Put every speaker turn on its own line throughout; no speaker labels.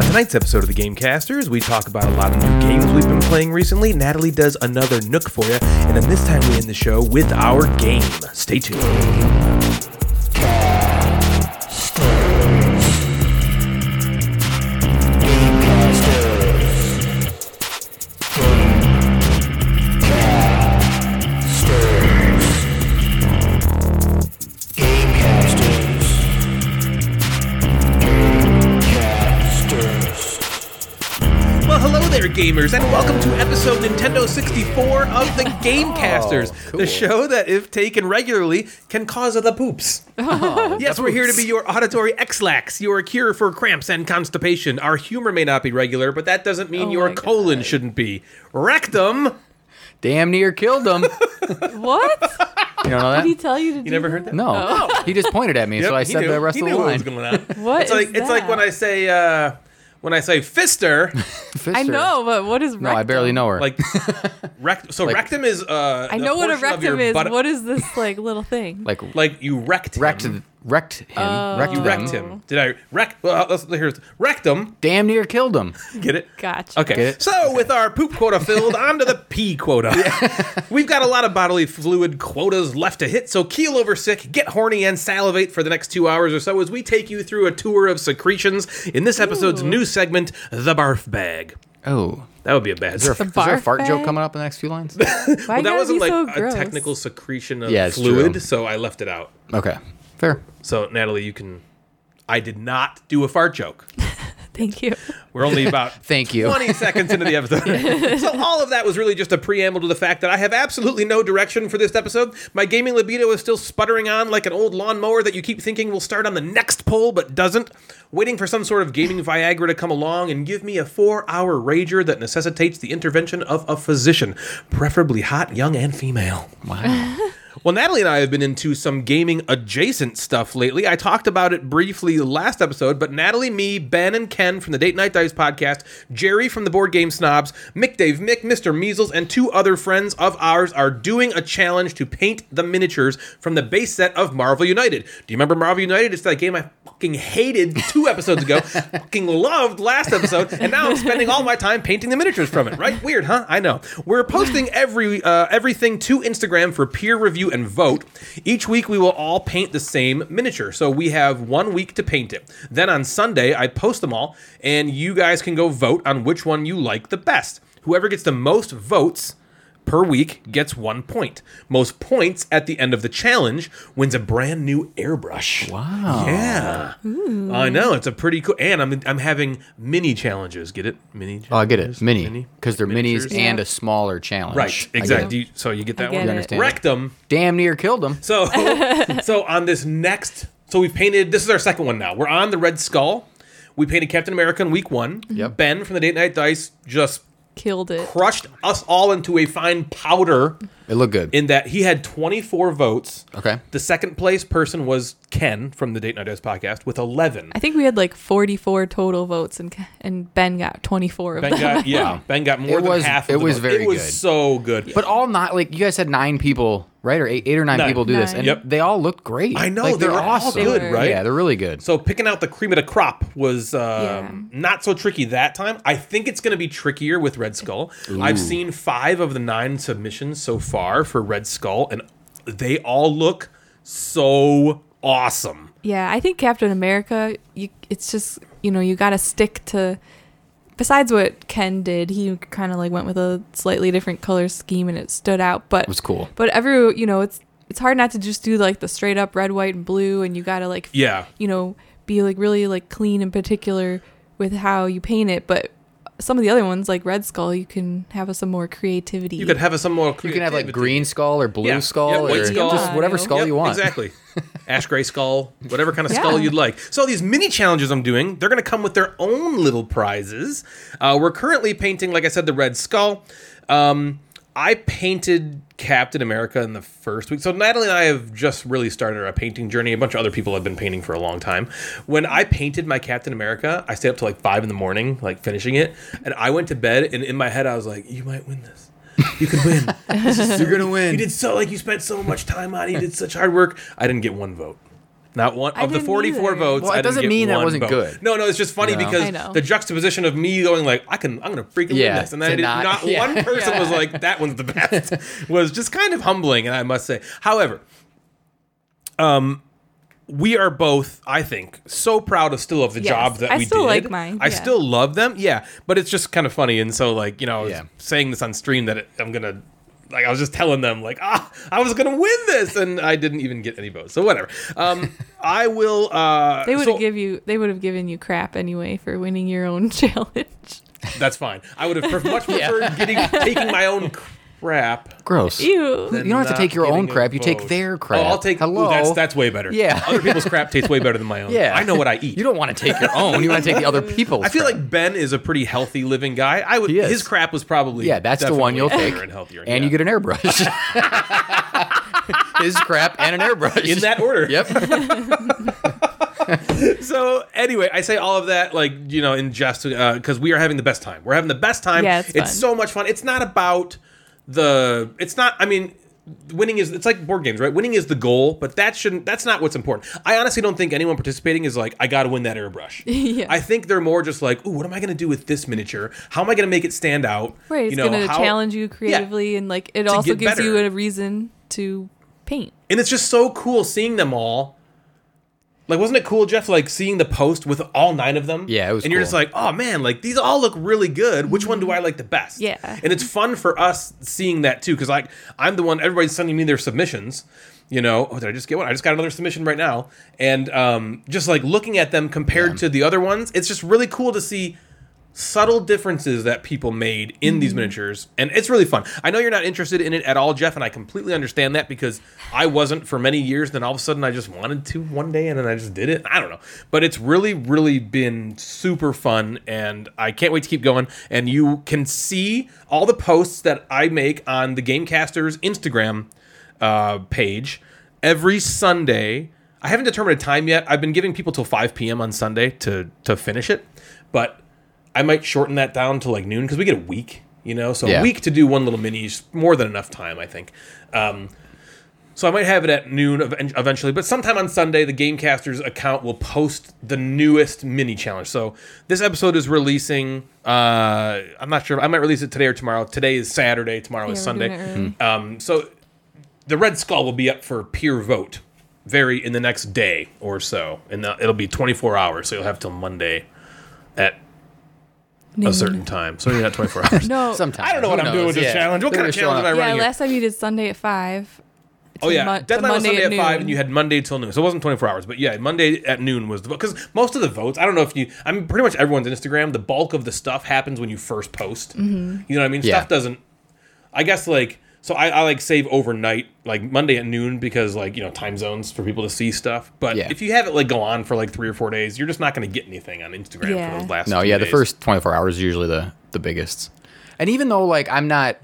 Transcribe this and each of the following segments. tonight's episode of the Gamecasters, we talk about a lot of new games we've been playing recently. Natalie does another Nook for you, and then this time we end the show with our game. Stay tuned. Well, hello there, gamers, and welcome to episode Nintendo 64 of the Gamecasters, the show that, if taken regularly, can cause the poops. yes, we're here to be your auditory X-lax, your cure for cramps and constipation. Our humor may not be regular, but that doesn't mean
Oh
your
my
colon shouldn't be. Rectum?
Damn near killed him.
What? Did
You don't know that?
he tell you to do
You never heard that?
no. He just pointed at me,
Yep,
so I
he
said
knew.
the rest
he
of the
knew what
line.
was going on.
What
it's like
is
it's like when
that?
I say uh, when I say fister,
Fister.
I know, but what is
No, I barely know her.
like rect. So rectum is uh,
I know what a rectum is.
But-
what is this like little thing?
like
like you wrecked him.
wrecked, wrecked him. wrecked
You
them.
wrecked him. Did I wreck? Well, let's here's rectum.
Damn near killed him.
Get it?
gotcha.
Okay.
Get it?
So with our poop quota filled, onto the pee quota. We've got a lot of bodily fluid quotas left to hit, so keel over sick, get horny, and salivate for the next two hours or so as we take you through a tour of secretions in this episode's new segment, the barf bag.
Oh.
That would be a bad.
Is there, a, is there a
barf
fart joke
bag?
coming up in the next few lines?
Why
well,
you
that
gotta
wasn't
be
like
so
a
gross?
technical secretion of
Yeah, it's
fluid,
true.
so I left it out.
okay. Fair.
So Natalie, you can. I did not do a fart joke.
Thank you.
We're only about
Thank you.
20 seconds into the episode. so all of that was really just a preamble to the fact that I have absolutely no direction for this episode. My gaming libido is still sputtering on like an old lawnmower that you keep thinking will start on the next poll but doesn't, waiting for some sort of gaming Viagra to come along and give me a 4-hour rager that necessitates the intervention of a physician, preferably hot, young and female. Well, Natalie and I have been into some gaming adjacent stuff lately. I talked about it briefly last episode, but Natalie, me, Ben, and Ken from the Date Night Dives podcast, Jerry from the Board Game Snobs, Mick Dave Mick, Mr. Measles, and two other friends of ours are doing a challenge to paint the miniatures from the base set of Marvel United. Do you remember Marvel United? It's that game I fucking hated two episodes ago, fucking loved last episode, and now I'm spending all my time painting the miniatures from it. Right? Weird, huh? I know. We're posting every uh, everything to Instagram for peer review and vote. Each week we will all paint the same miniature, so we have one week to paint it. Then on Sunday I post them all, and you guys can go vote on which one you like the best. Whoever gets the most votes per week gets one point. Most points at the end of the challenge wins a brand new airbrush.
Wow.
Yeah. I know. It's a pretty cool. And I'm, I'm having mini challenges. Get it? Mini
Oh, I get it.
challenges?
Mini. Because they're minis
miniatures?
and
Yeah.
a smaller challenge.
Right.
I get
Exactly.
it.
Do you- so you get that
get
one?
it.
Understand.
Rectum.
Damn near killed him.
So, so on this next, so we painted. This is our second one now. We're on the Red Skull. We painted Captain America in week one.
Yep.
Ben from the Date Night Dice just
Killed it.
crushed us all into a fine powder
It looked good.
in that he had 24 votes.
okay.
The second place person was Ken from the Date Night Dice podcast with 11.
I think we had like 44 total votes, and and Ben got 24 of
Ben
them.
got yeah. Ben got more
It
than
was-
half. Of
it
the
was
vote.
very
It was
good.
so good.
But all not like you guys had nine people, right? Or eight, eight or nine,
Nine.
people do this,
Nine.
and
Yep.
they all looked great.
I know,
Like,
they
they're
were all
awesome.
good,
They were.
right?
Yeah, they're really good.
so picking out the cream of the crop was um, not so tricky that time. I think it's going to be trickier with Red Skull. I've seen five of the nine submissions so far for Red Skull, and they all look so awesome.
Yeah, I think Captain America. You, it's just you know you got to stick to. Besides what Ken did, he kind of like went with a slightly different color scheme, and it stood out. But it
was cool.
But every you know it's it's hard not to just do like the straight up red, white, and blue, and you got to like f-
Yeah.
you know be like really like clean and particular with how you paint it. But some of the other ones like Red Skull, you can have some more creativity.
You could have a some more.
you can have like
creativity.
green skull or blue
Yeah.
skull
Yep, white
or
skull.
just whatever
Yeah.
skull
Yep,
you want.
Exactly. Ash gray skull, whatever kind of
Yeah.
skull you'd like. So these mini challenges I'm doing, they're going to come with their own little prizes. Uh, we're currently painting, like I said, the red skull. Um, I painted Captain America in the first week. So Natalie and I have just really started our painting journey. A bunch of other people have been painting for a long time. When I painted my Captain America, I stayed up till like five in the morning, like finishing it, and I went to bed. And in my head, I was like, "You might win this. You could win. This is so
You're gonna win.
you did so like you spent so much time on it. You did such hard work. I didn't get one vote. Not one
I
of the
didn't
44
either.
votes.
Well, it
I didn't
doesn't
get
mean that
one
wasn't
vote.
good.
No, no, it's just funny
You know?
I
because
know.
the juxtaposition of me going like, I can, I'm gonna freaking win
Yeah,
this, and then
to
I did, not,
not- yeah.
one person was like, that one's the best. was just kind of humbling, and I must say. However, um, we are both, I think, so proud of still of the
Yes,
job that
I
we
still
did.
like mine,
I
yeah.
still love them, yeah. But it's just kind of funny, and so like you know, I was
Yeah.
saying this on stream that it, I'm gonna. Like I was just telling them, like ah, I was gonna win this, and I didn't even get any votes. So whatever. Um, I will. Uh,
They would have
so-
give you. They would have given you crap anyway for winning your own challenge.
That's fine. I would have pre- much preferred getting taking my own crap.
Gross.
Ew.
You don't have to
not
take your own
getting a
crap. You take
vote.
their crap.
Oh, I'll take. Hello.
Hello.
that's that's way better.
Yeah.
Other people's crap tastes way better than my own.
Yeah.
I know what I eat.
You don't want to take your own. You want to take the other people's.
I feel
crap.
like Ben is a pretty healthy living guy. I would.
He is.
His crap was probably.
yeah, that's the one
definitely
you'll
better
take,
And healthier.
and you get an airbrush. His crap and an airbrush
in that order.
Yep.
So anyway, I say all of that like you know in jest because we are having the best time. We're having the best time.
Yeah, it's fun.
so much fun. It's not about the. It's not. I mean, winning is. It's like board games, right? Winning is the goal, but that shouldn't. That's not what's important. I honestly don't think anyone participating is like, I got to win that airbrush.
Yeah.
I think they're more just like, ooh, what am I going to do with this miniature? How am I going to make it stand out?
Right, it's going to
how-
challenge you creatively, and like it also
get
gives you
better.
a reason to paint.
And it's just so cool seeing them all. Like, wasn't it cool, Jeff? Like seeing the post with all nine of them.
Yeah, it was
And you're
cool.
just like, oh man, like these all look really good. Which one do I like the best?
Yeah.
And it's fun for us seeing that too, because like I'm the one everybody's sending me their submissions. You know, oh, did I just get one? I just got another submission right now, and um, just like looking at them compared to the other ones, it's just really cool to see subtle differences that people made in these miniatures and it's really fun i know you're not interested in it at all jeff and i completely understand that because i wasn't for many years then all of a sudden i just wanted to one day and then i just did it i don't know but it's really really been super fun and i can't wait to keep going and you can see all the posts that i make on the gamecasters instagram uh, page every Sunday. I haven't determined a time yet. I've been giving people till 5 p.m. on Sunday to to finish it, but I might shorten that down to like noon because we get a week, you know. So a
Yeah.
week to do one little mini is more than enough time, I think. Um, so I might have it at noon ev- eventually, but sometime on Sunday, the Gamecasters account will post the newest mini challenge. So this episode is releasing. Uh, I'm not sure. I might release it today or tomorrow. Today is Saturday. Tomorrow is
Yeah, we're
Sunday.
doing
Hmm.
it
Uh,
early.
Um, so the Red Skull will be up for peer vote very in the next day or so, and uh, it'll be 24 hours. So you'll have till Monday at a
oh,
Noon.
certain time. So maybe not 24 hours.
No,
Sometimes
I don't know what
Who
I'm doing with
knows?
this
Yeah.
challenge. What
They're
kind of
just showing
challenge am I
up.
yeah.
running? here?
Last time you did Sunday at five.
Oh
to
yeah,
Mon- to
deadline was
Monday
Sunday at,
at
five,
noon.
and you had Monday till noon, so it wasn't twenty four hours. But yeah, Monday at noon was the vote because most of the votes. I don't know if you. I mean, pretty much everyone's Instagram. The bulk of the stuff happens when you first post.
Mm-hmm.
You know what I mean?
Yeah.
Stuff doesn't. I guess like so. I, I like save overnight, like Monday at noon, because like you know time zones for people to see stuff. But
Yeah.
if you have it like go on for like three or four days, you're just not going to get anything on Instagram
Yeah.
for the last.
No,
few
yeah, the
days.
first 24 hours is usually the the biggest. And even though like I'm not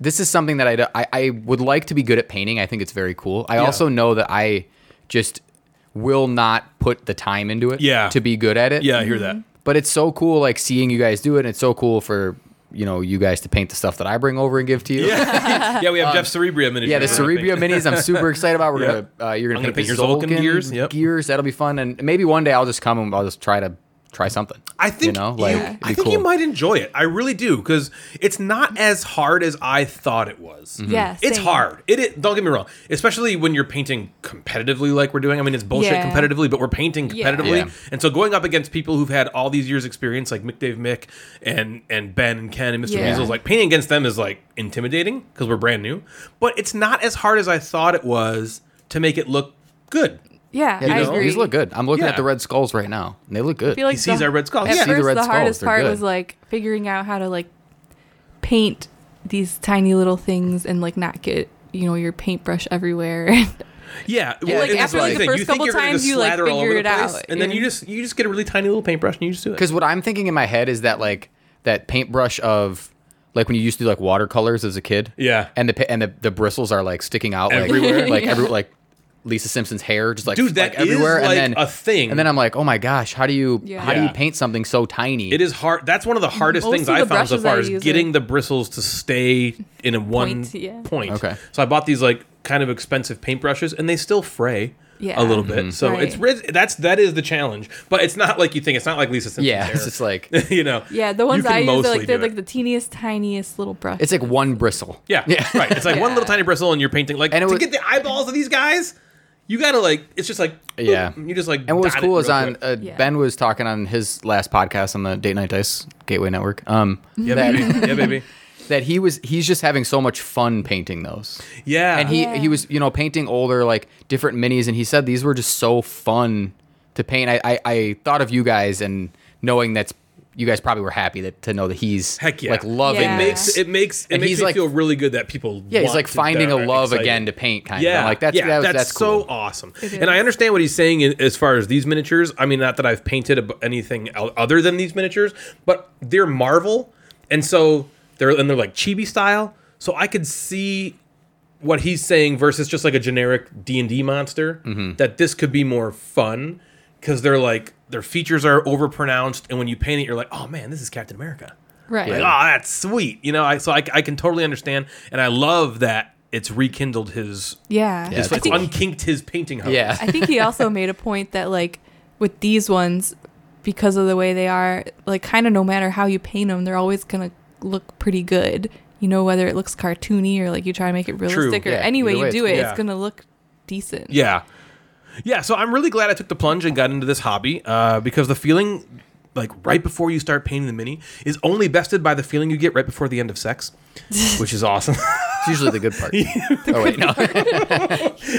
this is something that I, d- I- I would like to be good at painting. I think it's very cool. I also know that I just will not put the time into it
Yeah.
to be good at it.
Yeah, I hear that.
Mm-hmm.
But it's so cool like seeing you guys do it and it's so cool for, you know, you guys to paint the stuff that I bring over and give to you.
Yeah, yeah, we have Jeff Cerebria miniature.
Um, Yeah, the
we're gonna paint.
Cerebria minis. I'm super excited about. We're
Yep.
gonna uh, you're gonna
I'm gonna
paint,
paint
the
your Zolkin
Zolkin,
gears, yep.
gears. That'll be fun, and maybe one day I'll just come and I'll just try to try something.
I think
you know, like
you-
it'd
I
be
think
cool.
you might enjoy it. I really do because it's not as hard as I thought it was.
Mm-hmm.
Yeah,
it's
same.
hard. It, it don't get me wrong, especially when you're painting competitively like we're doing. I mean, it's bullshit
Yeah.
competitively, but we're painting
Yeah.
competitively,
Yeah.
and so going up against people who've had all these years experience, like Mick, Dave, Mick, and and Ben and Ken and Mr.
Yeah.
Weasel's, like painting against them is like intimidating because we're brand new, but it's not as hard as I thought it was to make it look good.
Yeah,
Yeah,
I
you know,
agree.
These look good. I'm looking
Yeah.
at the red skulls right now, and they look good.
feel like
He sees
the-
our red skulls.
At
Yeah.
first,
See the
red
the
skulls,
hardest
they're
part
good.
was like figuring out how to like paint these tiny little things and like not get you know your paintbrush everywhere.
Yeah,
Well,
and
like,
that's
after, like,
the
the
thing.
first
think
couple
you're gonna
times,
just
you, like,
slather all
figure
over
it
the place,
out,
and then
yeah.
you just you just get a really tiny little paintbrush and you just do it.
because what I'm thinking in my head is that like that paintbrush of like when you used to do like watercolors as a kid.
Yeah.
and the pa- and the, the bristles are like sticking out like,
Everywhere.
like
Yeah.
every like. Lisa Simpson's hair, just like
Dude, that
like everywhere,
is, like,
and then
a thing.
And then I'm like, oh my gosh, how do you
Yeah.
how do
Yeah.
you paint something so tiny?
It is hard. That's one Mm-hmm. of the hardest
Most
things
of
I
the
found so
brushes I
far is
use
getting
are-
the bristles to stay in a one point.
Point, yeah.
Okay.
So I bought these like kind of expensive paintbrushes, and they still fray.
Yeah.
a little bit.
Mm-hmm.
So
Right.
it's ris- that's that is the challenge, but it's not like you think. It's not like Lisa Simpson.
Yeah, it's just like
you know.
Yeah, the
You
ones
can
I use are
mostly
like they're
do
like
it.
the teeniest, tiniest little brush.
it's like one bristle.
Yeah, right. It's like one
Yeah.
little tiny bristle, and you're painting like
And it
to
was-
get the eyeballs of these guys. You gotta like, it's just like boop,
Yeah.
You just like
And what was
dot it
cool is
real
on
quick.
uh,
Yeah.
Ben was talking on his last podcast on the Date Night Dice Gateway Network. Um,
yeah,
that,
baby. yeah, baby,
that he was he's just having so much fun painting those.
yeah.
And he
Yeah.
he was you know painting older like different minis, and he said these were just so fun to paint. I I, I thought of you guys and knowing that's you guys probably were happy that to know that he's
Heck yeah.
like loving
Yeah.
it makes
this.
it makes it
And
makes
he's
me
like-
feel really good that people
yeah, he's
want
like
to-
finding a
that are
love
excited.
again to paint kind
Yeah,
of like that's
yeah,
that was-
that's,
that's cool.
so awesome.
It
And I
is.
understand what he's saying in, as far as these miniatures. I mean, not that I've painted ab- anything el- other than these miniatures, but they're Marvel, and so they're and they're like chibi style. So I could see what he's saying versus just like a generic D and D monster.
Mm-hmm.
That this could be more fun because they're like their features are overpronounced, and when you paint it, you're like, oh man, this is Captain America.
right.
Like, oh, that's sweet. You know, I, so I, I can totally understand, and I love that it's rekindled his
Yeah,
Yeah.
it's
It's
I
like
think
unkinked his painting hose.
Yeah.
I think he also made a point that like with these ones, because of the way they are, like kind of no matter how you paint them, they're always gonna look pretty good. You know, whether it looks cartoony or like you try to make it realistic or
yeah.
any way
Either way,
you do
it's
it,
cool. Yeah.
it's gonna look decent.
Yeah. Yeah. So I'm really glad I took the plunge and got into this hobby uh, because the feeling, like right before you start painting the mini, is only bested by the feeling you get right before the end of sex, which is awesome.
It's usually the good part. oh wait, no.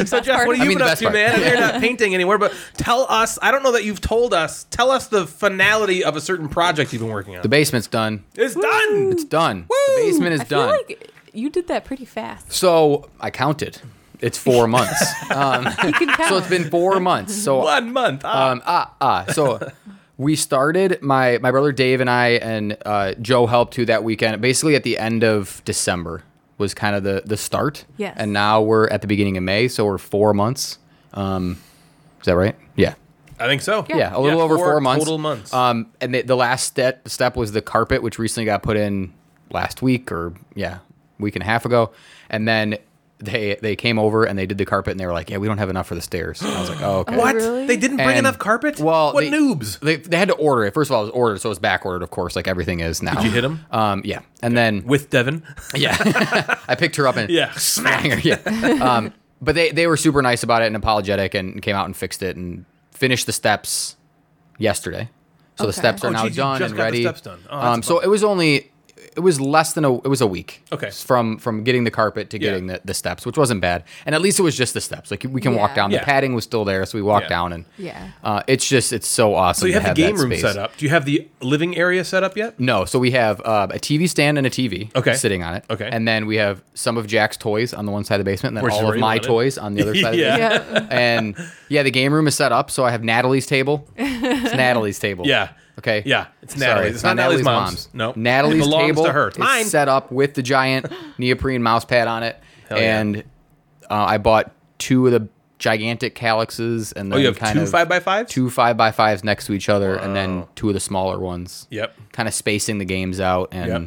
so, Jeff, what have
part.
you
I mean,
been
the
up
best
to,
part.
man? I know You're not painting anymore, but tell us. I don't know that you've told us. Tell us the finality of a certain project you've been working on.
The basement's done.
it's done.
It's done. The basement is
I feel
done.
like you did that pretty fast.
so I counted. It's four months. Um,
You can count.
so it's been four months. So
One month. Ah.
um, ah ah. So we started. My my brother Dave and I and uh, Joe helped too that weekend. Basically at the end of December was kind of the the start.
Yes.
And now we're at the beginning of May, so we're four months. Um, is that right? Yeah.
I think so.
Yeah, a little over four, months.
Total months.
Um, and the, the last step step was the carpet, which recently got put in last week or yeah, week and a half ago. And then they they came over and they did the carpet and they were like, yeah, we don't have enough for the stairs. And I was like, oh, okay.
what?
really?
They didn't bring
And-
enough carpet?
Well,
what
they-
noobs?
They, they had to order it. First of all, it was ordered, so it was back ordered, of course, like everything is now. Did
you hit 'em?
Um, yeah. And then
With Devin.
yeah, I picked her up and
Yeah.
smang her. Yeah. Um, but they they were super nice about it and apologetic and came out and fixed it and finished the steps yesterday. So the
Okay.
steps are
Oh,
now
geez, you
done
just
and
got the
ready.
steps done. Oh, that's
um, so it was only it was less than a it was a week.
Okay.
From from getting the carpet to
Yeah.
getting the, the steps, which wasn't bad. And at least it was just the steps. Like we can walk
Yeah.
down.
Yeah.
The padding was still there, so we walked
Yeah.
down and
Yeah.
Uh, it's just it's so awesome.
So you
to
have the game
that
room
space.
set up. Do you have the living area set up yet?
No, so we have uh, a TV stand and a TV
Okay.
sitting on it.
Okay.
And then we have some of Jack's toys on the one side of the basement, and then
Which is
all
where
of
you
my
want it.
toys on the other side
Yeah.
of the
Yeah.
basement. And yeah, the game room is set up, so I have Natalie's table. It's Natalie's table.
Yeah.
Okay.
Yeah, it's
Sorry,
Natalie's. It's not Natalie's mom's. No.
Natalie's
It belongs
table
to her. It's
is
mine.
set up with the giant neoprene mouse pad on it,
yeah.
and uh, I bought two of the gigantic calyxes, and then
Oh, you have
kind
two
of
five by fives?
two five by fives next to each other, and then two of the smaller ones.
Yep.
Kind of spacing the games out, and
Yep.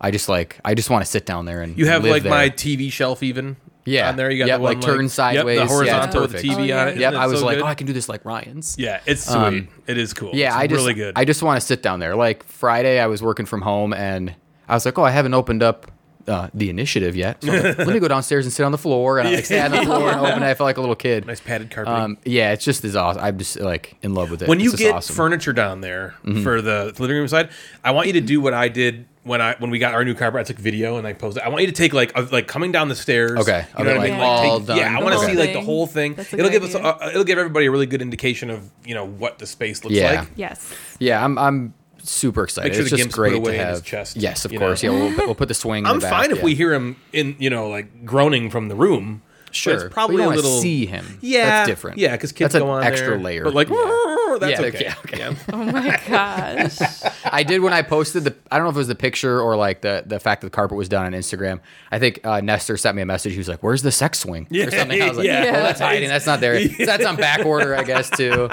I just like I just want to sit down there and
You have
live
like
there.
my TV shelf even.
Yeah.
On there, you got
Yep,
the one,
like, turned sideways. Yeah,
Yep,
it's
the horizontal with
perfect.
the TV
Oh,
on
yeah.
it.
Yep,
Isn't
I
it
was
so
like,
good?
oh, I can do this like Ryan's.
yeah, it's sweet. it is cool.
Yeah,
it's
I just
really good.
I just want to sit down there. Like Friday, I was working from home, and I was like, oh, I haven't opened up. Uh, the initiative yet. So I was like, Let me go downstairs and sit on the floor, and I like sat on the floor and opened. it. I felt like a little kid.
nice padded carpet.
Um, yeah, it's just as awesome. I'm just like in love with it.
when
It's
you
just
get
awesome. Mm-hmm.
furniture down there for the living room side, I want you to do what I did when I when we got our new carpet. I took video and I posted. I want you to take like of like coming down the stairs.
Okay.
you know
Okay,
what I
like
mean.
all
take-
done.
Yeah, I
The
want to
whole
see like the
thing.
whole thing.
That's a
It'll
good
give us
idea.
uh, it'll give everybody a really good indication of you know what the space looks
Yeah.
like.
Yes.
Yeah, I'm I'm super excited.
Make sure
it's
the
just
gimp's put
great
away
to
in
have.
his chest,
yes, of
you
course.
know?
Yeah, we'll, we'll put the swing. in
I'm
the back,
fine if
yeah.
we hear him in, you know, like groaning from the room. but
Sure,
it's probably
we
a
don't wanna
little
see him.
Yeah,
that's different.
Yeah, because kids
that's
go
an
on
extra
there,
layer.
But like,
Yeah.
that's
Yeah,
okay.
yeah, okay.
Yeah.
Oh my gosh.
I did when I posted the. I don't know if it was the picture or like the the fact that the carpet was done on Instagram. I think uh, Nestor sent me a message. He was like, "Where's the sex swing?"
Yeah,
or something. I was like,
yeah.
"Well, that's hiding. That's not there. So that's on back order, I guess, too."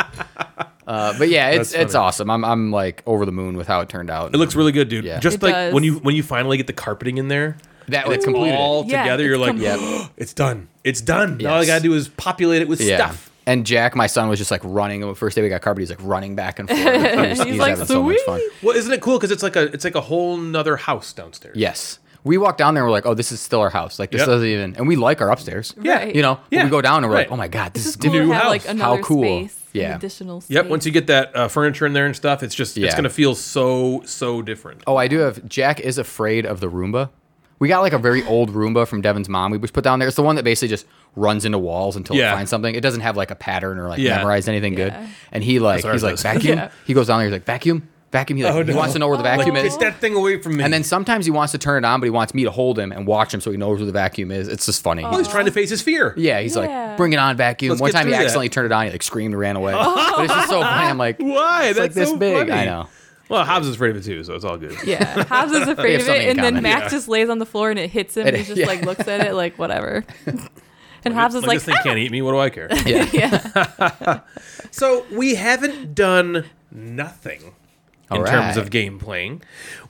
Uh, but yeah, it's
That's
it's
funny.
awesome. I'm I'm like over the moon with how it turned out.
It looks really good, dude.
Yeah.
Just
It
like
does.
when you when you finally get the carpeting in there,
That
and
was
it's
completed.
all
Yeah,
together.
it's
you're like,
complete.
it's done. It's done. Now all I
Yes.
gotta do is populate it with
yeah.
stuff.
And Jack, my son, was just like running. The first day we got carpet, he's like running back and forth. He was-
He's like, "Sweet."
Well, isn't it cool? Because it's like a it's like a whole nother house downstairs.
Yes. We walked down there and we're like, oh, this is still our house. Like, this
Yep.
doesn't even, and we like our upstairs.
Yeah.
Right.
You know, But
Yeah.
we go down and we're
Right.
like, oh my God, this,
It's
is
just cool
new
to have like
house.
another
How cool.
space, an
Yeah.
additional space.
Yep. Once you get that uh, furniture in there and stuff, it's just it's
Yeah.
gonna feel so so different.
Oh, I do have. Jack is afraid of the Roomba. We got like a very old Roomba from Devin's mom. We just put down there. It's the one that basically just runs into walls until
Yeah.
it finds something. It doesn't have like a pattern or like
Yeah.
memorize anything good. And he like
ours
he's like
does. Oh,
vacuum.
Yeah.
He goes down there. He's like vacuum, vacuum. He, like, he wants to know where the
Like,
vacuum is.
Get that thing away from me.
And then sometimes he wants to turn it on, but he wants me to hold him and watch him so he knows where the vacuum is. It's just funny.
oh, he's trying to face his fear.
Yeah, he's
Yeah.
like, bring it on, vacuum.
Let's
One
get
time he
through that.
accidentally turned it on, he like screamed and ran away.
Oh.
but it's just so funny. I'm like,
Why?
It's
That's
like this
so
big.
funny.
I know.
Well, Hobbs is afraid of it too, so it's all good.
Yeah, Hobbs is afraid
have
of
something
it,
in
and then
common.
Mac just lays on the floor and it hits him. and he
It-
just
yeah.
like looks at it like whatever. And Hobbs is
Like, "Ah!"
like,
this thing can't eat me. What do I care?
Yeah.
yeah,
So we haven't done nothing in
All
terms
right.
of game playing.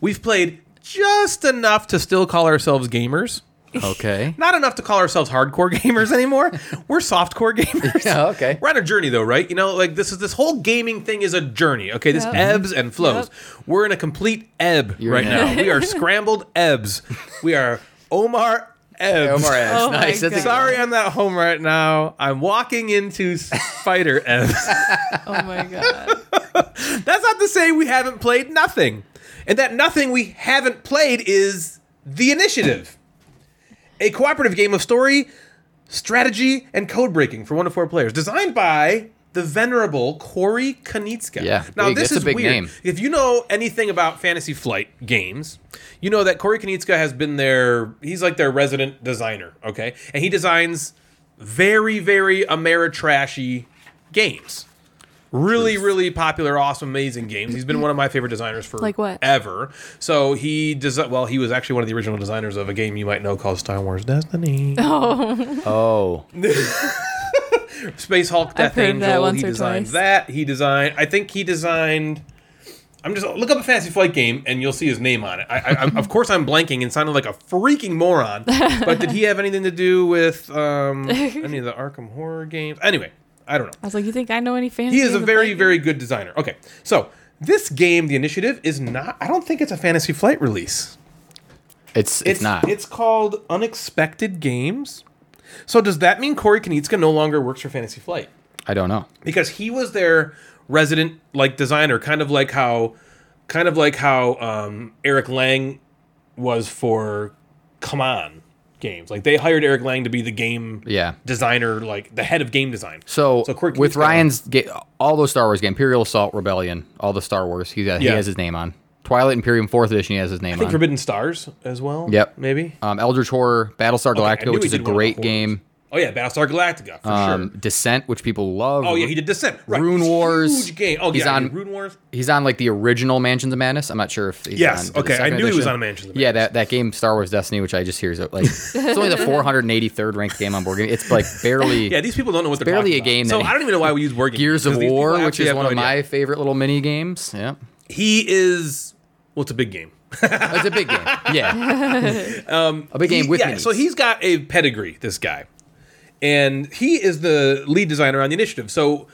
We've played just enough to still call ourselves gamers.
Okay.
Not enough to call ourselves hardcore gamers anymore. We're softcore gamers.
Yeah, okay.
We're on a journey though, right? You know, like this is this whole gaming thing is a journey. Okay, this
Yep.
ebbs and flows. We're in a complete ebb
You're
right
in an
now. we are scrambled ebbs. We are Omar ebbs.
Omar Epps.
Oh my
nice. That's a-
God.
Sorry, I'm not home right now. I'm walking into spider ebbs.
oh my god,
That's not to say we haven't played nothing. And that nothing we haven't played is The Initiative, a cooperative game of story, strategy, and code breaking for one to four players, designed by the venerable Corey Konitska.
Yeah,
Now,
big-
this is
that's a big
weird.
name.
If you know anything about Fantasy Flight games, you know that Corey Konitska has been their, he's like their resident designer, okay? And he designs very, very Ameritrashy games really really popular awesome amazing games he's been one of my favorite designers for
Like what?
ever so he desi- well he was actually one of the original designers of a game you might know called star wars destiny
Oh.
space hulk death
heard of that
angel
once
he
or
designed
twice.
that he designed i think he designed i'm just look up a fantasy flight game and you'll see his name on it i, I I'm, of course i'm blanking and sounded like a freaking moron but did he have anything to do with um, any of the arkham horror games anyway i don't know
I was like, you think I know any fantasy?
He is a
of the
very,
Blade?"
very good designer. Okay, so this game, The Initiative, is not. I don't think it's a Fantasy Flight release.
It's, it's not.
It's called Unexpected Games. So does that mean Corey Konitska no longer works for Fantasy Flight?
I don't know.
Because he was their resident like designer, kind of like how, kind of like how um, Eric Lang was for Come On games. Like they hired Eric Lang to be the game
Yeah.
designer, like the head of game design.
So,
Corey
with
Konitska-
Ryan's ga- all those Star Wars games, Imperial Assault, Rebellion, all the Star Wars, he, uh, he
Yeah.
has his name on. Twilight Imperium Fourth Edition, he has his name
I think
on.
Forbidden Stars as well.
Yep.
maybe.
um, Eldritch Horror, Battlestar
I
Galactica,
knew
which
he
is a
did one of the
great
horrors.
game.
Oh yeah, Battlestar Galactica for
Um,
sure.
Descent, which people love.
Oh yeah, he did Descent. Right.
Rune
Huge
Wars.
game. Oh
He's
yeah,
on-
on Rune Wars.
He's on like the original Mansions of Madness. I'm not sure if he's
Yes,
on the
okay, I
second
knew he was
edition.
on Mansions of
Yeah,
Madness.
that, that game Star Wars Destiny, which I just hear is like it's only the 483rd ranked game on board game. It's like barely
Yeah, these people don't know what they're
barely
talking
a game
About. So
that-
I don't even know why we use word games,
Gears of
because these people
War,
actually
which is
have
one
no
of
idea.
my favorite little mini games. Yeah,
He is. Well, it's a big game.
it's a big game. Yeah, a big game
Um, He-
with
yeah,
minis.
so he's got a pedigree. This guy, and he is the lead designer on the initiative. So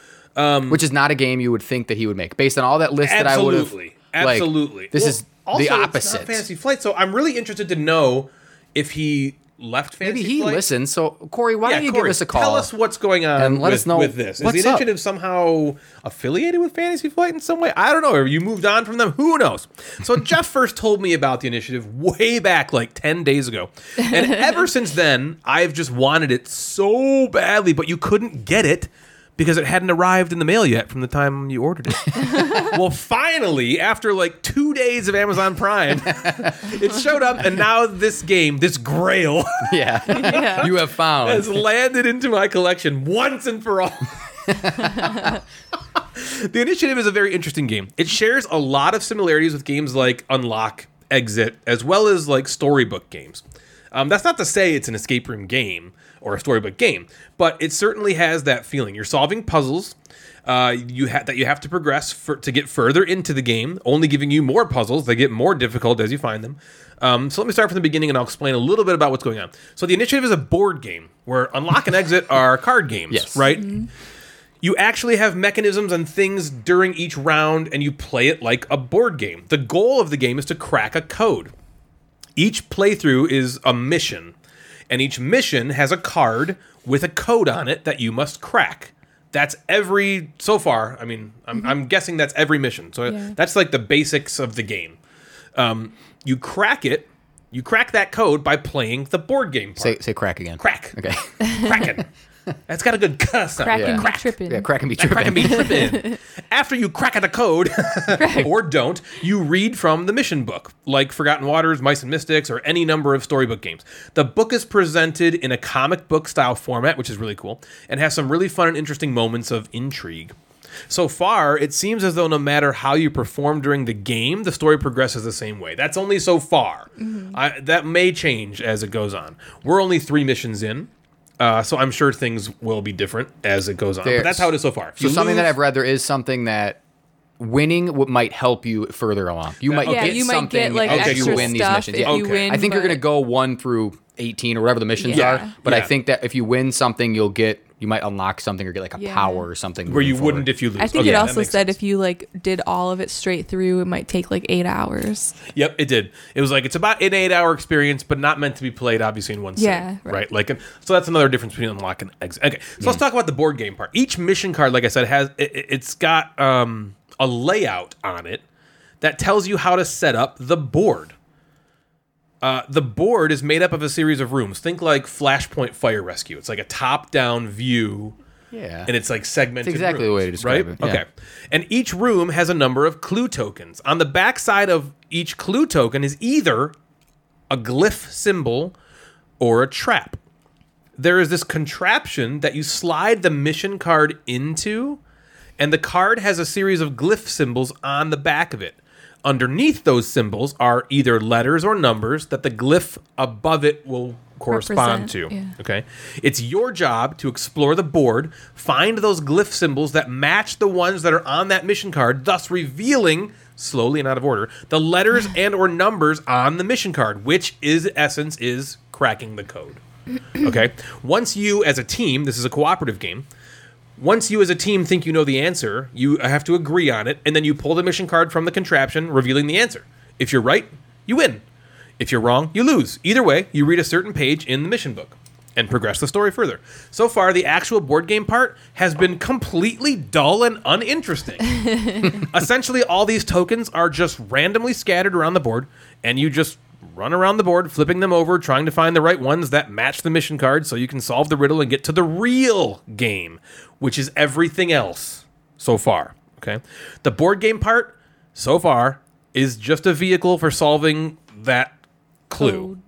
which is not a game you would think that he would make based on all that list that I would have.
Absolutely. Absolutely.
this
Well,
is
also,
the
it's not
opposite.
Fantasy Flight. So I'm really interested to know if he left Fantasy
Maybe he
Flight.
listens. So Corey, why
Yeah,
don't you
Corey,
give us a call?
Tell us what's going on
and let
with,
us know
with this. Is
what's
the
up.
initiative somehow affiliated with Fantasy Flight in some way? I don't know. Or you moved on from them? Who knows? So Jeff first told me about the initiative way back like 10 days ago. And ever since then, I've just wanted it so badly, but you couldn't get it because it hadn't arrived in the mail yet from the time you ordered it. well, finally, after like two days of Amazon Prime, it showed up, and now this game, this grail,
yeah,
Yeah.
you have
has
found.
landed into my collection once and for all. the Initiative is a very interesting game. It shares a lot of similarities with games like Unlock, Exit, as well as like storybook games. Um, that's not to say it's an escape room game or a storybook game, but it certainly has that feeling. You're solving puzzles. Uh, you ha- that you have to progress for- to get further into the game, only giving you more puzzles. They get more difficult as you find them. Um, so let me start from the beginning, and I'll explain a little bit about what's going on. So the initiative is a board game where unlock and exit are card games,
Yes.
right? You actually have mechanisms and things during each round, and you play it like a board game. The goal of the game is to crack a code. Each playthrough is a mission, and each mission has a card with a code on it that you must crack. That's every so far. I mean, I'm, I'm guessing that's every mission. So
Mm-hmm. Yeah.
that's like the basics of the game. Um, you crack it. You crack that code by playing the board game part.
Say say crack again.
crack.
Okay.
Kraken. That's got a good cuss on it.
Cracking
Yeah.
yeah.
Crack.
tripping.
yeah, crack and be
That Kraken
tripping.
be tripping. After you crack at the code, or don't, you read from the mission book, like Forgotten Waters, Mice and Mystics, or any number of storybook games. The book is presented in a comic book style format, which is really cool, and has some really fun and interesting moments of intrigue. So far, it seems as though no matter how you perform during the game, the story progresses the same way. That's only so far. I, that may change as it goes on. We're only three missions in. Uh, so I'm sure things will be different as it goes on.
There-
but that's how it is so far. If
So
you
something that
lose-
I've read, there is something that winning w- might help you further along. You might
Yeah,
get
you might
something
get like
Okay,
as
extra
you win these
stuff
missions.
if
Yeah.
you
Okay.
win.
I think you're
but-
gonna go one through eighteen or whatever the missions
Yeah.
are. But I
Yeah.
think that if you win something, you'll get you might unlock something or get like a
Yeah.
power or something
where
moving
you
forward.
wouldn't if you lose.
I think
Okay,
it
that
also
makes
said
sense.
if you like did all of it straight through, it might take like eight hours.
Yep, it did. It was like it's about an eight-hour experience, but not meant to be played, obviously, in one sitting.
Yeah,
right.
right.
Like, and- so that's another difference between unlock and exit. Okay, so let's talk about the board game part. Each mission card, like I said, has it, it- it's got um, a layout on it that tells you how to set up the board. Uh, the board is made up of a series of rooms. Think like Flashpoint Fire Rescue. It's like a top-down view
Yeah.
and it's like segmented.
That's exactly the way to
rooms,
describe
right?
it, yeah.
Okay, and each room has a number of clue tokens. On the back side of each clue token is either a glyph symbol or a trap. There is this contraption that you slide the mission card into, and the card has a series of glyph symbols on the back of it. Underneath those symbols are either letters or numbers that the glyph above it will correspond
Represent,
to.
yeah.
Okay. It's your job to explore the board, find those glyph symbols that match the ones that are on that mission card, thus revealing slowly and out of order the letters and or numbers on the mission card, which is essence is cracking the code. Okay? Once you as a team, this is a cooperative game, once you as a team think you know the answer, you have to agree on it, and then you pull the mission card from the contraption, revealing the answer. If you're right, you win. If you're wrong, you lose. Either way, you read a certain page in the mission book and progress the story further. So far, the actual board game part has been completely dull and uninteresting. Essentially, all these tokens are just randomly scattered around the board, and you just run around the board, flipping them over, trying to find the right ones that match the mission card so you can solve the riddle and get to the real game, which is everything else so far. Okay. The board game part, so far, is just a vehicle for solving that clue,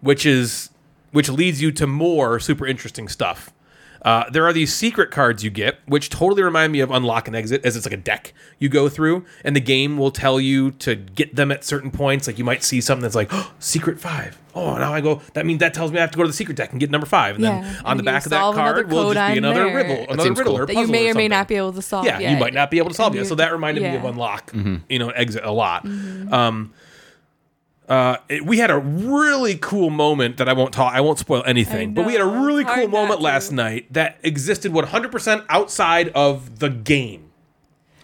which is which leads you to more super interesting stuff. Uh, there are these secret cards you get, which totally remind me of Unlock and Exit, as it's like a deck you go through, and the game will tell you to get them at certain points. Like you might see something that's like oh, Secret Five. Oh, now I go. That means that tells me I have to go to the secret deck and get number five. And
Yeah,
then on
and
the
you
back of that
solve another
card will
code
just be
on
another
there.
riddle,
That
another
seems
riddle
cool.
or
That
puzzle
you may or may
something
not be able to solve.
yeah, you
yet.
might not be able to solve
And
it.
you-
So that reminded me of
yeah. Mm-hmm.
unlock, you know, exit a lot. Um, uh, it- we had a really cool moment that I won't talk. I won't spoil anything. But we had a
know, it's
really
hard
cool
not
moment
to.
last night that existed 100% outside of the game,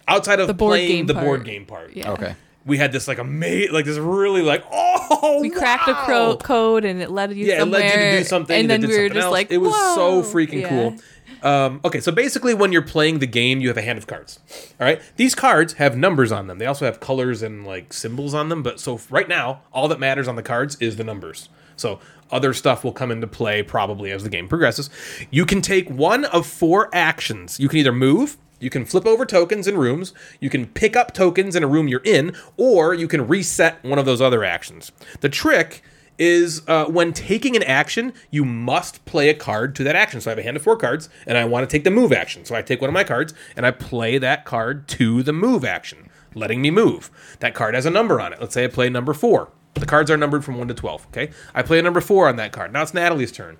outside of
The board
playing
game
the board
part.
game part.
Yeah.
okay.
We had this like amazing, like this really like oh,
We cracked a
wow!
cro- code and it led you
yeah,
somewhere.
it led you to do something,
And
that
then
did
we were
something
just
else.
like,
it was so
"Whoa."
freaking
Yeah.
cool. Um, okay, so basically, when you're playing the game, you have a hand of cards. All right, these cards have numbers on them. They also have colors and like symbols on them. But so f- right now, all that matters on the cards is the numbers. So other stuff will come into play probably as the game progresses. You can take one of four actions. You can either move. You can flip over tokens in rooms. You can pick up tokens in a room you're in, or you can reset one of those other actions. The trick is uh, when taking an action, you must play a card to that action. So I have a hand of four cards, and I want to take the move action. So I take one of my cards and I play that card to the move action, letting me move. That card has a number on it. Let's say I play number four. The cards are numbered from one to 12, okay? I play a number four on that card. Now it's Natalie's turn.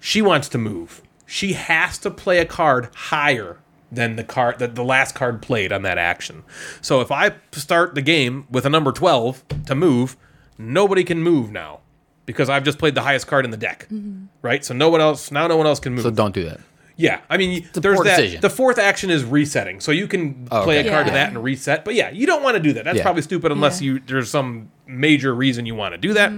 She wants to move. She has to play a card higher than the card that the last card played on that action. So if I start the game with a number 12 to move, nobody can move now because I've just played the highest card in the deck. Right? So no one else now no one else can move.
So don't do that.
Yeah, I mean,
a
there's
poor
that.
decision.
The fourth action is resetting, so you can
Oh,
play
okay.
a card to
Yeah.
that and reset. But yeah, you don't want to do that. That's
Yeah.
probably stupid unless
Yeah.
you there's some major reason you want to do that.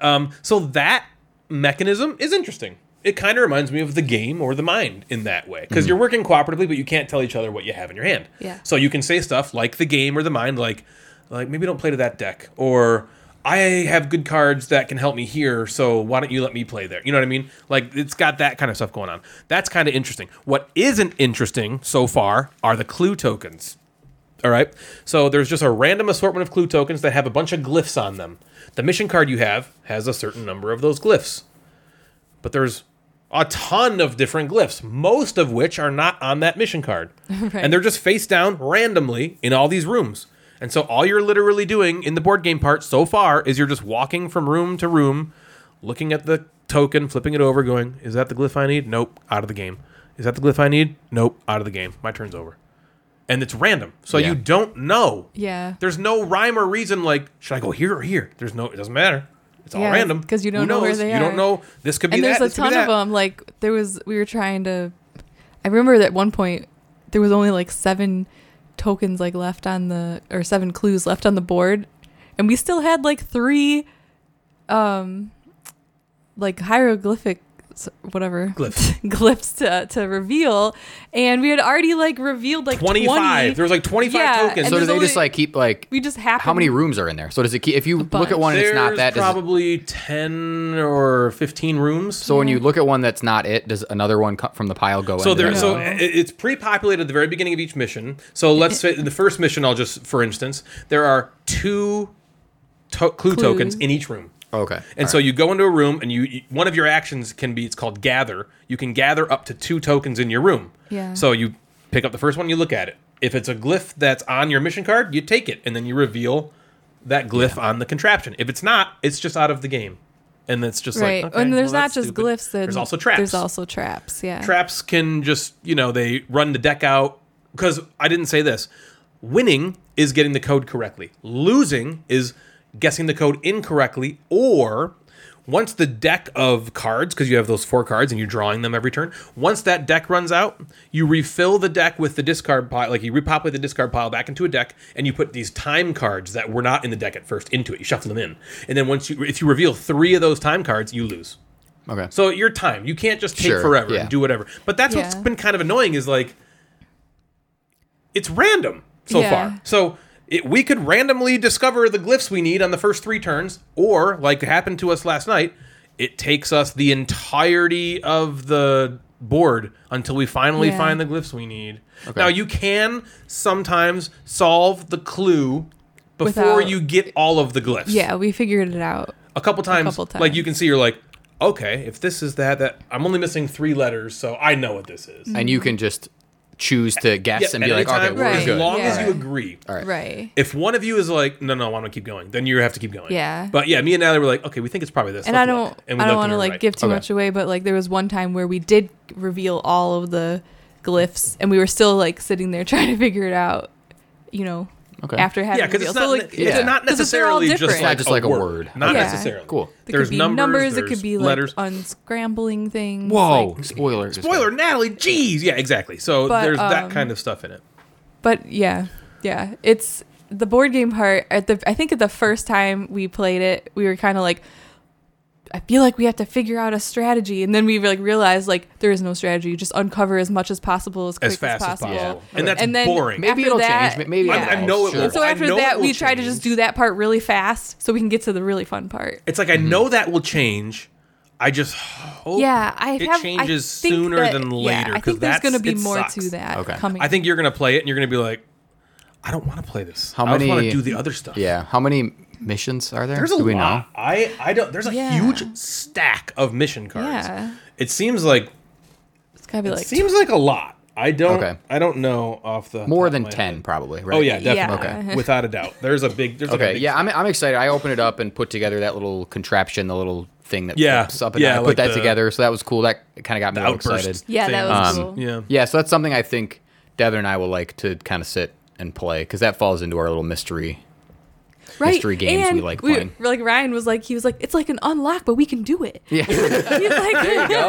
Um, so that mechanism is interesting. It kind of reminds me of the game or the mind in that way because you're working cooperatively, but you can't tell each other what you have in your hand.
Yeah.
So you can say stuff like the game or the mind, like like maybe don't play to that deck or. I have good cards that can help me here, so why don't you let me play there? You know what I mean? Like it's got that kind of stuff going on. That's kind of interesting. What isn't interesting so far are the clue tokens. All right. So there's just a random assortment of clue tokens that have a bunch of glyphs on them. The mission card you have has a certain number of those glyphs. But there's a ton of different glyphs, most of which are not on that mission card. And they're just face down randomly in all these rooms. And so all you're literally doing in the board game part so far is you're just walking from room to room, looking at the token, flipping it over, going, is that the glyph I need? Nope, out of the game. Is that the glyph I need? Nope, out of the game. My turn's over. And it's random. So
Yeah.
you don't know.
Yeah.
There's no rhyme or reason like, should I go here or here? There's no it doesn't matter. It's all
Yeah,
random.
'cause you
Who
don't know where
knows?
they
You don't
are.
know. This could be
and
that.
there's a
this could be
ton of
that.
them. Like there was, we were trying to. I remember that at one point there was only like seven tokens like left on the or seven clues left on the board, and we still had like three, um, like hieroglyphic s- whatever
Glyphs.
glyphs to to reveal, and we had already like revealed like
25.
20.
There was like 25
Yeah,
tokens.
and
So do
there's
they
only-
just like keep like
we just happened.
how many rooms are in there? So does it keep if you look
bunch.
at one and it's not
There's
that does it-
probably 10 or 15 rooms.
so when you look at one that's not it, does another one cut from the pile go
So
in?
there,
No.
so i- it's pre-populated at the very beginning of each mission. So let's say the first mission, I'll just for instance, there are two to- clue
Clues.
tokens in each room.
Okay.
And so you go into a room and you, you one of your actions can be it's called gather. You can gather up to two tokens in your room.
Yeah.
So you pick up the first one, you look at it. If it's a glyph that's on your mission card, you take it and then you reveal that glyph on the contraption. If it's not, it's just out of the game. And it's just
Right,
like okay,
and there's
well, that's
not just
stupid.
glyphs. then
There's also traps
There's also traps. Yeah.
traps can just you know they run the deck out because i didn't say this winning is getting the code correctly losing is guessing the code incorrectly or once the deck of cards because you have those four cards and you're drawing them every turn once that deck runs out you refill the deck with the discard pile like you repopulate the discard pile back into a deck and you put these time cards that were not in the deck at first into it you shuffle them in and then once you if you reveal three of those time cards you lose
okay.
so your time, you can't just take
Sure,
forever
yeah.
and do whatever. But that's what's
Yeah.
been kind of annoying is like it's random so
Yeah.
far. So it, we could randomly discover the glyphs we need on the first three turns, or like happened to us last night, it takes us the entirety of the board until we finally
Yeah.
find the glyphs we need. Now you can sometimes solve the clue before
Without-
you get all of the glyphs
Yeah, we figured it out.
a couple times,
couple
like you
times.
can see you're like okay if this is that that i'm only missing three letters so i know what this
Mm.
is
and you can just choose to guess
Yeah,
and
at
be
any
like, okay,
time,
we're
Right.
as
good.
long
Yeah.
as you agree
Right.
Right.
if one of you is like no no i'm gonna keep going then you have to keep going
Yeah.
but yeah me and natalie were like okay we think it's probably this
and I
Let's
don't,
look.
I
we
don't
looked we
want to
were
like
right.
give too
Okay.
much away, but like there was one time where we did reveal all of the glyphs, and we were still like sitting there trying to figure it out, you know,
Okay.
after having
yeah because
revealed.
it's not,
so like,
it's
Yeah.
not
'Cause if they're all
necessarily just
different.
like,
It's not
just like a word.
not
Okay. Yeah.
necessarily
Cool.
there
there's
could be
numbers,
numbers, it
there's
could be like
letters
unscrambling things.
Whoa!
like-
spoiler.
spoiler natalie jeez yeah exactly so
But,
there's that
um,
kind of stuff in it
but yeah, yeah, it's the board game part. At the, I think at the first time we played it, we were kind of like. I feel like we have to figure out a strategy, and then we like realized like there is no strategy. You just uncover as much as possible, as quick
as fast as possible,
Yeah.
and that's
and then
boring
Maybe
after
it'll
that-
change. ma- Maybe
I-
it
I know it
sure.
will.
So
I
after
know it
that,
will
we try to
change.
just do that part really fast so we can get to the really fun part.
It's like
Mm-hmm.
I know that will change. I just hope
Yeah, I
it
have. I
changes
think
sooner
that-
than
yeah,
later
I
because
think there's going to be
it
more
sucks.
to that
Okay.
coming.
I think you're gonna play it and you're gonna be like, I don't want to play this.
How
I just want to
many-
do the other stuff.
Yeah. How many missions are there?
there's a
Do we
lot. I I don't. There's a
Yeah.
huge stack of mission cards.
Yeah.
It seems like
it's got to be like
seems like a lot. I don't.
Okay.
I don't know off the
know? More
top
than
of my
ten,
head.
probably. Right?
Oh yeah,
Yeah.
definitely.
Okay.
Without a doubt, there's a big. There's Like a
Okay,
big
yeah, I'm, I'm excited. I opened it up and put together that little contraption, the little thing that
Yeah,
flips up and
yeah,
down. I put
like
that
the-
together, so that was cool. That kind of got me all
outburst
excited.
Yeah, that was
Um,
things.
cool.
Yeah.
Yeah, so that's something I think Devin and I will like to kind of sit and play because that falls into our little mystery
right?
mystery games
and
we like playing.
like Ryan was like, he was like, it's like an unlock, but we can do it.
Yeah.
He's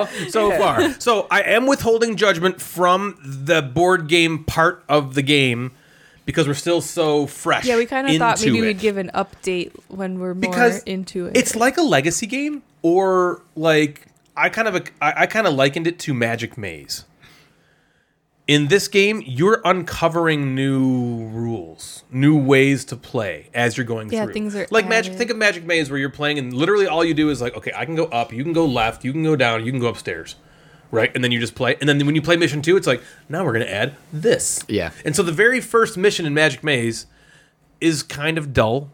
like,
so far. So I am withholding judgment from the board game part of the game because we're still so fresh.
yeah, we kind of thought
into
maybe
it.
we'd give an update when we're more
because
into it.
It's like a legacy game, or like I kind of I, I kind of likened it to Magic Maze. In this game, you're uncovering new rules, new ways to play as you're going
Yeah,
through.
things are
like magic.
added.
Think of Magic Maze, where you're playing, and literally all you do is like, okay, I can go up, you can go left, you can go down, you can go upstairs, right? And then you just play. And then when you play mission two, it's like, now we're gonna add this.
Yeah.
And so the very first mission in Magic Maze is kind of dull.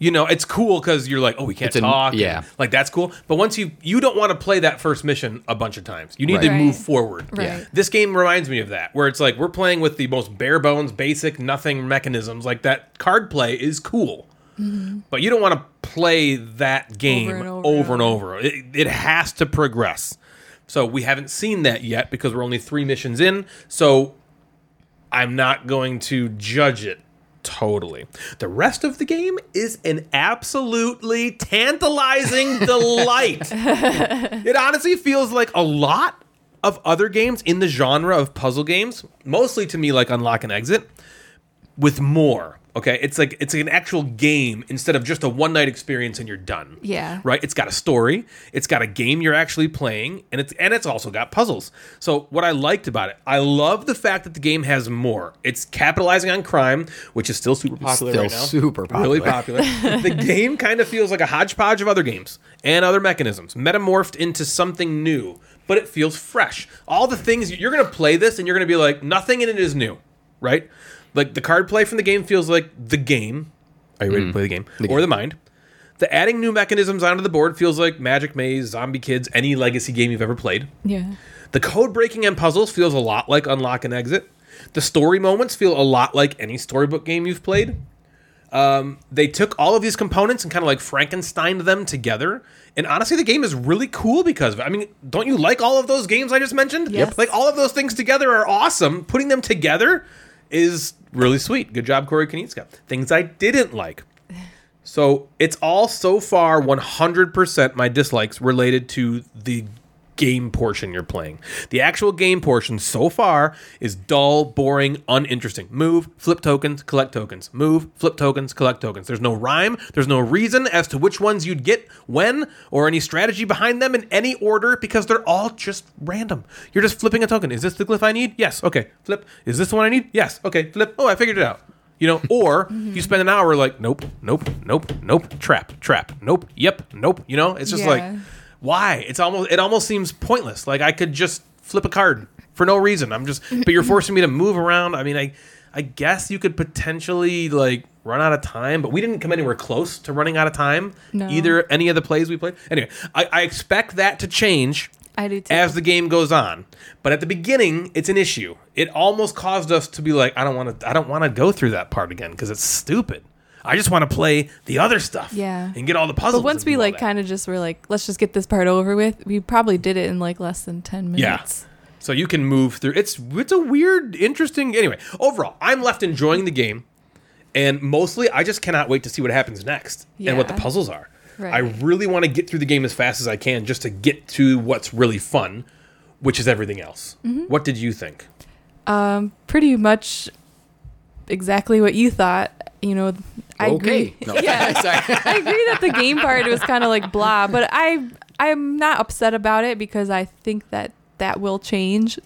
You know, it's cool because you're like, oh, we can't
a-
talk. and,
yeah.
like that's cool. But once you you don't want to play that first mission a bunch of times. You need to
Right.
move
Right.
forward.
Right. Yeah.
This game reminds me of that, where it's like we're playing with the most bare bones, basic, nothing mechanisms. Like that card play is cool, but you don't want to play that game over
and
and over.
over and
It, it has to progress. So we haven't seen that yet because we're only three missions in. So I'm not going to judge it totally. The rest of the game is an absolutely tantalizing delight. It honestly feels like a lot of other games in the genre of puzzle games, mostly to me like Unlock and Exit, with more. Okay, it's like it's an actual game instead of just a one night experience and you're done.
Yeah.
Right? It's got a story, it's got a game you're actually playing, and it's and it's also got puzzles. So what I liked about it, I love the fact that the game has more. It's capitalizing on crime, which is still super popular
Still
right now.
super popular.
Really popular. the game kind of feels like a hodgepodge of other games and other mechanisms, metamorphed into something new, but it feels fresh. All the things you're going to play this and you're going to be like, nothing in it is new, right? Like the card play from the game feels like the game. Are you ready to play the game? or Mm-hmm. the mind. The adding new mechanisms onto the board feels like Magic Maze, Zombie Kids, any legacy game you've ever played.
yeah,
The code breaking and puzzles feels a lot like Unlock and Exit. The story moments feel a lot like any storybook game you've played. Um, they took all of these components and kind of like Frankensteined them together. And honestly, the game is really cool because of it. I mean, don't you like all of those games I just mentioned?
Yes.
Like all of those things together are awesome. Putting them together is really sweet. Good job, Corey Kaniska. Things I didn't like. So it's all so far 100% my dislikes related to the game portion you're playing. The actual game portion so far is dull, boring, uninteresting. Move, flip tokens, collect tokens. Move, flip tokens, collect tokens. There's no rhyme, there's no reason as to which ones you'd get when or any strategy behind them in any order because they're all just random. You're just flipping a token. Is this the glyph I need? Yes. Okay. Flip. Is this the one I need? Yes. Okay. Flip. Oh, I figured it out. You know, or
Mm-hmm.
you spend an hour like, nope, nope, nope, nope, trap, trap, nope, yep, nope. You know, it's just
Yeah.
like, why? It's almost it almost seems pointless. Like I could just flip a card for no reason. I'm just, but you're forcing me to move around. I mean, I, I guess you could potentially like run out of time, but we didn't come anywhere close to running out of time
No.
either. Any of the plays we played. Anyway, I, I expect that to change
I do too.
as the game goes on. But at the beginning, it's an issue. It almost caused us to be like, I don't want to, I don't want to go through that part again because it's stupid. I just want to play the other stuff,
Yeah.
and get all the puzzles.
But once we like kind of just were like, let's just get this part over with. We probably did it in like less than ten
yeah.
minutes.
So you can move through. It's it's a weird, interesting. Anyway, overall, I'm left enjoying the game, and mostly I just cannot wait to see what happens next and what the
Yeah.
puzzles are.
Right.
I really want to get through the game as fast as I can just to get to what's really fun, which is everything else.
Mm-hmm.
What did you think?
Um, pretty much exactly what you thought. You know, I
okay.
agree.
No.
Yeah.
Sorry.
I agree that the game part was kind of like blah, but I I'm not upset about it because I think that that will change.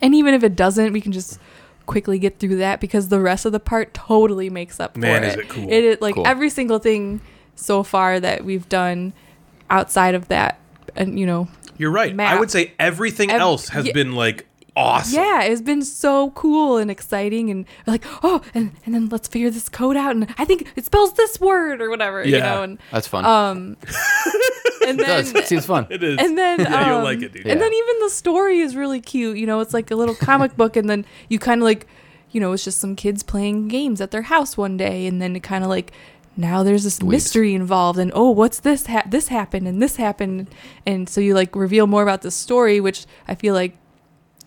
And even if it doesn't, we can just quickly get through that because the rest of the part totally makes up
Man,
for
is
it.
it cool.
It is like
Cool.
every single thing so far that we've done outside of that and you know
You're right. I
map.
would say everything
Ev-
else has
ye-
been like awesome.
Yeah, it's been so cool and exciting and like, oh, and, and then let's figure this code out and I think it spells this word or whatever, you
Yeah.
know. And
That's fun.
um and
it does.
then
It seems fun.
It is.
and then
Yeah, you'll
um,
like it, dude.
And
Yeah.
then even the story is really cute. You know, it's like a little comic book, and then you kind of like, you know, it's just some kids playing games at their house one day, and then it kind of like now there's this mystery involved, and oh, what's this? Ha- this happened, and this happened, and so you like reveal more about the story, which I feel like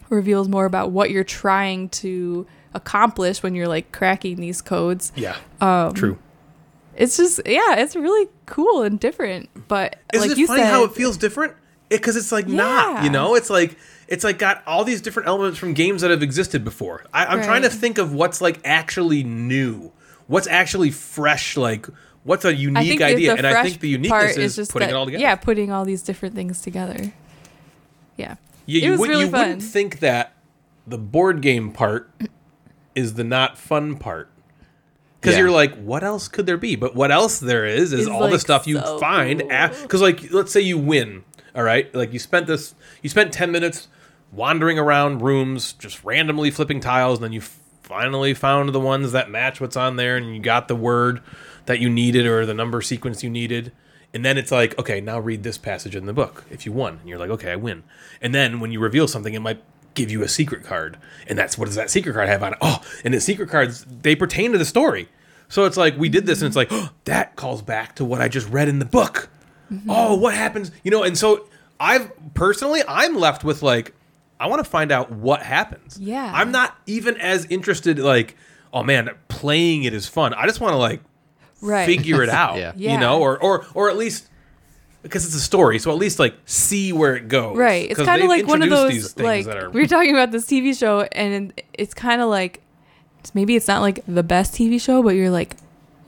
reveals more about what you're trying to accomplish when you're like cracking these codes
yeah. True.
It's just yeah, it's really cool and different. But
Isn't
like
it
you
funny
said,
how it feels different? Because it's like not, you
Yeah.
know, it's like it's like got all these different elements from games that have existed before. I, I'm trying to
Right.
think of what's like actually new, what's actually fresh, like what's a
I
unique
think that
idea,
the
and I
fresh
think the
part
uniqueness is,
just
putting
that-
it all together.
Yeah, putting all these different things together. Yeah,
Yeah,
it
you,
was
would,
really
you
fun.
wouldn't think that the board game part is the not fun part. Because
Yeah.
you're like, what else could there be? But what else there is is
Is,
all the
like,
stuff you
so
find. Because, like, let's say you win, all right? Like, you spent this, you spent 10 minutes wandering around rooms, just randomly flipping tiles, and then you finally found the ones that match what's on there, and you got the word that you needed or the number sequence you needed. And then it's like, okay, now read this passage in the book if you won. And you're like, okay, I win. And then when you reveal something, it might give you a secret card. And that's what does that secret card have on it? Oh, and the secret cards, they pertain to the story. So it's like, we did this, and it's like, oh, that calls back to what I just read in the book. Oh, what happens? You know, and so I've personally, I'm left with like, I want to find out what happens.
Yeah.
I'm not even as interested, like, oh man, playing it is fun. I just want to like
right.
figure it out.
Yeah.
You
Yeah.
know, or or or at least because it's a story, so at least like see where it goes.
Right. It's
'Cause
kind of
they've
like one of
introduced
those like we were talking about this TV show, and it's kind of like it's- maybe it's not like the best TV show, but you're like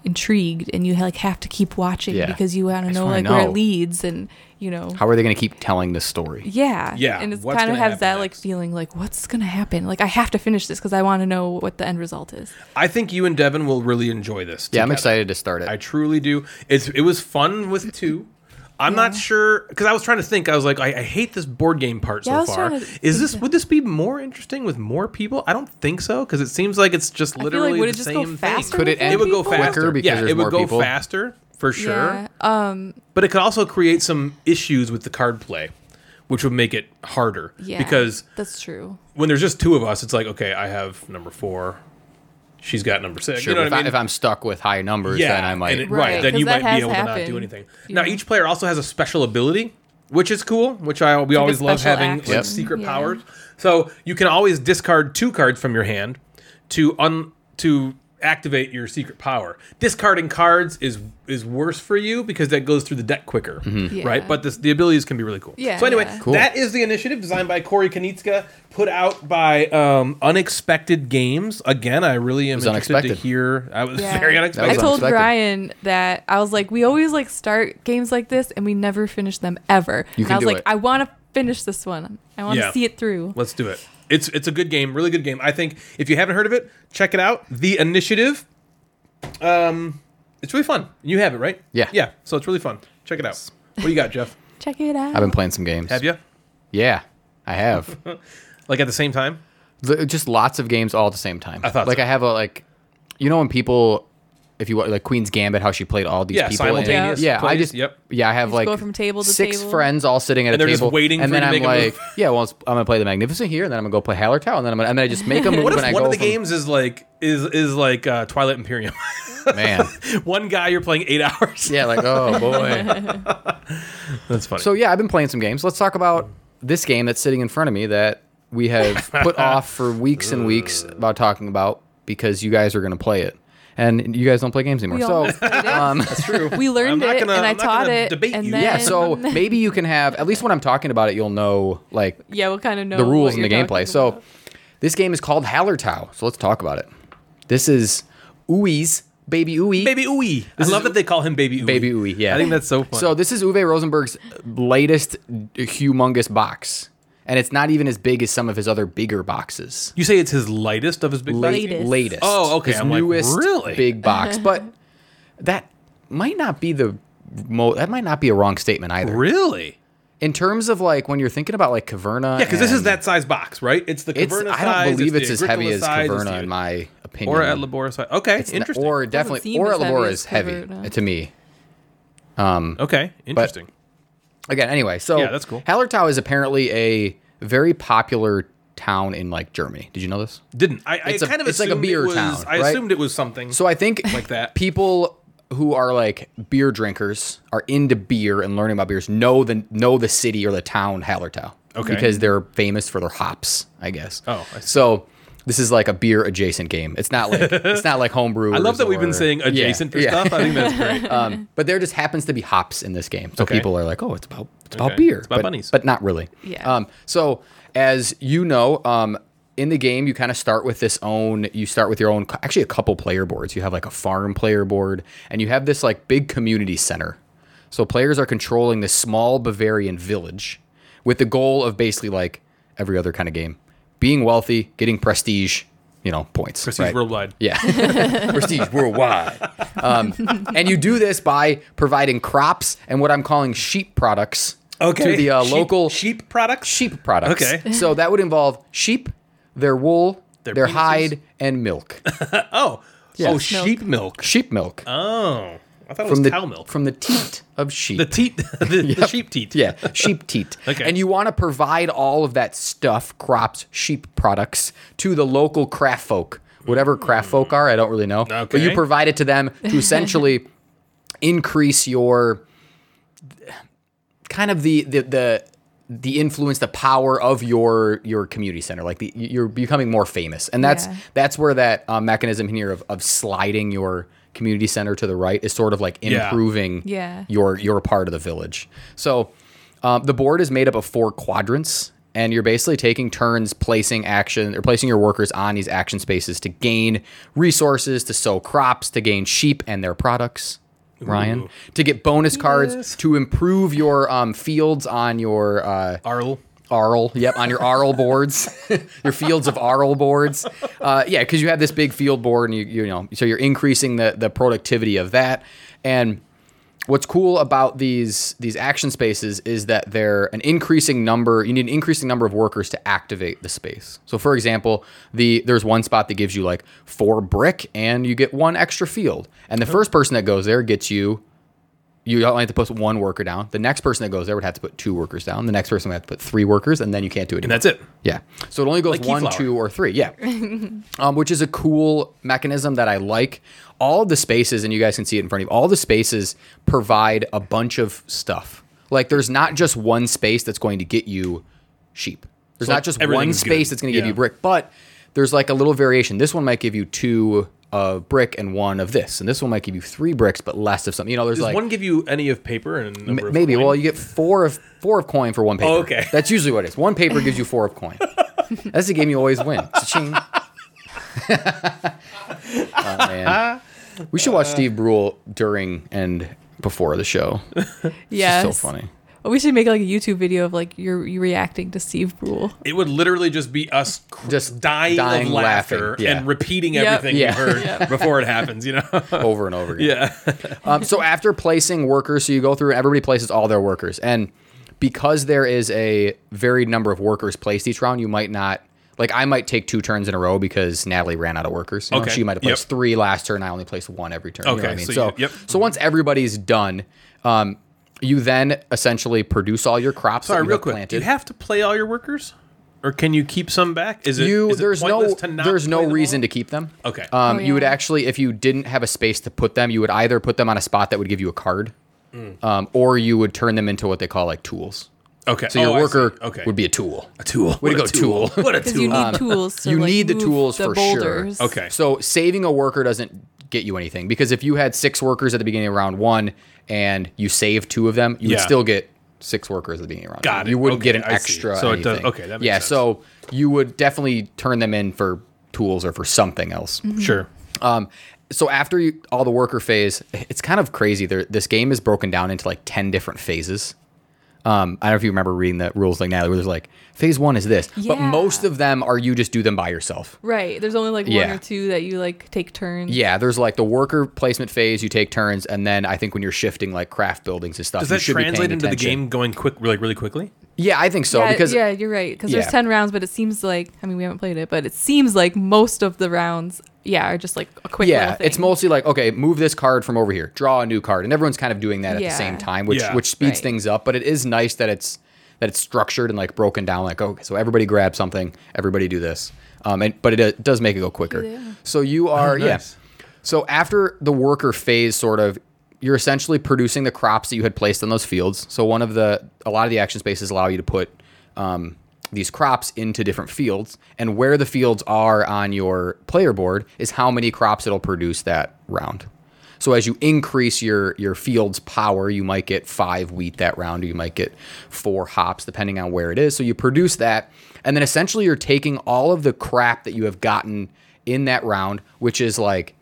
intrigued, and you like have to keep watching
Yeah.
because you want
I
to
just
know
wanna
like where
know.
it leads, and you know.
How are they going to keep telling the story?
yeah.
Yeah,
And it's
what's
kind of
gonna
has
happen
that like
next?
feeling like what's going to happen? Like I have to finish this because I want to know what the end result is.
I think you and Devin will really enjoy this.
Yeah, I'm
together.
excited to start it.
I truly do. It's it was fun with two. I'm not sure because I was trying to think. I was like, I, I hate this board game part
Yeah, I
so
was
far.
trying to
Is this
think
would this be more interesting with more people? I don't think so because it seems like it's just literally
I feel like would
the
it just
same
go
thing.
faster?
Could it
with
end
it
more
would go
people?
faster
because
yeah,
there's
it would
more
go
people?
faster for sure.
Yeah. Um.
But it could also create some issues with the card play, which would make it harder.
Yeah.
Because
that's true.
when there's just two of us, it's like, okay, I have number four, she's got number six.
Sure,
you know
if,
what I
I
mean?
if I'm stuck with high numbers, then I might.
and it-
Right,
Then
'cause
you might
that
be
has
able to not do
happened.
anything.
You
Now
know.
each player also has a special ability, which is cool, which I we always love
special
having
action.
like, secret
Yeah.
powers. So you can always discard two cards from your hand to un to activate your secret power. Discarding cards is is worse for you because that goes through the deck quicker, right?
Yeah.
But this, the abilities can be really cool.
Yeah,
So anyway,
yeah.
Mm-hmm. Cool.
that is the initiative designed by Corey Kanitska, put out by um, Unexpected Games. Again, I really am
was
interested
unexpected.
to hear. I was
Yeah.
very
That
unexpected.
I
was
told
unexpected.
Brian that I was like, we always like start games like this and we never finish them ever.
You
and
can
I was
do
like,
it.
I want to finish this one. I want to
Yeah.
see it through.
Let's do it. It's it's a good game, really good game. I think if you haven't heard of it, check it out. The Initiative. Um, it's really fun. You have it, right?
Yeah.
Yeah. So it's really fun. Check it out. What do you got, Jeff?
Check it out.
I've been playing some games.
Have you?
Yeah, I have.
Like at the same time?
The- just lots of games all at the same time.
I thought
like
so.
I have a like, you know when people, if you wa- like Queen's Gambit, how she played all these
Yeah,
people. in it?
simultaneous
Yeah, I
plays,
just
yep.
yeah I have
just
like
go from table to
six
table.
friends all sitting at
And
a
they're just
table
waiting
and
for you
then I'm
to make a
like
move.
yeah well it's- I'm gonna play the Magnificent here and then I'm gonna go play Haller Tower and then I'm gonna, and then I just make a move
What
and I
if one
go
of the
from-
games is like is is like uh, Twilight Imperium?
man
one guy you're playing eight hours.
yeah like oh boy
That's funny.
so yeah I've been playing some games let's talk about this game that's sitting in front of me that we have put off for weeks and weeks about talking about because you guys are gonna play it and you guys don't play games anymore
We
so
almost played it.
that's true.
we learned
not
it
gonna-
and I
I'm not
taught
gonna
it.
debate
and
you.
Then,
Yeah, so maybe you can have at least when I'm talking about it, you'll know like
yeah, we'll kind of know
the rules
what
and the
you're
gameplay.
talking
So
about.
this game is called Hallertau. So let's talk about it. This is Ui's baby Ui.
Baby Ooey. I love that they call him Baby Ooey.
Baby Uwe, yeah.
I think that's so funny.
So this is Uwe Rosenberg's latest humongous box, and it's not even as big as some of his other bigger boxes.
you say it's his lightest of his big
Late-
boxes?
Latest.
latest.
Oh, okay.
His
I'm like,
newest
really?
big box, but that might not be the mo- that might not be a wrong statement either.
Really?
In terms of like when you're thinking about like Caverna,
Yeah, because this is
and-
that size box, right? It's the
It's,
Caverna size.
I don't believe
the
it's, as heavy
Agricola
as
size, it's
Caverna,
the-
in my opinion.
or at Labora size. Okay,
It's n-
interesting.
Or
seem
definitely, or
as
at
heavy
Labora
as
is heavy
Caverna.
to me.
okay, interesting.
Again, anyway, so
Yeah, that's cool.
Hallertau is apparently a very popular town in like Germany. Did you know this?
Didn't I?
It's
I
a-
kind of
it's like a
assumed
beer
it was,
town,
I
right?
assumed it was something.
So I think
Like that.
people who are like beer drinkers are into beer and learning about beers know the know the city or the town Hallertau.
Okay.
Because they're famous for their hops, I guess.
Oh, I see.
So This is like a beer adjacent game. It's not like it's not like homebrew.
I love that we've
or-
been saying
Yeah,
adjacent for
yeah.
stuff. I think that's great.
um, but there just happens to be hops in this game, so
Okay.
people are like, "Oh, it's about it's about
Okay.
beer,
It's about
but,
bunnies.
but not really."
Yeah.
Um, so as you know, um, in the game, you kind of start with this own. You start with your own, actually, a couple player boards. You have like a farm player board, and you have this like big community center. So players are controlling this small Bavarian village, with the goal of basically like every other kind of game, being wealthy, getting prestige, you know, points.
Prestige
right?
worldwide.
Yeah. Prestige worldwide. Um, and you do this by providing crops and what I'm calling sheep products to the uh,
Sheep-
local
sheep products.
sheep products.
Okay.
So that would involve sheep, their wool,
Their
their,
penises?
hide, and milk.
Oh, oh, sheep milk.
sheep milk.
Oh, I thought it was
from the
cow milk.
From the teat of sheep.
the teat, the, the sheep teat.
yeah, sheep teat.
Okay.
And you want to provide all of that stuff, crops, sheep products, to the local craft folk, whatever craft folk are. I don't really know, but
Okay.
you provide it to them to essentially increase your kind of the the the the influence the power of your your community center like the, you're becoming more famous and that's
Yeah.
that's where that uh, mechanism here of, of sliding your community center to the right is sort of like
Yeah.
improving
Yeah.
your your part of the village. So um, the board is made up of four quadrants, and you're basically taking turns placing action or placing your workers on these action spaces to gain resources, to sow crops, to gain sheep and their products. Ryan, to get bonus cards
Yes.
to improve your um, fields on your uh,
Arl.
Arl, yep, on your Arl boards, your fields of Arl boards. Uh, yeah, because you have this big field board, and you you know, so you're increasing the the productivity of that. And what's cool about these these action spaces is that they're an increasing number. You need an increasing number of workers to activate the space. So, for example, the there's one spot that gives you like four brick, and you get one extra field. And the
Oh.
first person that goes there gets you you only have to put one worker down. The next person that goes there would have to put two workers down. The next person would have to put three workers, and then you can't do it.
And that's it.
Yeah. So it only goes
Like
one,
Keyflower.
two, or three. Yeah. um, which is a cool mechanism that I like. All the spaces, and you guys can see it in front of you, all the spaces provide a bunch of stuff. Like there's not just one space that's going to get you sheep. There's
So
not just one
everything's
space
good.
that's going to
Yeah.
give you brick, but there's like a little variation. This one might give you two of brick and one of this, and this one might give you three bricks but less of something. You know, there's
Does
like
one give you any of paper and a number
M-
of
maybe.
coin? Oh,
Well, you get four of four of coin for one paper.
okay.
that's usually what it is. One paper gives you four of coin. That's the game you always win. Cha-ching. oh, man. We should
Uh,
watch Steve Brule during and before the show. It's
Yeah.
so funny.
We should make like a YouTube video of like you're you reacting to Steve Brule.
It would literally just be us cr-
Just
dying,
dying
of laughter
laughing, yeah.
and repeating
Yep.
everything
Yeah.
we heard before it happens. You know,
Over and over again.
yeah.
um, so after placing workers, so you go through everybody places all their workers, and because there is a varied number of workers placed each round, you might not like I might take two turns in a row because Natalie ran out of workers. You know,
Okay.
she might have placed
Yep.
three last turn. I only placed one every turn. you know
Okay,
what I mean?
so
So
you-
so,
yep.
once everybody's done, um, you then essentially produce all your crops. that
Sorry,
you
real
have
quick.
planted.
Do you have to play all your workers, or can you keep some back? Is it
you
is it
there's no
pointless to not
there's no
play them
reason
all?
to keep them.
Okay.
Um,
Oh,
You would
yeah.
actually, if you didn't have a space to put them, you would either put them on a spot that would give you a card, um, or you would turn them into what they call like tools.
okay.
So your
Oh, I see.
worker
okay.
would be a tool.
a tool.
Way to
What a
go, tool.
What a
Because you
tool.
need tools. To,
you
like,
need the
move
tools
the
for sure.
boulders.
okay.
So saving a worker doesn't get you anything because if you had six workers at the beginning of round one and you save two of them, you
Yeah.
would still get six workers at the beginning of round.
Got
one.
it.
You wouldn't
Okay,
get an
I see.
extra.
So it does-
anything.
okay, that makes
yeah.
sense.
So you would definitely turn them in for tools or for something else.
Uh, sure.
Um, so after you, all the worker phase, it's kind of crazy. There, this game is broken down into like ten different phases. Um, I don't know if you remember reading the rules like Natalie, where there's like phase one is this, but
Yeah.
most of them are you just do them by yourself.
Right. There's only like one
Yeah.
or two that you like take turns.
Yeah, there's like the worker placement phase, you take turns, and then I think when you're shifting like craft buildings and stuff,
Does
you
that
should be
translate
paying
into the
attention.
game going quick, like really quickly?
Yeah, I think so
yeah,
because
yeah, you're right. Because
Yeah.
there's ten rounds, but it seems like I mean we haven't played it, but it seems like most of the rounds, yeah, are just like a quick.
yeah,
little thing.
it's mostly like okay, move this card from over here, draw a new card, and everyone's kind of doing that at
Yeah.
the same time, which
Yeah.
which speeds
Right.
things up. But it is nice that it's that it's structured and like broken down. Like okay, so everybody grab something, everybody do this, um, and but it, uh does make it go quicker.
Yeah.
So you are
Oh, nice.
yes. So after the worker phase, sort of, you're essentially producing the crops that you had placed on those fields. So one of the a lot of the action spaces allow you to put um, these crops into different fields, and where the fields are on your player board is how many crops it'll produce that round. So as you increase your your field's power, you might get five wheat that round, or you might get four hops, depending on where it is. So you produce that, and then essentially you're taking all of the crap that you have gotten in that round, which is like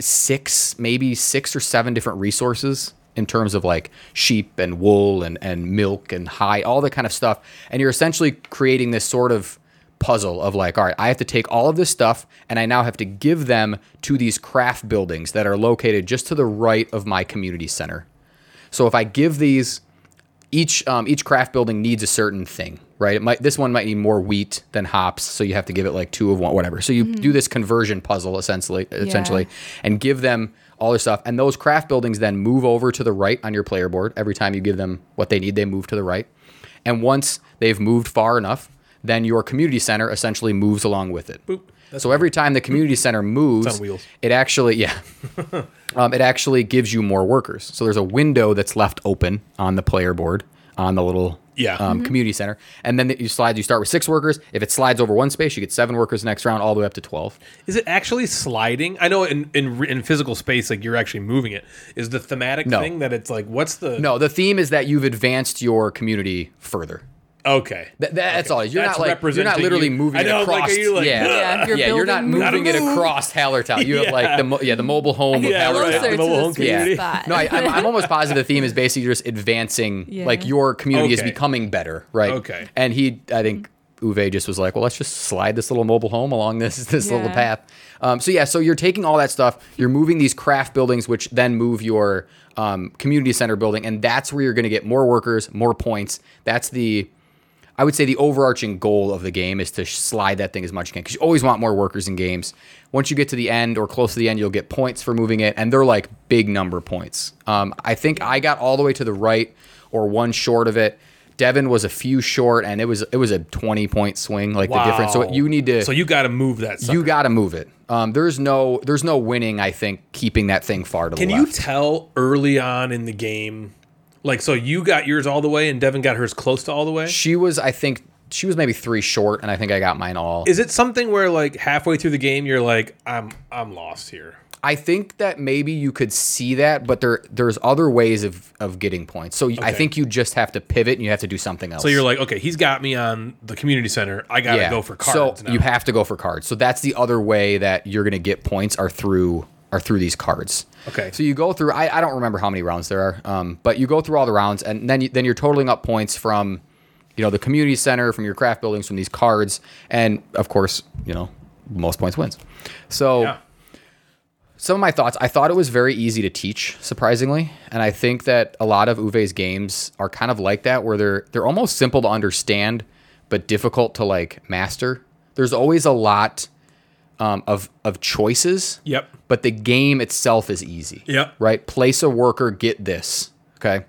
six, maybe six or seven different resources in terms of like sheep and wool and, and milk and high, all that kind of stuff. And you're essentially creating this sort of puzzle of like, all right, I have to take all of this stuff and I now have to give them to these craft buildings that are located just to the right of my community center. So if I give these, each um, each craft building needs a certain thing, right? It might this one might need more wheat than hops, so you have to give it like two of one, whatever. So you do this conversion puzzle essentially, essentially, and give them all their stuff. And those craft buildings then move over to the right on your player board every time you give them what they need. They move to the right, and once they've moved far enough, then your community center essentially moves along with it. So every time the community center moves,
on wheels.
it actually yeah um, it actually gives you more workers. So there's a window that's left open on the player board on the little
Yeah.
um, community center, and then you slide. You start with six workers. If it slides over one space, you get seven workers next round, all the way up to twelve.
Is it actually sliding? I know in in, re- in physical space, like you're actually moving it. Is the thematic
No.
thing that it's like, what's the
No, the theme is that you've advanced your community further.
Okay,
Th- that's all. You're
That's
not like you're not
representing
literally
you.
moving
I know,
it
like,
across.
are you like,
yeah,
Yeah, you're
you're not
building-
moving it
Not a move.
across Hallertown. You have like the mo- yeah the mobile home
Yeah,
of
right.
Hallertown.
Closer
The
to
mobile
the
home
sweet
community.
spot.
No, I, I'm, I'm almost positive the theme is basically just advancing,
Yeah.
like your community is
Okay.
becoming better, right?
Okay.
And he, I think Uwe just was like, well, let's just slide this little mobile home along this this little
Yeah.
path. Um, so yeah, so you're taking all that stuff, you're moving these craft buildings, which then move your um, community center building, and that's where you're going to get more workers, more points. That's the I would say the overarching goal of the game is to sh- slide that thing as much as you can because you always want more workers in games. Once you get to the end or close to the end, you'll get points for moving it, and they're like big number points. Um, I think I got all the way to the right or one short of it. Devin was a few short, and it was it was a twenty point swing, like the difference. So
Wow.
you need to
So you got to move that. Sucker.
you got to move it. Um, there's no there's no winning. I think keeping that thing far to
Can
the
you
left.
tell early on in the game? Like, so you got yours all the way, and Devin got hers close to all the way.
she was I think she was maybe three short, and I think I got mine all.
Is it something where like halfway through the game you're like, I'm I'm lost here?
I think that maybe you could see that, but there there's other ways of of getting points. So I
Okay.
think you just have to pivot and you have to do something else.
So you're like, okay, he's got me on the community center. I gotta go for cards.
So
now.
you have to go for cards. So that's the other way that you're gonna get points are through are through these cards.
Okay.
So you go through. I, I don't remember how many rounds there are, um, but you go through all the rounds, and then you, then you're totaling up points from, you know, the community center, from your craft buildings, from these cards, and of course, you know, most points wins. So.
Yeah.
Some of my thoughts. I thought it was very easy to teach, surprisingly, and I think that a lot of Uwe's games are kind of like that, where they're they're almost simple to understand, but difficult to like master. There's always a lot um, of of choices.
Yep.
But the game itself is easy.
Yep.
Right. Place a worker. Get this. Okay.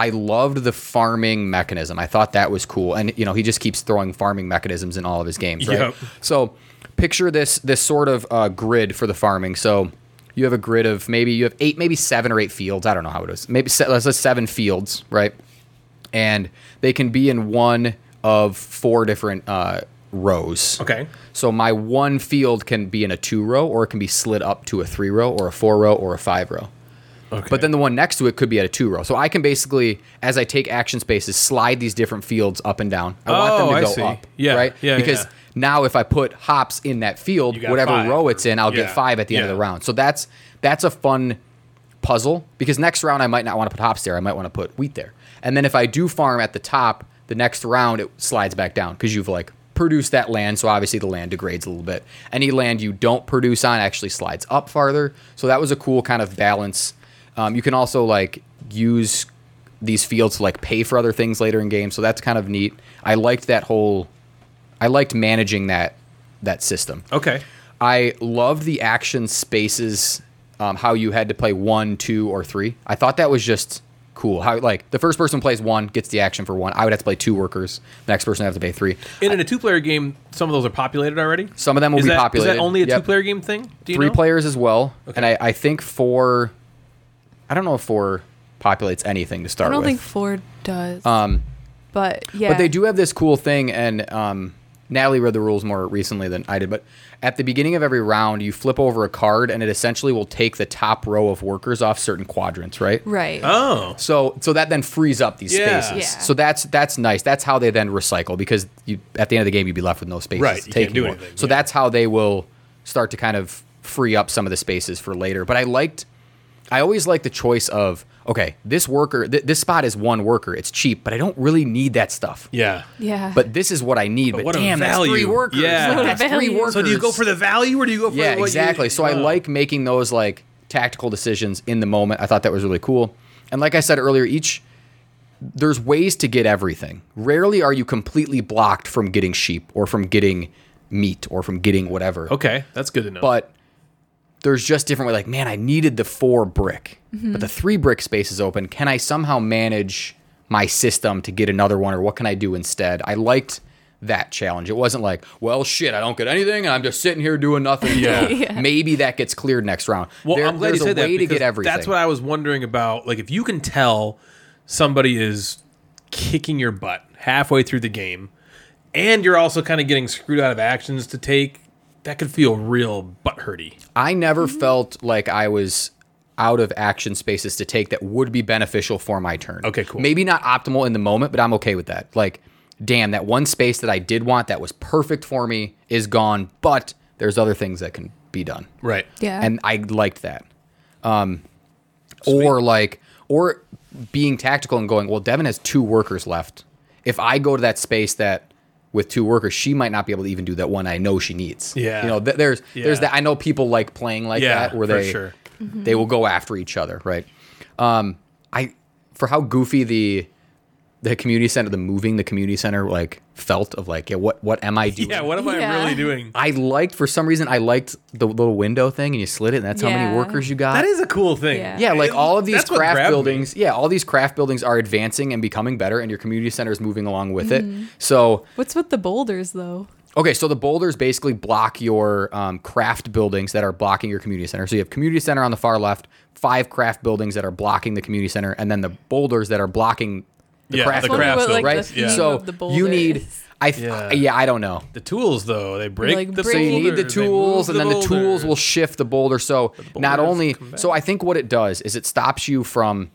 I loved the farming mechanism. I thought that was cool. And you know, he just keeps throwing farming mechanisms in all of his games, right?
Yep.
So picture this this sort of uh, grid for the farming. So you have a grid of maybe you have eight, maybe seven or eight fields. I don't know how it is. Maybe se- let's say seven fields, right? And they can be in one of four different uh, rows.
okay.
So my one field can be in a two row, or it can be slid up to a three row, or a four row, or a five row.
Okay.
But then the one next to it could be at a two row. So I can basically, as I take action spaces, slide these different fields up and down. I want them
Oh,
to
I
go
see.
up.
Yeah,
Right?
yeah,
because
yeah.
now if I put hops in that field,
got
whatever
five
row
or-
it's in, I'll
yeah,
get five at the end of
yeah.
the round. So that's that's a fun puzzle because next round I might not want to put hops there. I might want to put wheat there. And then if I do farm at the top, the next round it slides back down because you've like produced that land. So obviously the land degrades a little bit. Any land you don't produce on actually slides up farther. So that was a cool kind of balance. Um, you can also like use these fields to like pay for other things later in game. So that's kind of neat. I liked that whole. I liked managing that that system.
okay.
I loved the action spaces, um, how you had to play one, two, or three. I thought that was just cool. How like the first person plays one gets the action for one. I would have to play two workers. The next person would have to play three.
And in a two-player game, some of those are populated already.
Some of them will
is
be
that, is
populated.
that only a
Yep.
two-player game thing? Do you
Three
know?
players as well. And I, I think four. I don't know if four populates anything to
I
start
don't
with. Um,
think Ford does. But yeah,
But they do have this cool thing, and um, Natalie read the rules more recently than I did. But at the beginning of every round, you flip over a card, and it essentially will take the top row of workers off certain quadrants, right?
Right.
Oh.
So, so that then frees up these
Yeah.
spaces.
Yeah.
So that's that's nice. That's how they then recycle because you at the end of the game you'd be left with no spaces.
Right,
to
you
take
can't do
anymore.
anything,
So
yeah.
that's how they will start to kind of free up some of the spaces for later. But I liked, I always like the choice of okay, this worker, th- this spot is one worker. It's cheap, but I don't really need that stuff.
Yeah.
yeah.
But this is what I need. But,
what a
damn, that's three
value.
workers.
Yeah.
Like,
What a
that's three
value.
workers.
So do you go for the value or do you go for
Yeah,
what you-
exactly. so I
Wow.
like making those like tactical decisions in the moment. I thought that was really cool. And like I said earlier, each there's ways to get everything. Rarely are you completely blocked from getting sheep or from getting meat or from getting whatever.
Okay, that's good to know.
But there's just different way like, man, I needed the four brick, but the three brick space is open. Can I somehow manage my system to get another one or what can I do instead? I liked that challenge. It wasn't like, well, shit, I don't get anything and I'm just sitting here doing nothing.
Yeah.
Yeah.
Maybe that gets cleared next round.
Well,
There-
I'm glad you
there's
said
a
that
way to
because
get everything.
that's what I was wondering about. Like, if you can tell somebody is kicking your butt halfway through the game, and you're also kind of getting screwed out of actions to take, that could feel real butt hurty.
I never
Mm-hmm.
felt like I was out of action spaces to take that would be beneficial for my turn.
Okay, cool.
Maybe not optimal in the moment, but I'm okay with that. Like, damn, that one space that I did want that was perfect for me is gone, but there's other things that can be done.
Right.
yeah.
And I liked that. Um, or like, or being tactical and going, well, Devin has two workers left. If I go to that space that with two workers, she might not be able to even do that one I know she needs.
Yeah.
You know, th- there's, there's
Yeah.
that. I know people like playing like
Yeah,
that where
for
they, Mm-hmm.
sure.
they will go after each other. Right. Um, I, for how goofy the, the community center, the moving the community center like felt of like, yeah, what, what am I doing?
Yeah. What am I
Yeah.
really doing?
I liked for some reason I liked the little window thing and you slid it and that's how many
Yeah.
workers you got.
That is a cool thing.
Yeah.
yeah, like
It-
all of these
that's what
craft
grabbed me.
buildings. Yeah, all these craft buildings are advancing and becoming better and your community center is moving along with
Mm-hmm.
it. So,
What's with the boulders though?
okay, so the boulders basically block your um, craft buildings that are blocking your community center. So you have community center on the far left, five craft buildings that are blocking the community center and then the boulders that are blocking the
Yeah,
craft
the
buildings,
craft
Well, like,
right?
buildings, yeah.
So
theme of the
you need
boulders.
I th-
Yeah.
yeah, I don't know.
The tools, though, they break
Like
the.
brick-
So you need the
boulders, they move
tools, and then the tools
boulders.
will shift the boulder. So not
boulders
only,
come
so I think what it does is it stops you from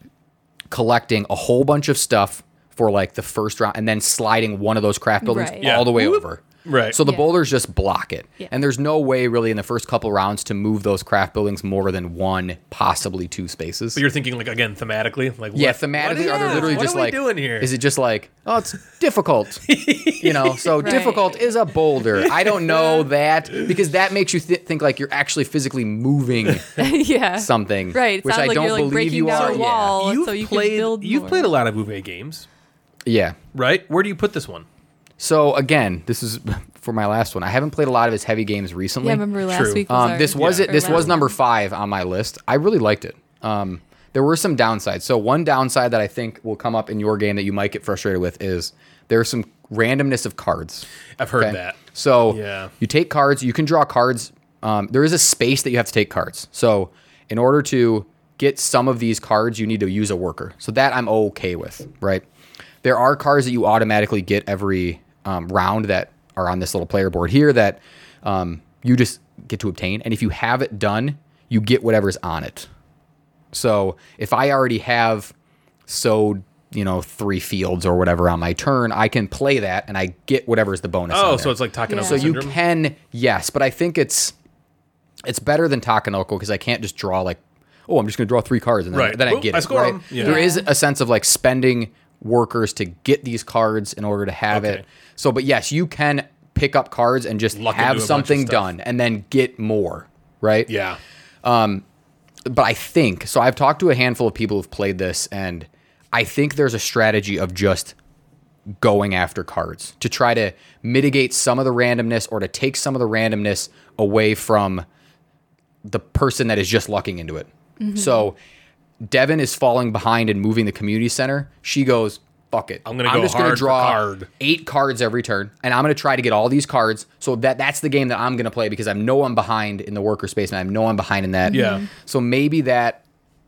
collecting a whole bunch of stuff for like the first round, and then sliding one of those craft buildings
Right.
all
Yeah.
the way over.
Right.
So the
Yeah.
boulders just block it,
Yeah.
and there's no way really in the first couple rounds to move those craft buildings more than one, possibly two spaces.
But you're thinking like again thematically, like
Yeah,
what- what
thematically, are they
yeah,
literally
what
just
are we
like
doing here?
Is it just like, oh, it's difficult, you know? So difficult is a boulder. I don't know that because that makes you th- think like you're actually physically moving
yeah.
something,
Right. It
Which
sounds
I
like
don't
you're like
believe
breaking
you
down
are.
a
Oh, Yeah.
wall
you've
so you
played,
can build
You've
more.
played a lot of Uwe games,
Yeah.
right? Where do you put this one?
So again, this is for my last one. I haven't played a lot of his heavy games recently.
Yeah, I remember last
True.
week. Was
Um,
our-
this was
our
it. This was
last
number
one.
five on my list. I really liked it. Um, there were some downsides. So one downside that I think will come up in your game that you might get frustrated with is there's some randomness of cards.
I've heard
Okay.
that.
So
Yeah.
you take cards. You can draw cards. Um, there is a space that you have to take cards. So in order to get some of these cards, you need to use a worker. So that I'm okay with, right? There are cards that you automatically get every um, round that are on this little player board here that um, you just get to obtain. And if you have it done, you get whatever's on it. So if I already have sowed, you know, three fields or whatever on my turn, I can play that and I get whatever's the bonus.
Oh,
on
so
there.
it's like Takanoka
Yeah.
yeah.
So you
syndrome.
can, yes, but I think it's it's better than Takanoko because I can't just draw like, oh, I'm just going to draw three cards and then,
Right.
then I
Boom,
get
I
it.
score
right?
'em. Yeah.
There
Yeah.
is a sense of like spending workers to get these cards in order to have
Okay.
it. So, but yes, you can pick up cards and just
Luck into a
have
bunch of
something
stuff.
done and then get more, right?
yeah,
but I think so. I've talked to a handful of people who've played this, and I think there's a strategy of just going after cards to try to mitigate some of the randomness or to take some of the randomness away from the person that is just lucking into it. So Devin is falling behind and moving the community center. She goes, fuck it. I'm
gonna go
just
hard
gonna
for
draw
card."
eight cards every turn, and I'm gonna try to get all these cards. So that that's the game that I'm gonna play because I know I'm behind in the worker space and I know I'm behind in that.
Yeah. Mhm.
So maybe that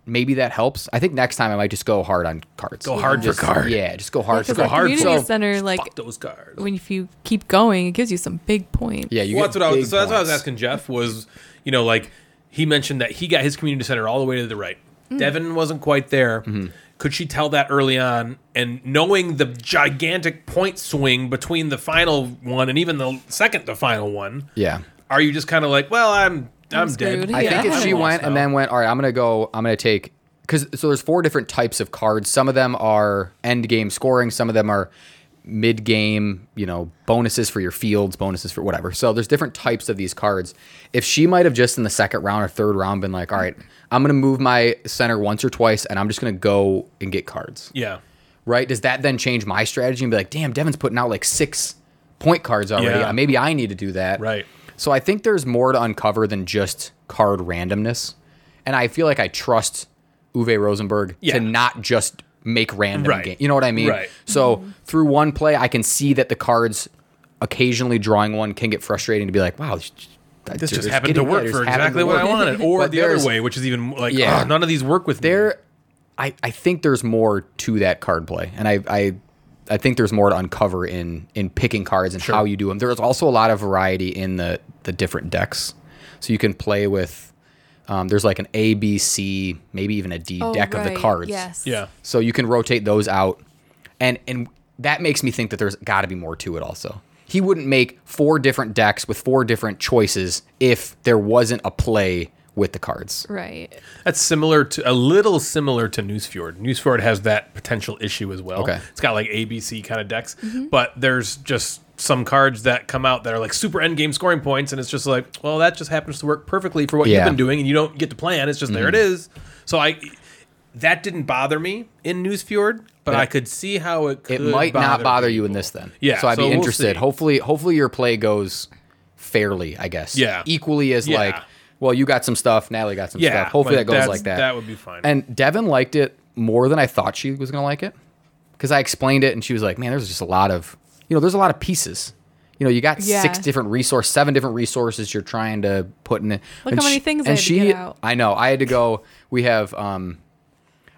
maybe that helps. I think next time I might just go hard on cards.
Go hard for
Just-
card.
Yeah, just go hard
Because
for
the
card.
community
So-
center, like
Fuck those cards.
when if you keep going, it gives you some big points.
yeah, you
Well,
get
that's what I was.
big
So that's what I was
points.
asking Jeff was, you know, like he mentioned that he got his community center all the way to the right.
Mm.
Devin wasn't quite there.
Mm-hmm.
Could she tell that early on? And knowing the gigantic point swing between the final one and even the second to final one,
Yeah.
are you just kind of like, well, I'm I'm,
I'm
dead.
screwed.
I
Yeah.
think if
I'm
she
lost
went and
now.
then went, all right, I'm gonna go. I'm gonna take because so there's four different types of cards. Some of them are end game scoring. Some of them are mid game. You know, bonuses for your fields, bonuses for whatever. So there's different types of these cards. If she might have just in the second round or third round been like, all right, I'm gonna move my center once or twice, and I'm just gonna go and get cards.
yeah,
Right? Does that then change my strategy and be like, damn, Devin's putting out like six point cards already.
Yeah.
Maybe I need to do that.
right.
So I think there's more to uncover than just card randomness. And I feel like I trust Uwe Rosenberg
Yeah.
to not just make random
Right.
game. You know what I mean?
Right.
So through one play, I can see that the cards occasionally drawing one can get frustrating to be like, wow, this,
This just happened to work for exactly what I wanted, or
But
the other
there's-
way, which is even like,
Yeah.
"Ugh, none of these work with me.
There, I, I think there's more to that card play, and I I, I think there's more to uncover in in picking cards and how you do them. There's also a lot of variety in the the different decks, so you can play with. Um, there's like an A, B, C, maybe even a D
Oh,
deck of
right,
the cards.
Yes.
Yeah,
So you can rotate those out, and and that makes me think that there's got to be more to it. Also, he wouldn't make four different decks with four different choices if there wasn't a play with the cards.
Right.
That's similar to a little similar to Newsfjord. Newsfjord has that potential issue as well.
Okay.
It's got like ABC kind of decks, but there's just some cards that come out that are like super end game scoring points, and it's just like, well, that just happens to work perfectly for what you've
Yeah. Mm.
been doing, and you don't get to plan. It's just there it is. So I that didn't bother me in Newsfjord, but
Yeah.
I could see how it could
it might not bother you in
people.
this then.
Yeah,
So I'd
so
be
we'll
interested.
see.
hopefully, hopefully your play goes fairly. I guess.
Yeah.
Equally as
Yeah.
like, well, you got some stuff. Natalie got some
Yeah,
stuff. Hopefully
like
that goes
that's-
like that.
that would be fine.
And Devin liked it more than I thought she was gonna like it because I explained it and she was like, "Man, there's just a lot of you know, there's a lot of pieces." You know, you got
Yeah.
six different resource, seven different resources you're trying to put in. Look
how many things I had to get out.
I know. I had to go. We have um,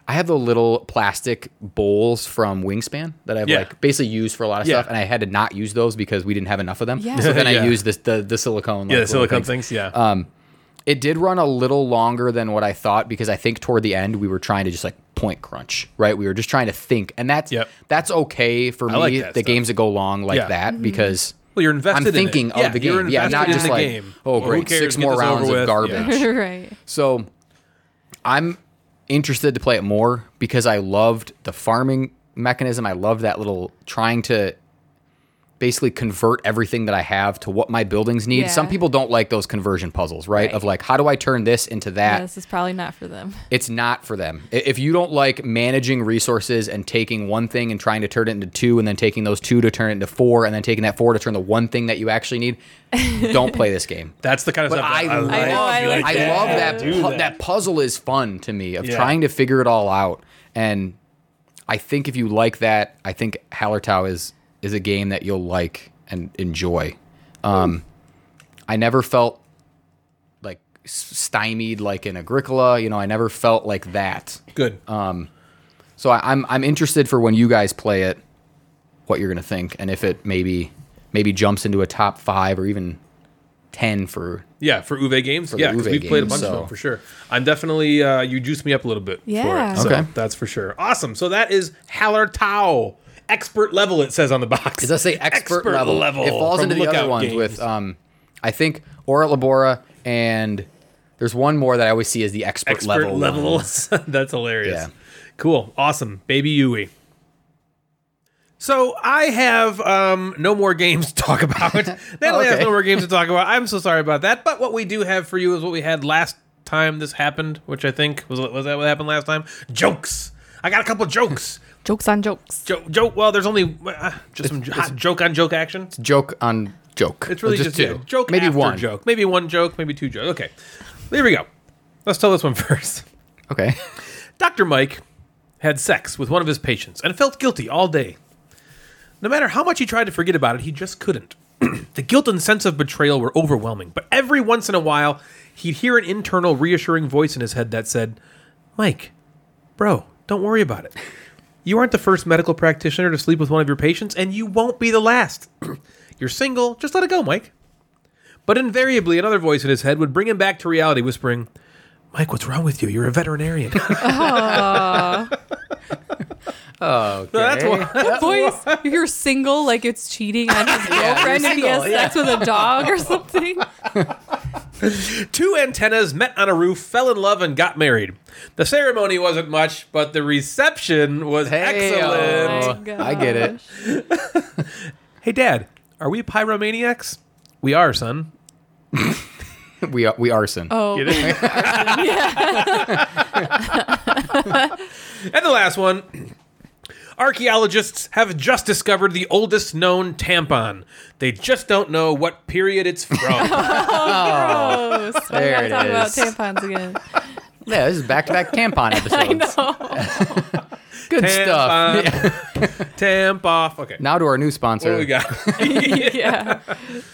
I have the little plastic bowls from Wingspan that I've
Yeah.
like basically used for a lot of
Yeah.
stuff, and I had to not use those because we didn't have enough of them.
Yeah.
So then
Yeah.
I used this the the silicone.
Yeah,
like,
the
little
silicone
things.
things. Yeah.
It did run a little longer than what I thought because I think toward the end we were trying to just like point crunch, right? We were just trying to think, and that's
Yep.
that's okay for me.
like that
the
stuff.
games that go long like
Yeah.
that because.
well, you're invested.
I'm thinking
in it.
of the
you're
game. Yeah,
invested
not
in
just
the
like,
game.
oh,
Well, who
great,
cares?
six
Get
more
this over
rounds of
with. Yeah.
garbage.
right.
So I'm interested to play it more because I loved the farming mechanism. I love that little trying to basically convert everything that I have to what my buildings need.
Yeah.
Some people don't like those conversion puzzles, right?
Right.
Of like, how do I turn this into that?
Yeah, this is probably not for them.
It's not for them. I- If you don't like managing resources and taking one thing and trying to turn it into two and then taking those two to turn it into four and then taking that four to turn the one thing that you actually need, don't play this game.
That's the kind of
But
stuff
I,
that I,
love,
like.
know, I
You're
like
I
that.
love that.
do
pu- that. puzzle is fun to me of
Yeah.
trying to figure it all out. And I think if you like that, I think Hallertau is is a game that you'll like and enjoy. Um, I never felt like s- stymied like in Agricola. You know, I never felt like that.
Good.
uh, So I, I'm I'm interested for when you guys play it, what you're gonna think, and if it maybe maybe jumps into a top five or even ten for
Yeah, for Uwe games.
the
yeah, 'cause
Uwe
we've played a
games,
bunch of
so-
them for sure. I'm definitely uh, you juiced me up a little bit.
Yeah.
For it, so
Okay.
That's for sure. Awesome. So that is Hallertau. Expert level, it says on the box.
Does that say expert, level? It falls
from
into the other
Lookout
ones
Games.
with, um, I think, Aura Labora and there's one more that I always see as the expert,
expert
level.
levels. That's hilarious.
Yeah.
Cool. Awesome. Baby Yui. So I have um, no more games to talk about. Natalie has
Okay.
no more games to talk about. I'm so sorry about that. But what we do have for you is what we had last time this happened, which I think was was that what happened last time? Jokes. I got a couple jokes.
Jokes on jokes.
joke, joke. Well, there's only uh, just some hot joke on joke action.
Joke on joke.
It's really
Or
just, yeah, joke.
Oh, Maybe
after
one.
joke. Maybe one joke. Maybe two jokes. Okay, there we go. Let's tell this one first.
Okay.
Dr. Mike had sex with one of his patients and felt guilty all day. No matter how much he tried to forget about it, he just couldn't. the guilt and sense of betrayal were overwhelming, but every once in a while, he'd hear an internal reassuring voice in his head that said, Mike, bro, don't worry about it. You aren't the first medical practitioner to sleep with one of your patients, and you won't be the last. You're single, just let it go, Mike. But invariably, another voice in his head would bring him back to reality, whispering, Mike, what's wrong with you? You're a veterinarian.
Okay.
No, that's why.
That voice, you're single, like it's cheating on his
you're
girlfriend if he has
single, yeah. Um,
sex with a dog or something.
Two antennas met on a roof, fell in love, and got married. The ceremony wasn't much, but the reception was excellent.
Oh
Hey-o.
my
I get it.
gosh.
Hey, Dad, are we pyromaniacs? We are, son.
We are we arson.
Oh,
Get it? and the last one. Archaeologists have just discovered the oldest known tampon. They just don't know what period it's from.
gross. We're
There
not
it is.
talking about tampons again.
Yeah, this is back to back tampon episodes.
I know.
Good
Tampon.
stuff. Yeah.
Tamp off. Okay.
Now to our new sponsor,
What do we got?
yeah.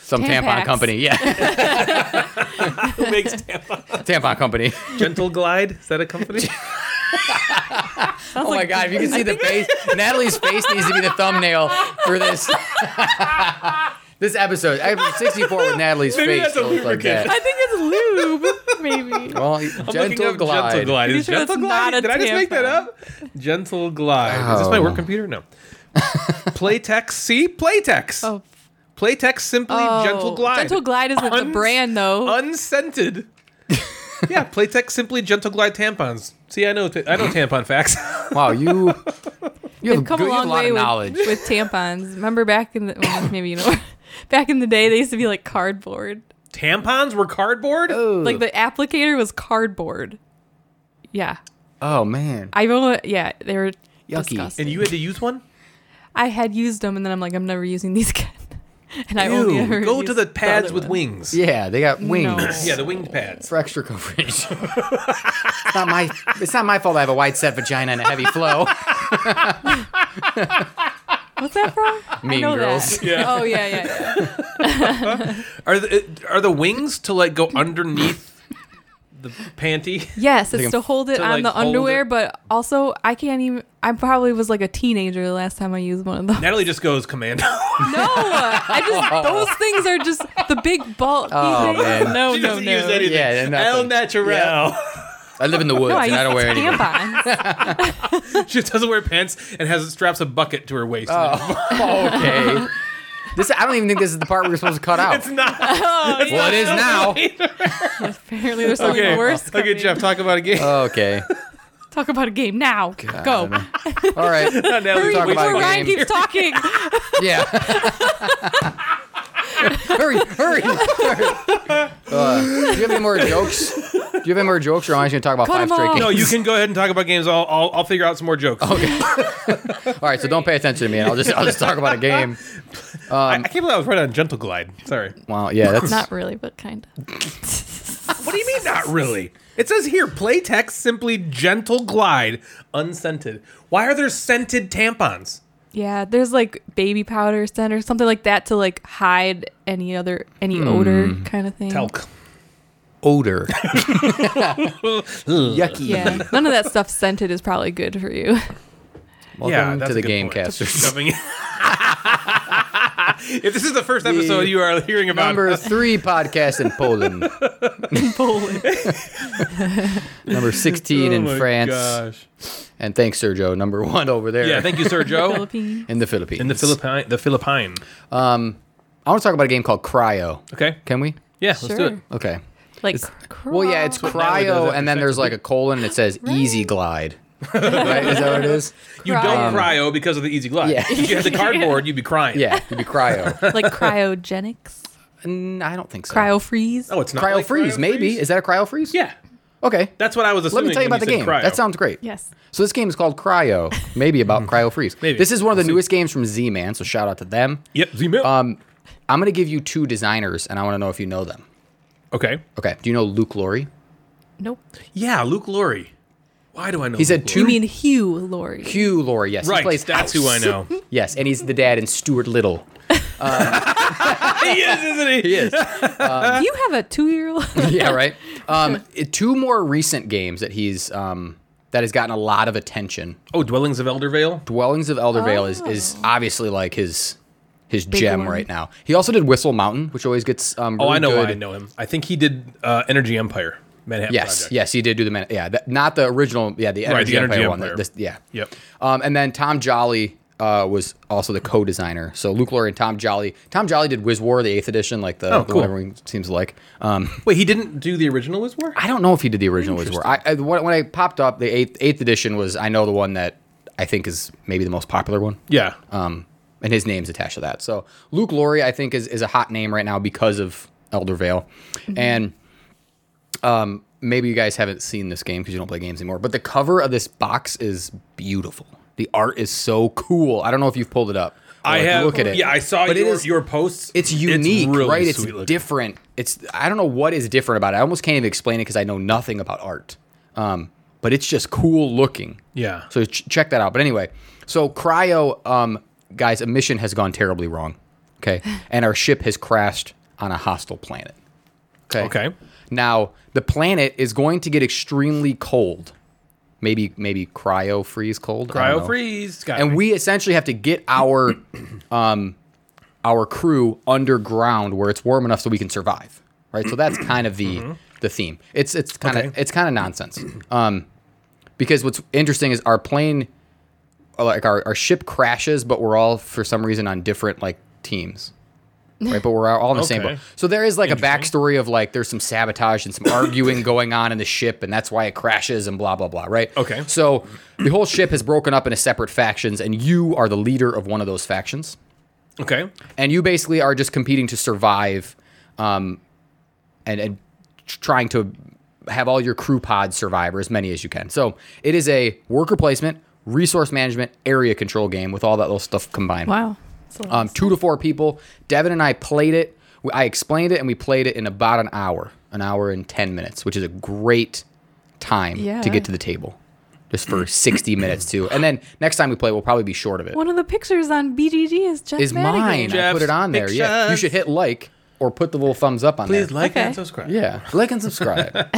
some
Tampax.
tampon company. Yeah,
Who makes tampons?
tampon company.
Gentle Glide? Is that a company?
oh my god, if you can see the face, Natalie's face needs to be the thumbnail for this. this episode, I have 64 with Natalie's
Maybe
face.
that's a
to look like
lubricant.
I think it's lube, maybe.
Well,
I'm looking
gentle
up
glide.
Gentle Glide.
Pretty
Is
sure that's
Gentle
not
Glide?
a
Did I just make that
tampon.
up? Gentle Glide. Is this my work
Oh.
computer? No. Playtex. See? Playtex.
Oh.
Playtex Simply
Oh,
Gentle Glide.
Gentle Glide isn't the
Uns-
brand, though.
Unscented. yeah, Playtex Simply Gentle Glide tampons. See, I know ta- I know tampon facts.
Wow, you you have,
They've come
good,
a long
you have a lot
way
of
with,
knowledge.
with tampons. Remember back in the well, maybe you know back in the day they used to be like cardboard.
tampons were cardboard?
Like the applicator was cardboard. Yeah.
oh man,
I've only yeah, they were
Yucky.
disgusting.
And you had to use one?
I had used them and then I'm like, I'm never using these again. And I only
Ew,
ever
go to
used
the pads
other
with
one.
wings.
yeah, they got wings.
Yeah, the winged pads.
For extra coverage, it's not my it's not my fault. I have a wide set vagina and a heavy flow.
What's that from?
Mean
I know
Girls.
That. Oh yeah, yeah, yeah.
Are the uh, are the wings to like go underneath the panty?
Yes, it's
can-
to hold it
to,
on
like,
the
hold
underwear,
it.
but also I can't even I probably was like a teenager the last time I used one of those.
Natalie just goes commando.
No, I just those things are just the big bulky
Oh,
things.
man.
No,
she
no,
doesn't
no.
use anything.
Yeah, nothing.
El natural.
I live in the woods
No, I
and I don't
use
wear any.
tampons.
she doesn't wear pants and has straps a bucket to her waist.
Oh. okay. This I don't even think this is the part we were supposed to cut out.
It's not.
well, Oh, it is now.
Oh, Apparently, there's something
Okay.
worse.
Okay,
coming.
Jeff, talk about a game.
Uh, Okay.
Talk about a game now. Go.
All right.
Not Natalie,
Hurry,
talk
wait.
about
before
a
Ryan
game.
keeps talking.
Yeah. hurry, hurry. hurry. Uh, do you have any more jokes? Do you have any more jokes, or am I just going to talk about
Cut 'em
five straight
off.
games?
no, you can go ahead and talk about games. I'll, I'll, I'll figure out some more jokes.
All right, so don't pay attention to me, and I'll just I'll just talk about a game.
I, I can't believe I was right on Gentle Glide. Sorry.
Wow, yeah, that's
Not really, but kind of.
What do you mean, not really? It says here, Playtex simply gentle glide, unscented. Why are there scented tampons?
Yeah, there's like baby powder scent or something like that to like hide any other any
Hmm.
odor kind of thing.
Elk.
odor. Yucky.
Yeah, none of that stuff scented is probably good for you.
Welcome
that's
to
a
the
good
game
point. Just
casters.
shoving it. if this is the first episode you are hearing about,
Number three podcast in Poland. Number sixteen
Oh
in
my
France.
gosh.
And thanks, Sergio. Number one over there.
Yeah, thank you, Sir Joe.
Philippine.
in the Philippines.
In the Philippine, the Philippine.
I want to talk about a game called Cryo.
Okay.
Can we?
Yeah, let's do
Sure.
it.
Okay.
Like,
Well, yeah, it's
crawl.
Natalie does
Cryo,
that
and then
for
there's like a colon, and it says Easy Glide. right? Is that what it is?
You don't
Cryo.
cryo because of the easy glide.
Yeah.
If you had the cardboard, you'd be crying.
Yeah, it'd be Cryo.
like cryogenics,
Mm, I don't think so.
cryo freeze.
Oh, it's not
cryo
like
freeze, maybe.
freeze?
Is that a cryo freeze?
yeah.
Okay.
That's what I was
Let
assuming.
me tell you
when
about the game.
said Cryo.
That sounds great.
Yes.
So this game is called Cryo, maybe about cryo freeze.
Hmm. Maybe.
This is one of the newest games from Z-Man, so shout out to them.
Yep. Z-Mill.
Um, I'm going to give you two designers, and I want to know if you know them.
okay.
Okay. Do you know Luke Laurie?
Nope.
Yeah, Luke Laurie. Why do I know?
He said
Luke
two-
You mean Hugh Laurie?
Hugh Laurie, yes.
Laurie?
He plays
Right. That's who I know.
Yes, and he's the dad in Stuart Little.
he is, isn't he?
is.
you have a two-year-old.
yeah, right. Um, two more recent games that he's um, that has gotten a lot of attention.
Oh, Dwellings of Eldervale.
Dwellings of Eldervale is, is obviously like his his gem
one.
right now. He also did Whistle Mountain, which always gets um
Oh,
really
I know
good.
why I know him. I think he did uh, Energy Empire, Manhattan
Yes,
Project.
yes, he did do the man. Yeah, that, not the original. Yeah, the Energy,
the Energy
Empire one.
Empire.
this- yeah.
Yep.
Um, and then Tom Jolly uh, was also the co-designer. So Luke Laurie and Tom Jolly. Tom Jolly did Wiz War, the Eighth Edition, like the,
Oh,
the
cool.
one everyone seems to like. Um,
Wait, he didn't do the original Wiz War?
I don't know if he did the original Wiz War. I, I when when I popped up, the eighth eighth edition was I know the one that I think is maybe the most popular one.
Yeah.
Um, and his name's attached to that. So Luke Laurie, I think, is, is a hot name right now because of Eldervale. And um, maybe you guys haven't seen this game because you don't play games anymore. But the cover of this box is beautiful. The art is so cool. I don't know if you've pulled it up. Or,
I
like,
have.
Look at it.
Yeah, I saw
But
your,
it is,
your posts.
It's unique,
really
right? It's
sweet looking.
different. It's I don't know what is different about it. I almost can't even explain it because I know nothing about art. Um, but it's just cool looking.
Yeah.
So ch- check that out. But anyway, so cryo, um, guys, a mission has gone terribly wrong. Okay, and our ship has crashed on a hostile planet. Okay.
Okay.
Now the planet is going to get extremely cold. Maybe maybe cryo freeze cold. I don't
Cryo
know
freeze. Got
and
me.
we essentially have to get our um our crew underground where it's warm enough so we can survive right so that's kind of the the theme it's it's kind of
Mm-hmm. Okay.
it's kind of nonsense um because what's interesting is our plane uh, like our, our ship crashes but we're all for some reason on different like teams right but we're all in the same
Okay.
boat so there is like a backstory of like there's some sabotage and some arguing going on in the ship and that's why it crashes and blah blah blah right
Okay.
so the whole ship is broken up into separate factions, and you are the leader of one of those factions.
okay.
And you basically are just competing to survive um, and, and tr- trying to have all your crew pods survive, or as many as you can. So it is a worker placement, resource management, area control game with all that little stuff combined.
Wow.
Um, two to four people. Devin and I played it. We- I explained it, and we played it in about an hour, an hour and 10 minutes, which is a great time
Yeah.
to get to the table just for 60 minutes, too. And then next time we play, we'll probably be short of it.
One of the pictures on BGG is Jeff
Is mine.
Madigan.
I put it on there. Yeah. You
Pictures.
should hit like or put the little thumbs up on there.
Please like
Okay.
and subscribe.
Yeah, like and subscribe.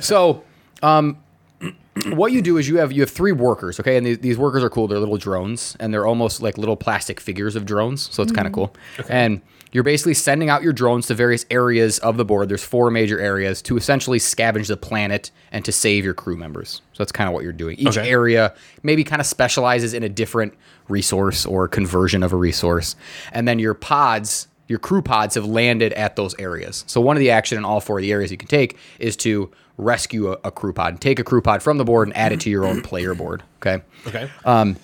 so, um, what you do is you have you have three workers, okay, and these, these workers are cool. They're little drones, and they're almost like little plastic figures of drones, so it's kind of cool. And you're basically sending out your drones to various areas of the board. There's four major areas to essentially scavenge the planet and to save your crew members. So that's kind of what you're doing. Each
Okay.
area maybe kind of specializes in a different resource or conversion of a resource, and then your pods your crew pods have landed at those areas. So one of the action in all four of the areas you can take is to rescue a, a crew pod, take a crew pod from the board and add it to your own player board. Okay.
Okay.
Uh,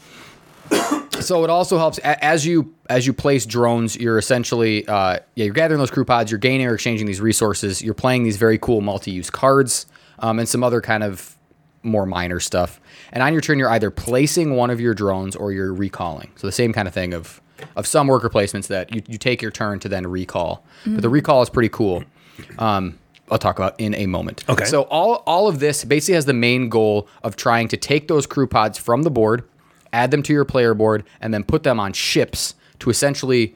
So it also helps a- as you as you place drones, you're essentially uh, yeah you're gathering those crew pods, you're gaining or exchanging these resources, you're playing these very cool multi-use cards um, and some other kind of more minor stuff. And on your turn, you're either placing one of your drones or you're recalling. So the same kind of thing of of some worker placements that you, you take your turn to then recall. But the recall is pretty cool. Um, I'll talk about in a moment.
Okay.
So all all of this basically has the main goal of trying to take those crew pods from the board, add them to your player board, and then put them on ships to essentially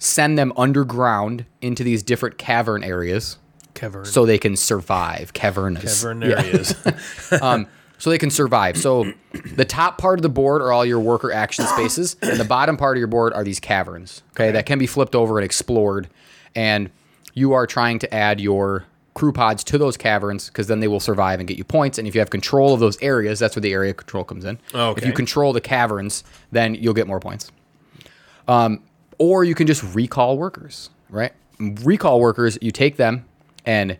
send them underground into these different cavern areas
Cavern.
so they can survive cavernous
Cavern areas.
so they can survive. So the top part of the board are all your worker action spaces, and the bottom part of your board are these caverns. Okay, that can be flipped over and explored, and you are trying to add your crew pods to those caverns because then they will survive and get you points. And if you have control of those areas, that's where the area control comes in. If
Okay.
you control the caverns, then you'll get more points Um, or you can just recall workers, right? Recall workers, you take them and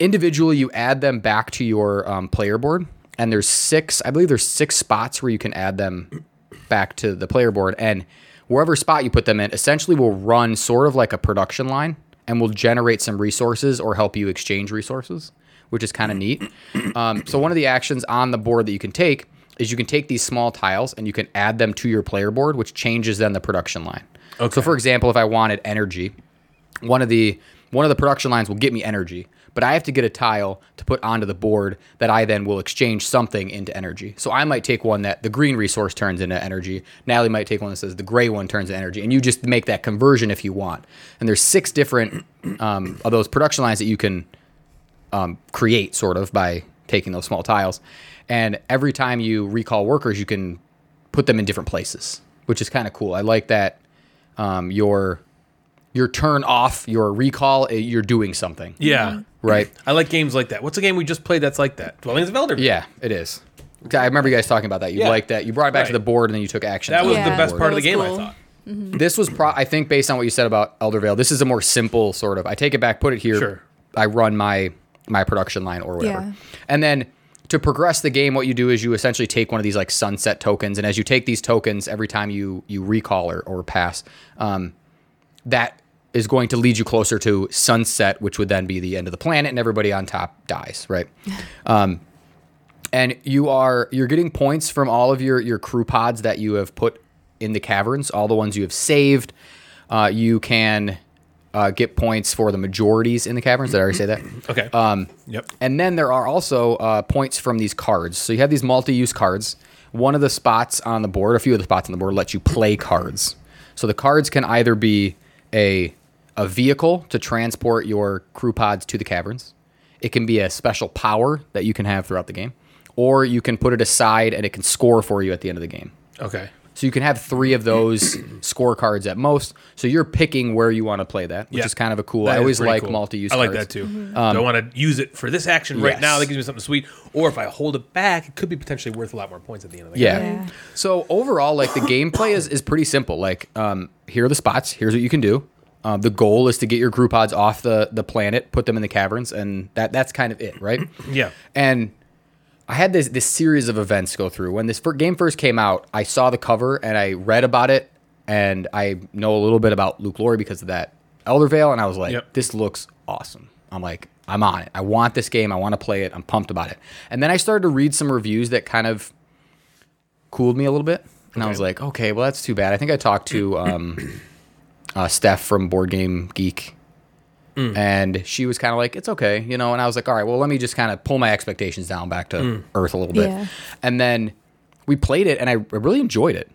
individually you add them back to your um, player board. And there's six, I believe there's six spots where you can add them back to the player board. And wherever spot you put them in essentially will run sort of like a production line and will generate some resources or help you exchange resources, which is kind of neat. Um, so, one of the actions on the board that you can take is you can take these small tiles and you can add them to your player board, which changes then the production line. So,
Okay.
for example, if I wanted energy, one of the one of the production lines will get me energy, but I have to get a tile to put onto the board that I then will exchange something into energy. So I might take one that the green resource turns into energy. Natalie might take one that says the gray one turns into energy, and you just make that conversion if you want. And there's six different um, of those production lines that you can um, create, sort of by taking those small tiles. And every time you recall workers, you can put them in different places, which is kind of cool. I like that um, your your turn off, your recall, eh, you're doing something,
Yeah.
right?
I like games like that. What's a game we just played that's like that? Dwellings of Elder.
Yeah, it is. I remember you guys talking about that. You
Yeah.
liked that. You brought it back to
Right.
the board, and then you took action.
That was
Yeah,
the best part of the
that
game,
was
I
cool.
thought.
This was, pro- I think, based on what you said about Eldervale. This is a more simple sort of. I take it back, put it here.
Sure.
I run my my production line or whatever,
Yeah.
and then to progress the game, what you do is you essentially take one of these like sunset tokens, and as you take these tokens, every time you you recall or, or pass, um, that is going to lead you closer to sunset, which would then be the end of the planet, and everybody on top dies, right? Um, and you are you're getting points from all of your your crew pods that you have put in the caverns all the ones you have saved uh, you can uh, get points for the majorities in the caverns did i already say that
Okay. Um, yep.
and then there are also uh, points from these cards so you have these multi-use cards one of the spots on the board a few of the spots on the board let you play cards so the cards can either be a a vehicle to transport your crew pods to the caverns it can be a special power that you can have throughout the game, or you can put it aside and it can score for you at the end of the game.
Okay.
So you can have three of those scorecards at most. So you're picking where you want to play that, which
Yeah.
is kind of a cool.
That
I
is
always
pretty
like
cool.
multi-use.
I like
cards.
that
Mm-hmm. Um,
too. Do I want to use it for this action right
Yes.
now? That gives me something sweet. Or if I hold it back, it could be potentially worth a lot more points at the end of the
Yeah.
game.
Yeah.
So overall, like the gameplay is, is pretty simple. Like, um, here are the spots. Here's what you can do. Um, the goal is to get your crew pods off the the planet, put them in the caverns, and that that's kind of it, right?
Yeah.
And I had this this series of events go through. When this fir- game first came out, I saw the cover and I read about it, and I know a little bit about Luke Laurie because of that Eldervale, and I was like,
Yep.
this looks awesome. I'm like, I'm on it. I want this game. I want to play it. I'm pumped about it. And then I started to read some reviews that kind of cooled me a little bit, and I was like, okay, well that's too bad. I think I talked to um, uh, Steph from Board Game Geek and she was kind of like, "It's okay," you know. And I was like, "All right, well, let me just kind of pull my expectations down back to earth a little bit."
Yeah.
And then we played it, and I I really enjoyed it.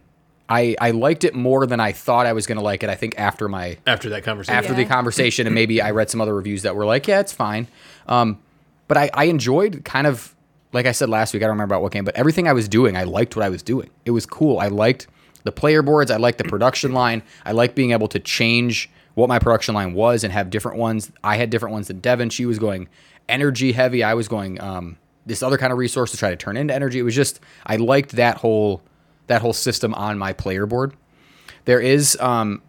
I I liked it more than I thought I was gonna like it. I think after my
After that conversation.
after the
Yeah.
conversation, and maybe I read some other reviews that were like, "Yeah, it's fine," um, but I I enjoyed kind of like I said last week. I don't remember about what game, but everything I was doing, I liked what I was doing. It was cool. I liked the player boards. I liked the production line. I liked being able to change what my production line was and have different ones. I had different ones than Devin. She was going energy heavy. I was going um, this other kind of resource to try to turn into energy. It was just I liked that whole that whole system on my player board. There is um,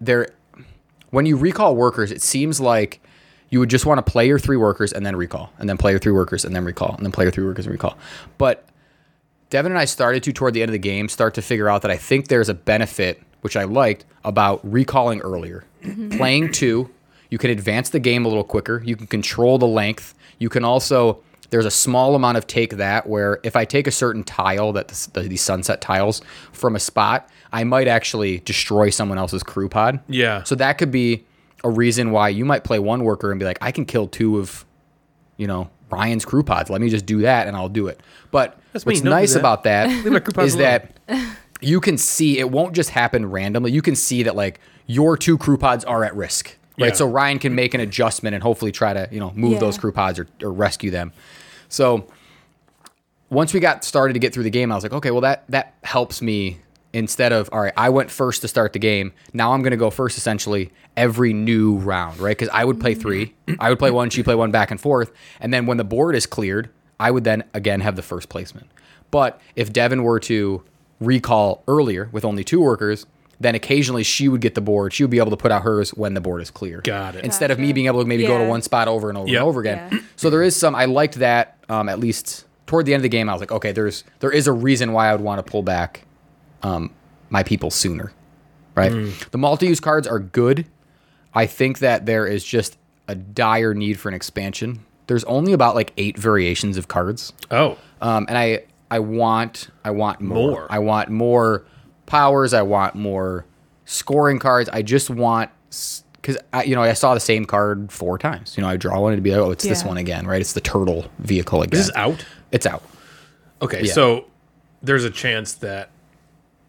there when you recall workers, it seems like you would just want to play your three workers and then recall, and then play your three workers and then recall, and then play your three workers and recall. But Devin and I started to toward the end of the game start to figure out that I think there's a benefit which I liked about recalling earlier, playing two. You can advance the game a little quicker. You can control the length. You can also there's a small amount of take that where if I take a certain tile that the, the, these sunset tiles from a spot, I might actually destroy someone else's crew pod.
Yeah.
So that could be a reason why you might play one worker and be like, I can kill two of, you know, Ryan's crew pods. Let me just do that and I'll do it. But
That's
what's
mean. Don't do
nice
that.
about that
my crew pods
is that you can see it won't just happen randomly. You can see that like your two crew pods are at risk. Right.
Yeah.
So Ryan can make an adjustment and hopefully try to, you know, move
Yeah.
those crew pods or, or rescue them. So once we got started to get through the game, I was like, okay, well that that helps me instead of all right, I went first to start the game. Now I'm going to go first essentially every new round, right? Cuz I would play 3. I would play one, she play one back and forth, and then when the board is cleared, I would then again have the first placement. But if Devin were to recall earlier with only two workers, then occasionally she would get the board. She would be able to put out hers when the board is clear.
Got it.
Instead of me being able to maybe go to
Yeah.
one spot over and over
Yep.
and over again.
Yeah.
So there is some. I liked that. Um, at least toward the end of the game, I was like, okay, there's there is a reason why I would want to pull back, um, my people sooner, right? The multi-use cards are good. I think that there is just a dire need for an expansion. There's only about like eight variations of cards.
Oh.
Um, and I I want I want more.
More.
I want more powers. I want more scoring cards. I just want because I you know I saw the same card four times. You know I draw one and it'd be like oh it's this
Yeah.
one again right. It's the turtle vehicle again.
Is this out?
It's out.
Okay.
Yeah.
So there's a chance that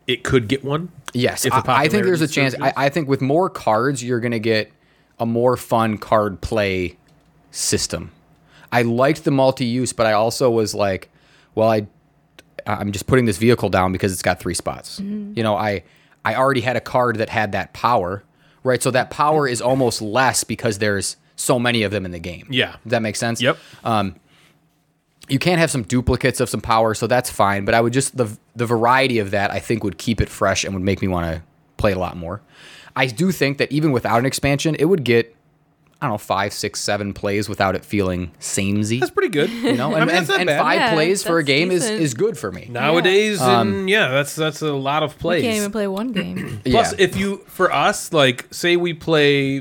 it could get one.
Yes,
If
I,
the
I think there's a
popularity
chance. I,
surges?
I think with more cards, you're going to get a more fun card play system. I liked the multi-use, but I also was like, well, I I'm just putting this vehicle down because it's got three spots. You know, I I already had a card that had that power, right? So that power is almost less because there's so many of them in the game.
Yeah.
Does that make sense?
Yep.
you can have some duplicates of some power, so that's fine. But I would just the the variety of that I think would keep it fresh and would make me want to play a lot more. I do think that even without an expansion, it would get I don't know five, six, seven plays without it feeling samey.
That's pretty good.
You know, and,
I mean,
and,
that's not
and
bad.
five
Yeah,
plays for a
that's
game is,
decent.
is good for me.
Nowadays, yeah. And, yeah, that's that's a lot of plays.
You can't even play one game.
Plus,
yeah.
if you for us, like say we play,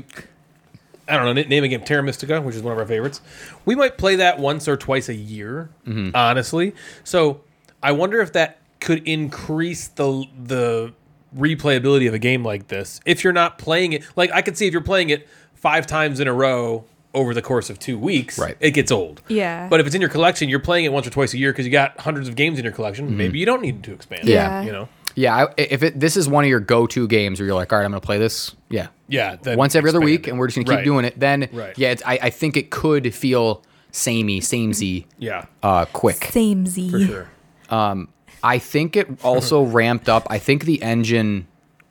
I don't know, n- name a game, Terra Mystica, which is one of our favorites. We might play that once or twice a year,
Mm-hmm.
honestly. So I wonder if that could increase the the replayability of a game like this. If you're not playing it, like I could see if you're playing it five times in a row over the course of two weeks,
Right.
it gets old.
Yeah.
But if it's in your collection, you're playing it once or twice a year because you got hundreds of games in your collection. Maybe you don't need to expand.
Mm-hmm. Yeah.
You know.
yeah, I, if it, this is one of your go-to games where you're like, all right, I'm going to play this, yeah,
Yeah. then
once every other
expand
week,
it.
and we're just going to keep
Right.
doing it, then
Right.
yeah, it's, I, I think it could feel samey, samey,
Yeah.
uh, quick.
Same
For sure.
I think it also ramped up. I think the engine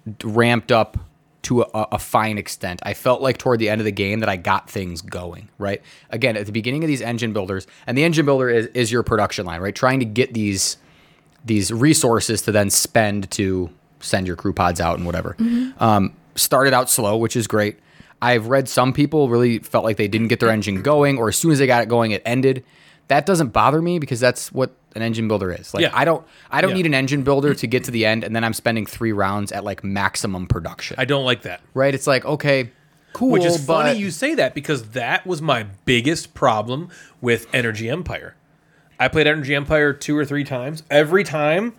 d- ramped up to a, a fine extent. I felt like toward the end of the game that I got things going, right? Again, at the beginning of these engine builders, and the engine builder is, is your production line, right? Trying to get these these resources to then spend to send your crew pods out and whatever. Um, started out slow, which is great. I've read some people really felt like they didn't get their engine going, or as soon as they got it going, it ended. That doesn't bother me because that's what an engine builder is. Like
Yeah.
I don't, I don't
Yeah.
need an engine builder to get to the end, and then I'm spending three rounds at like maximum production.
I don't like that.
right? It's like okay, cool,
Which is
but
funny you say that because that was my biggest problem with Energy Empire. I played Energy Empire two or three times. Every time,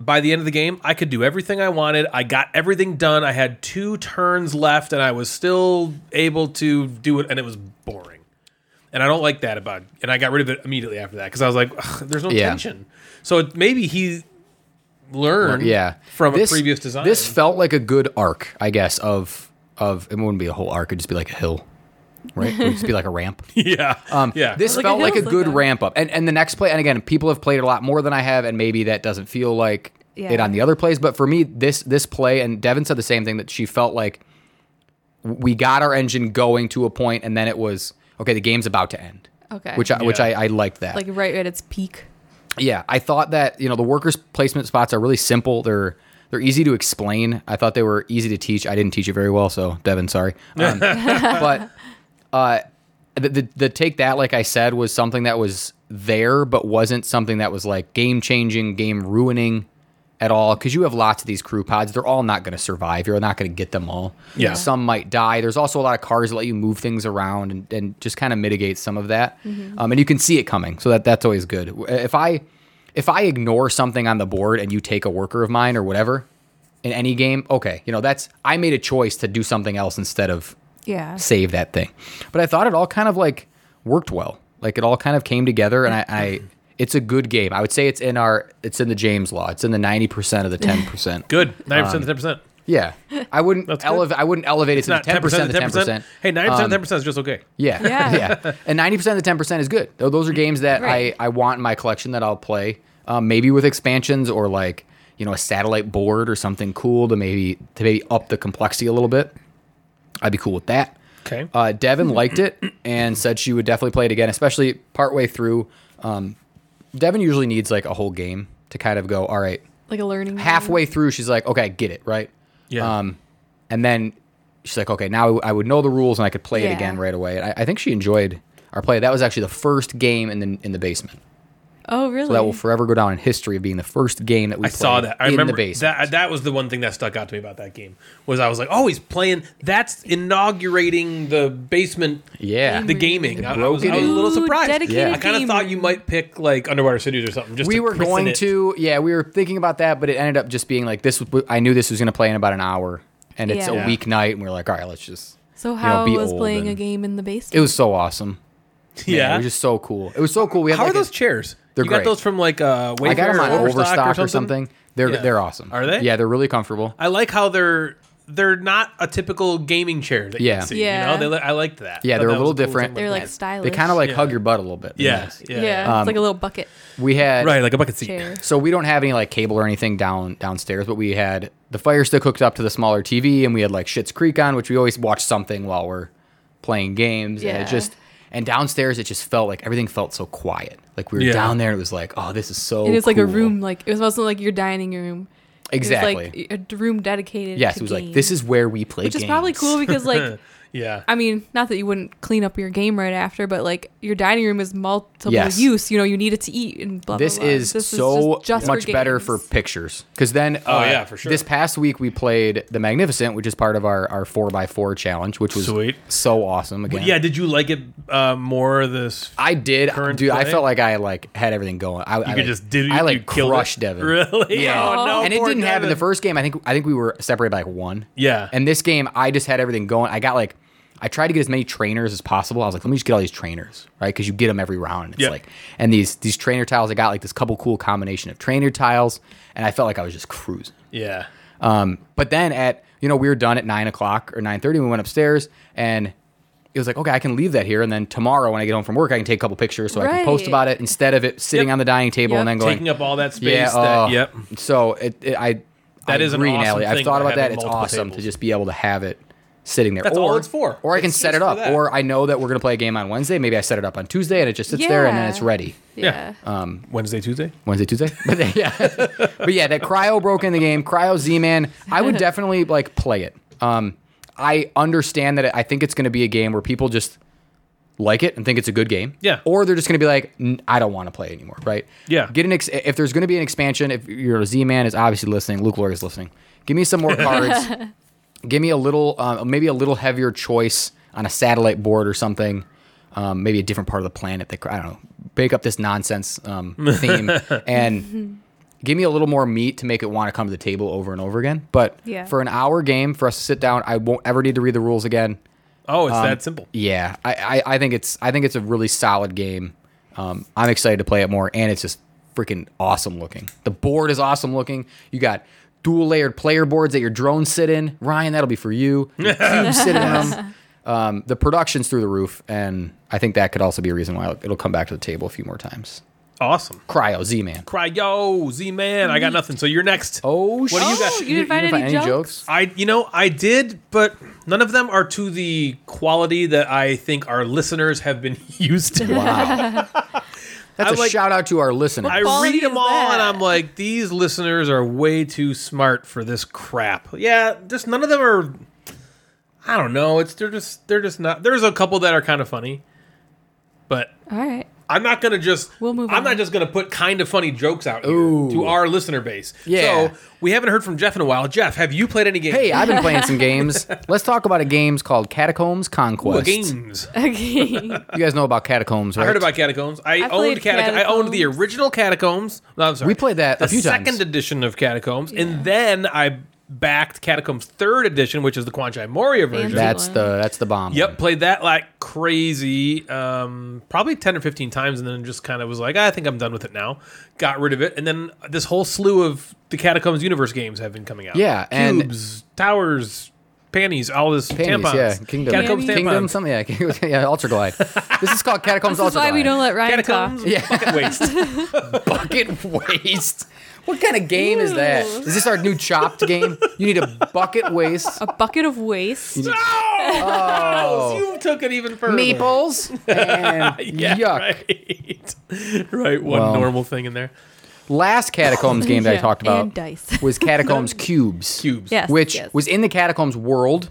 by the end of the game, I could do everything I wanted. I got everything done. I had two turns left, and I was still able to do it, and it was boring. And I don't like that about. And I got rid of it immediately after that because I was like, "Ugh, "There's no
Yeah.
tension." So it, maybe he learned,
yeah
from a previous design.
This felt like a good arc, I guess. Of of it wouldn't be a whole arc; it'd just be like a hill, right? It'd just be like a ramp.
yeah,
Um,
yeah.
This
Like a
felt like a
hill's like
good
that.
ramp up, and and the next play, and again, people have played a lot more than I have, and maybe that doesn't feel like it
Yeah.
on the other plays. But for me, this this play, and Devin said the same thing that she felt like we got our engine going to a point, and then it was okay. The game's about to end.
Okay.
Which I, which
Yeah.
I, I liked that.
like right at its peak.
Yeah, I thought that you know the workers placement spots are really simple. They're they're easy to explain. I thought they were easy to teach. I didn't teach it very well, so Devin, sorry. Um, but uh, the, the the take that, like I said, was something that was there, but wasn't something that was like game changing, game ruining at all. Because you have lots of these crew pods. They're all not going to survive. You're not going to get them all.
Yeah.
some might die. There's also a lot of cars that let you move things around and, and just kind of mitigate some of that. Um, and you can see it coming, so that that's always good. W- If I if I ignore something on the board and you take a worker of mine or whatever in any game, okay, you know that's I made a choice to do something else instead of
Yeah.
save that thing. But I thought it all kind of like worked well. Like it all kind of came together, and I, I it's a good game. I would say it's in our it's in the James Law. It's in the ninety percent of the ten percent.
good ninety percent to ten
Um,
percent.
Yeah, I wouldn't
good.
elevate. I wouldn't elevate it to
Not
ten percent. to ten percent. Um,
Hey, ninety percent, ten percent is just okay.
Yeah,
Yeah.
yeah. And ninety percent of the ten percent is good. Tho- Those are games that
Right.
I I want in my collection that I'll play. Um, maybe with expansions or like you know a satellite board or something cool to maybe to maybe up the complexity a little bit. I'd be cool with that.
Okay.
Uh, Devin liked it and said she would definitely play it again, especially partway through. Um, Devin usually needs like a whole game to kind of go, all right,
Like a learning
halfway through, she's like, okay, I get it, right?
yeah.
Um, and then she's like, okay, now I would know the rules and I could play it
Yeah.
again right away. And I, I think she enjoyed our play. That was actually the first game in the in the basement.
Oh, really?
So that will forever go down in history of being the first game that we
I saw that. I
in
remember
the basement.
that. That was the one thing that stuck out to me about that game was I was like, oh, he's playing. That's inaugurating the basement.
yeah,
The gaming. I, I was,
broke it
I was a
in.
little
Ooh,
surprised.
dedicated
I kind of
game.
thought you might pick like Underwater Cities or something. Just
we
to
were
christen
going
it.
to yeah we were thinking about that but it ended up just being like this was- i knew this was going to play in about an hour and it's
Yeah.
a weeknight and we are like all right let's just
so
know,
how
be
was
old
playing a
and-
game in the
it
basement?
was so awesome Man,
Yeah.
it was just so cool it was so cool we had
How
like
are those
a,
chairs?
they're
you got
great.
those from like uh, Wayfair
i got them
or
on
Overstock,
overstock,
or something.
they're
Yeah.
they're awesome
Are they?
yeah they're really comfortable
I like how they're they're not a typical gaming chair that
Yeah.
you see.
Yeah.
You know, they li- I like that.
Yeah,
Thought
they're a
that was
little
cool
different.
thing.
They're like stylish.
They kind of like
Yeah.
hug your butt a little bit.
Yeah, yeah,
yeah, it's like a little bucket
We had
Right, like a bucket seat.
chair.
Um, So we don't have any like cable or anything down downstairs, but we had the fire stick hooked up to the smaller TV, and we had like Shit's Creek on, which we always watch something while we're playing games. And
Yeah.
it just and downstairs, it just felt like everything felt so quiet. Like we were
Yeah.
down there, and it was like, oh, this is so.
It is like a
cool.
room, like it was also like your dining room. It was,
Exactly.
like a room dedicated.
yes,
to
it was like
games,
this is where we play.
which is probably
games."
cool because like
Yeah.
I mean, not that you wouldn't clean up your game right after, but like your dining room is multiple
Yes.
use. You know, you need it to eat and blah. blah,
This
blah.
is so
for
much better
games.
for pictures because then
Oh,
uh,
yeah, for sure.
This past week we played the Magnificent, which is part of our our four x four challenge, which was
Sweet.
so awesome. Again,
yeah, did you like it uh, more this
I did,
Current
dude. I
play?
felt like I like had everything going. I, I
you
like,
could just did
I
you
like
killed it?
crushed Devin,
Really?
Yeah.
Oh, no,
and it
poor
didn't happen the
Devin.
first game. I think I think we were separated by like one.
Yeah.
And this game, I just had everything going. I got like, I tried to get as many trainers as possible. I was like, let me just get all these trainers, right? Because you get them every round. It's
Yeah.
like, and these these trainer tiles, I got like this couple cool combination of trainer tiles, and I felt like I was just cruising.
Yeah.
Um, but then at you know we were done at nine o'clock or nine thirty. We went upstairs and it was like okay, I can leave that here, and then tomorrow when I get home from work, I can take a couple pictures so I can post
Right.
about it instead of it sitting
Yep.
on the dining table and
Yep.
then going
Taking up all that space.
yeah,
that,
oh.
yep.
So it, it I
That
I
is an
agree,
awesome
Natalie. I've
thing
thought
to
about
have
that.
in
It's
multiple
awesome to
tables.
just be able to have it sitting there.
That's
or,
all it's for.
Or I
It's
can set it
used for
up.
that.
Or I know that we're gonna play a game on Wednesday. Maybe I set it up on Tuesday and it just sits there and then
Yeah.
it's ready.
Yeah.
Wednesday, Tuesday?
Wednesday, Tuesday. But then- yeah, but yeah, that cryo broke in the game. Cryo Z Man. I would definitely like play it. Um, I understand that it, I think it's going to be a game where people just like it and think it's a good game.
Yeah.
Or they're just going to be like, "N- I don't want to play anymore. Right.
Yeah.
Get an ex- if there's going to be an expansion. If your Z Man is obviously listening, Luke Lord is listening. Give me some more cards. Give me a little, uh, maybe a little heavier choice on a satellite board or something. Um, maybe a different part of the planet. That I don't know. Bake up this nonsense um, theme and give me a little more meat to make it want to come to the table over and over again. But
Yeah.
for an hour game for us to sit down, I won't ever need to read the rules again.
Oh, it's
Um,
that simple.
Yeah, I, I, I think it's I think it's a really solid game. Um, I'm excited to play it more, and it's just freaking awesome looking. The board is awesome looking. You got dual layered player boards that your drones sit in. Ryan, that'll be for you. Your cubes sit in them. Um, the production's through the roof, and I think that could also be a reason why it'll come back to the table a few more times.
Awesome.
Cryo Z man.
Cry, yo, Z Man. I got nothing. So you're next.
Oh, what
do you got?
You didn't find any jokes?
I you know I did, but none of them are to the quality that I think our listeners have been used to.
Wow. That's
I
a
like-
shout out to our listeners.
I
quality
read them
is
all and
that?
I'm like, these listeners are way too smart for this crap. Yeah, just none of them are. I don't know. It's they're just they're just not. There's a couple that are kind of funny, but
All right.
I'm not gonna just.
We'll move
I'm
on.
not just gonna put kind of funny jokes out here
Ooh.
to our listener base.
Yeah.
So we haven't heard from Jeff in a while. Jeff, have you played any games?
Hey, I've been playing some games. Let's talk about a games called Catacombs
Ooh,
Conquest.
games.
Okay.
You guys know about Catacombs, right?
I heard about Catacombs. I,
I
owned
played
Catacombs. I owned the
Catacombs.
original Catacombs. No, I'm sorry.
We played that
the
a few
second
times.
edition of Catacombs, and then I backed Catacombs third edition, which is the Quanchai Moria version.
That-
That's the that's the bomb.
yep, played that like crazy, um, probably ten or fifteen times, and then just kind of was like, "Ah, I think I'm done with it now. Got rid of it, and then this whole slew of the Catacombs universe games have been coming out.
Yeah, and-
cubes, towers. Panties, all this
Panties,
tampons,
yeah, kingdom,
catacombs,
Panties.
kingdom,
tampons,
something, yeah, yeah, ultra glide. This is called catacombs.
This is
ultra
why we don't
glide.
let Ryan
catacombs,
talk.
Yeah.
bucket waste.
bucket waste. What kind of game is that?
Ew.
Is this our new chopped game? You need a bucket waste.
A bucket of waste.
Oh, you took it even further.
Meeples and
Yeah,
yuck.
Right. right, one
Well.
normal thing in there.
Last catacombs game that I
Yeah,
talked about
and dice.
was catacombs cubes,
Cubes.
Yes.
which
yes.
was in the catacombs world,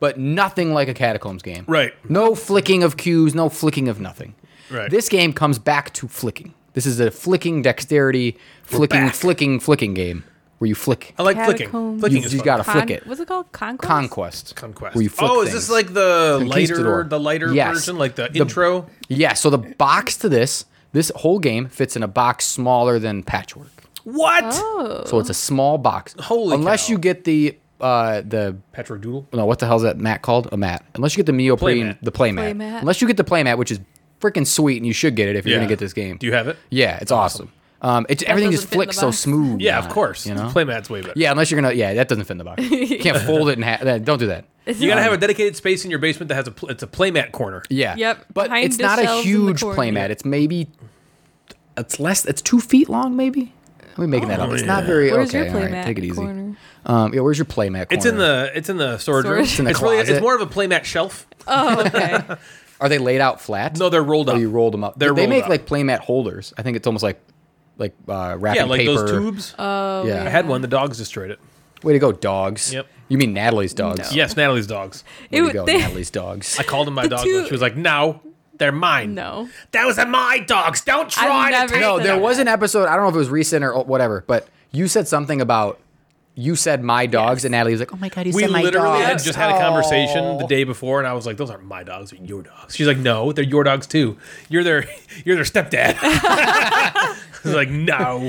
but nothing like a catacombs game.
Right.
No flicking of cues, no flicking of nothing.
Right.
This game comes back to flicking. This is a flicking dexterity, flicking,
back.
flicking, flicking game where you flick.
I like flicking.
Catacombs.
Flicking
You-
is
you
fun.
gotta
Con-
flick it.
What's it called? Conquest.
Conquest.
conquest.
Where you flick
oh, is this
things.
like the
Conquistador.
lighter, the lighter
Yes.
version, like the,
The-
intro?
Yeah. So the box to this, this whole game fits in a box smaller than Patchwork.
What?
Oh.
So it's a small box.
Uh-huh. Holy
Unless
cow.
you get the uh the
Petrodoodle.
no, what the hell's that mat called? A mat. Unless you get the neoprene,
Playmat.
the playmat.
Playmat.
Unless you get the playmat, which is freaking sweet, and you should get it if you're
Yeah.
gonna get this game.
Do you have it?
Yeah, it's awesome. Um, it, everything
doesn't
just
fit in the
playmates so
box.
smooth.
Yeah,
on
of
it,
course.
You know?
Playmat's way better.
yeah, unless you're gonna. Yeah, that doesn't fit in the box. You can't fold it in half. that- Don't do that.
You gotta have a dedicated space in your basement that has a pl- it's a playmat corner.
Yeah.
Yep,
But
behind
it's
the
not a
shelves in the
huge
corner.
playmat. It's maybe. It's less. It's two feet long, maybe. Are we making
Oh,
that up? It's not very.
Where's
okay,
your
all right,
playmat
take it easy.
corner?
Um, yeah, where's your playmat? Corner?
It's in the it's in the storage room.
Storage. It's in
the
really it's
closet.
more of a playmat shelf.
Oh, okay.
Are they laid out flat?
No, they're rolled
Oh,
up.
you rolled them up.
They're
they
rolled
make
up.
like playmat holders. I think it's almost like like uh, wrapping
yeah, like
paper. Uh,
those tubes.
Oh,
Yeah.
I had one. The dogs destroyed it.
Way to go, dogs.
Yep.
You mean Natalie's dogs?
No.
Yes, Natalie's dogs.
Way
It
to
would-
go,
they-
Natalie's dogs.
I called them my
The
dogs.
two-
and She was like, "No, they're mine.
No.
those are my dogs. Don't try
never-
to."
no,
said
Oh, there
that.
was an episode. I don't know if it was recent or whatever, but you said something about you said my dogs, and Natalie was like, "Oh my god, you
We
said my dogs."
literally had just had a
Oh.
conversation the day before, and I was like, "Those aren't my dogs. They're your dogs." She's like, "No, they're your dogs too. You're their you're their stepdad." I was like, "No."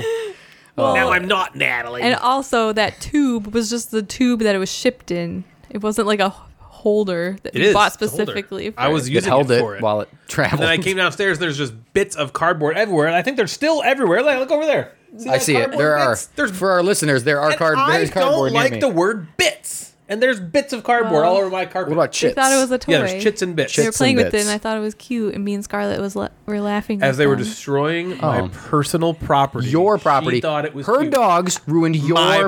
now I'm not Natalie.
and also that tube was just the tube that it was shipped in. It wasn't like a holder that
It
we
is,
bought
it's a holder.
specifically. For
I was
It
using
held
it,
it,
for it.
while it traveled.
And then I came downstairs. There's just bits of cardboard everywhere, and I think they're still everywhere. Like, look over there.
I see it. There are
There's
for our listeners. There are
and
card.
I
There's cardboard
don't like
near
the
me.
word bits, and there's bits of cardboard all over my carpet.
What about
They
chits?
thought it was a toy.
yeah, there's chits and bits.
they were
Chits and
playing with it,
bits.
and I thought it was cute. And me and Scarlett was la- were laughing
As
at
they were
them.
destroying my
Oh.
personal property,
your property.
She thought it was
her
cute.
dogs ruined your
my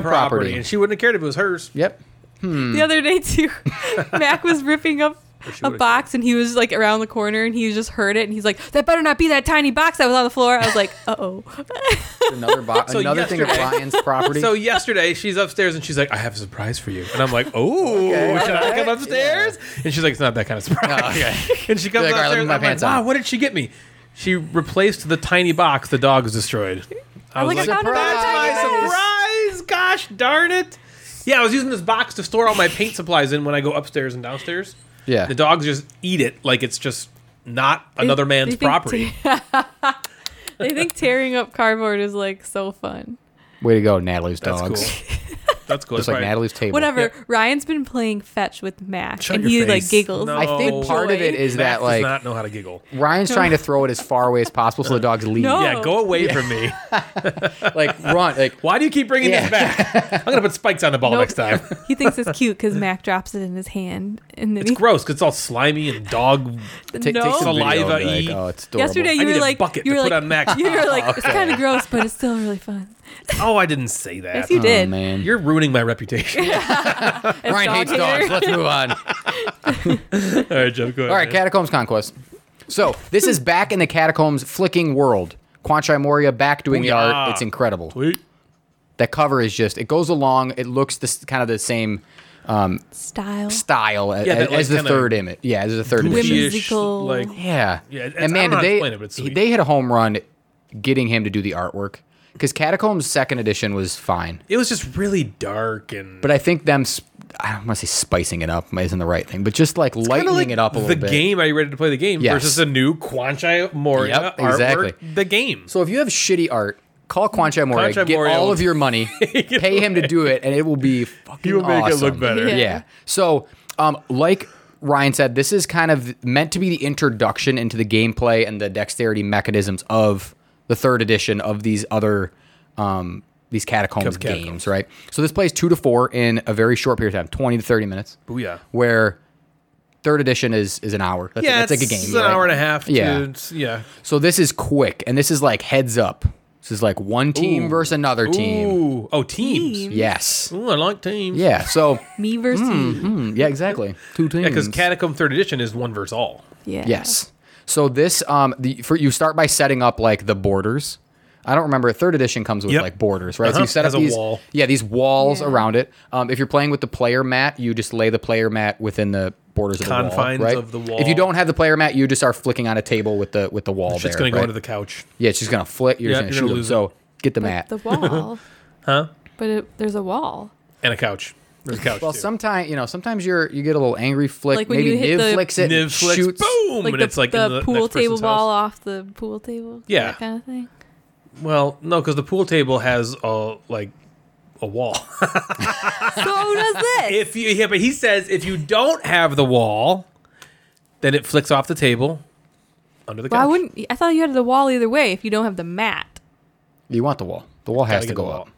property.
and she wouldn't have cared if it was hers.
Yep.
the other day too. Mac was ripping up
she
a
would've-
box, and he was like around the corner, and he just heard it, and he's like, "That better not be that tiny box that was on the floor." I was like, "Uh oh."
Another bo-
So
another thing of
yesterday-
Ryan's property.
So yesterday, she's upstairs and she's like, "I have a surprise for you," and I'm like, "Oh, should I come upstairs?" And she's like, "It's not that kind of surprise." And she comes
Oh, You're like, "All right,
upstairs.
let me put
and
my
I'm like,
pants on."
"Wow, what did she get me?" She replaced the tiny box the dog was destroyed. I was
Oh, like,
like,
"I found another
"That's
tiny
my surprise! Gosh darn it!" Yeah, I was using this box to store all my paint supplies in when I go upstairs and downstairs.
Yeah.
the dogs just eat it like it's just not another
They
man's
think
property.
te- they think tearing up cardboard is like so fun.
Way to go, Natalie's
That's
dogs.
cool. That's cool.
Just
That's
like
right.
Natalie's table.
Whatever.
Yep.
Ryan's been playing fetch with Mac,
Shut
and
your
he
face.
like giggles.
No.
I think
Oh.
part of it is
Max
that like
does not know how to giggle.
Ryan's trying to throw it as far away as possible so the dogs leave.
No.
Yeah, go away from me.
Like run. Like
Why do you keep bringing
Yeah.
this back? I'm gonna put spikes on the ball
Nope.
next time.
he thinks it's cute because Mac drops it in his hand, and then
It's gross because it's all slimy and dog.
he
take,
no.
take some video and be
Saliva-y.
Like, oh, it's adorable.
Yesterday
I
you
need
were
a
like
bucket
you
to
were
put
like
on Mac.
you were like it's kind of gross, but it's still really fun.
Oh, I didn't say that.
Yes, you
oh,
did.
man.
You're ruining my reputation.
It's
Ryan
dog
hates
hater.
dogs. Let's move on.
all right, Jeff. Go ahead.
All right,
man.
Catacombs Conquest. So this is back in the Catacombs flicking world. Quanchai Moria back doing the
Booyah.
art. It's incredible.
Wait.
That cover is just, it goes along. It looks this kind of the same
Style.
style as,
Yeah, that, like,
as the
kinda
third image. Yeah, as the third
Goofy-ish,
edition.
Whimsical.
Like,
Yeah.
Yeah, it's-
and
I
man,
don't know
did
how to
they
explain it, but it's
he-
sweet.
they hit a home run getting him to do the artwork because Catacombs second edition was fine,
it was just really dark and.
but I think them sp- I don't want to say spicing it up isn't the right thing, but just like lightening it up a little
the
bit.
game, are you ready to play the game?
Yes.
Versus a new Quanchai Moria
Yep,
artwork,
exactly.
The game.
So if you have shitty art, call Quancha Moria,
Quanchai
get
Moria
all
will-
of your money, pay him to do it, and it will be fucking.
will make it look
awesome.
better.
Yeah.
Yeah. So, um, like Ryan said, this is kind of meant to be the introduction into the gameplay and the dexterity mechanisms of the third edition of these other um, these catacombs,
Of Catacombs.
games, right? So this plays two to four in a very short period of time, twenty to thirty minutes.
Booyah.
Where third edition is is an hour. That's,
yeah,
that's like a
it's
game.
an
right?
hour and a half. to-
Yeah.
it's- yeah.
So this is quick, and this is like heads up. This is like one team
Ooh.
versus another team.
Ooh. Oh, teams.
Team.
Yes.
Ooh, I like teams.
Yeah. So,
Me versus
Mm-hmm.
you.
mm, yeah, exactly. Two teams.
Yeah, because Catacomb Third Edition is one verse all.
Yeah.
Yes. So this um the for you start by setting up like the borders. I don't remember. Third edition comes with
Yep.
like borders, right? So
Uh-huh.
you set
Has
up
a
these,
wall.
yeah, these walls
Yeah.
around it. Um, if you're playing with the player mat, you just lay the player mat within the borders of
Confines
the wall, right?
of the wall.
If you don't have the player mat, you just are flicking on a table with the with the wall.
It's just
there,
going to go
right?
into the couch.
yeah, it's just gonna flick. You're
Yeah,
just
you're
gonna
gonna
shoot
lose
them. So get the mat.
But the wall.
Huh?
But it, there's a wall.
And a couch. There's a couch.
Well,
too.
sometimes you know, sometimes you're you get a little angry flick.
Like when
maybe
you hit
Niv
the-
flicks it, and
Niv flicks,
shoots.
boom,
Like
and
the,
it's like
the
in the
pool
next person's
table ball
house.
off the pool table.
Yeah.
That kind of thing.
Well, no, because the pool table has a like a wall.
So does this.
if you, yeah, but he says if you don't have the wall, then it flicks off the table under the couch.
Why wouldn't I thought you had the wall either way if you don't have the mat.
You want the wall. The wall has to
Gotta get
go
the wall.
up.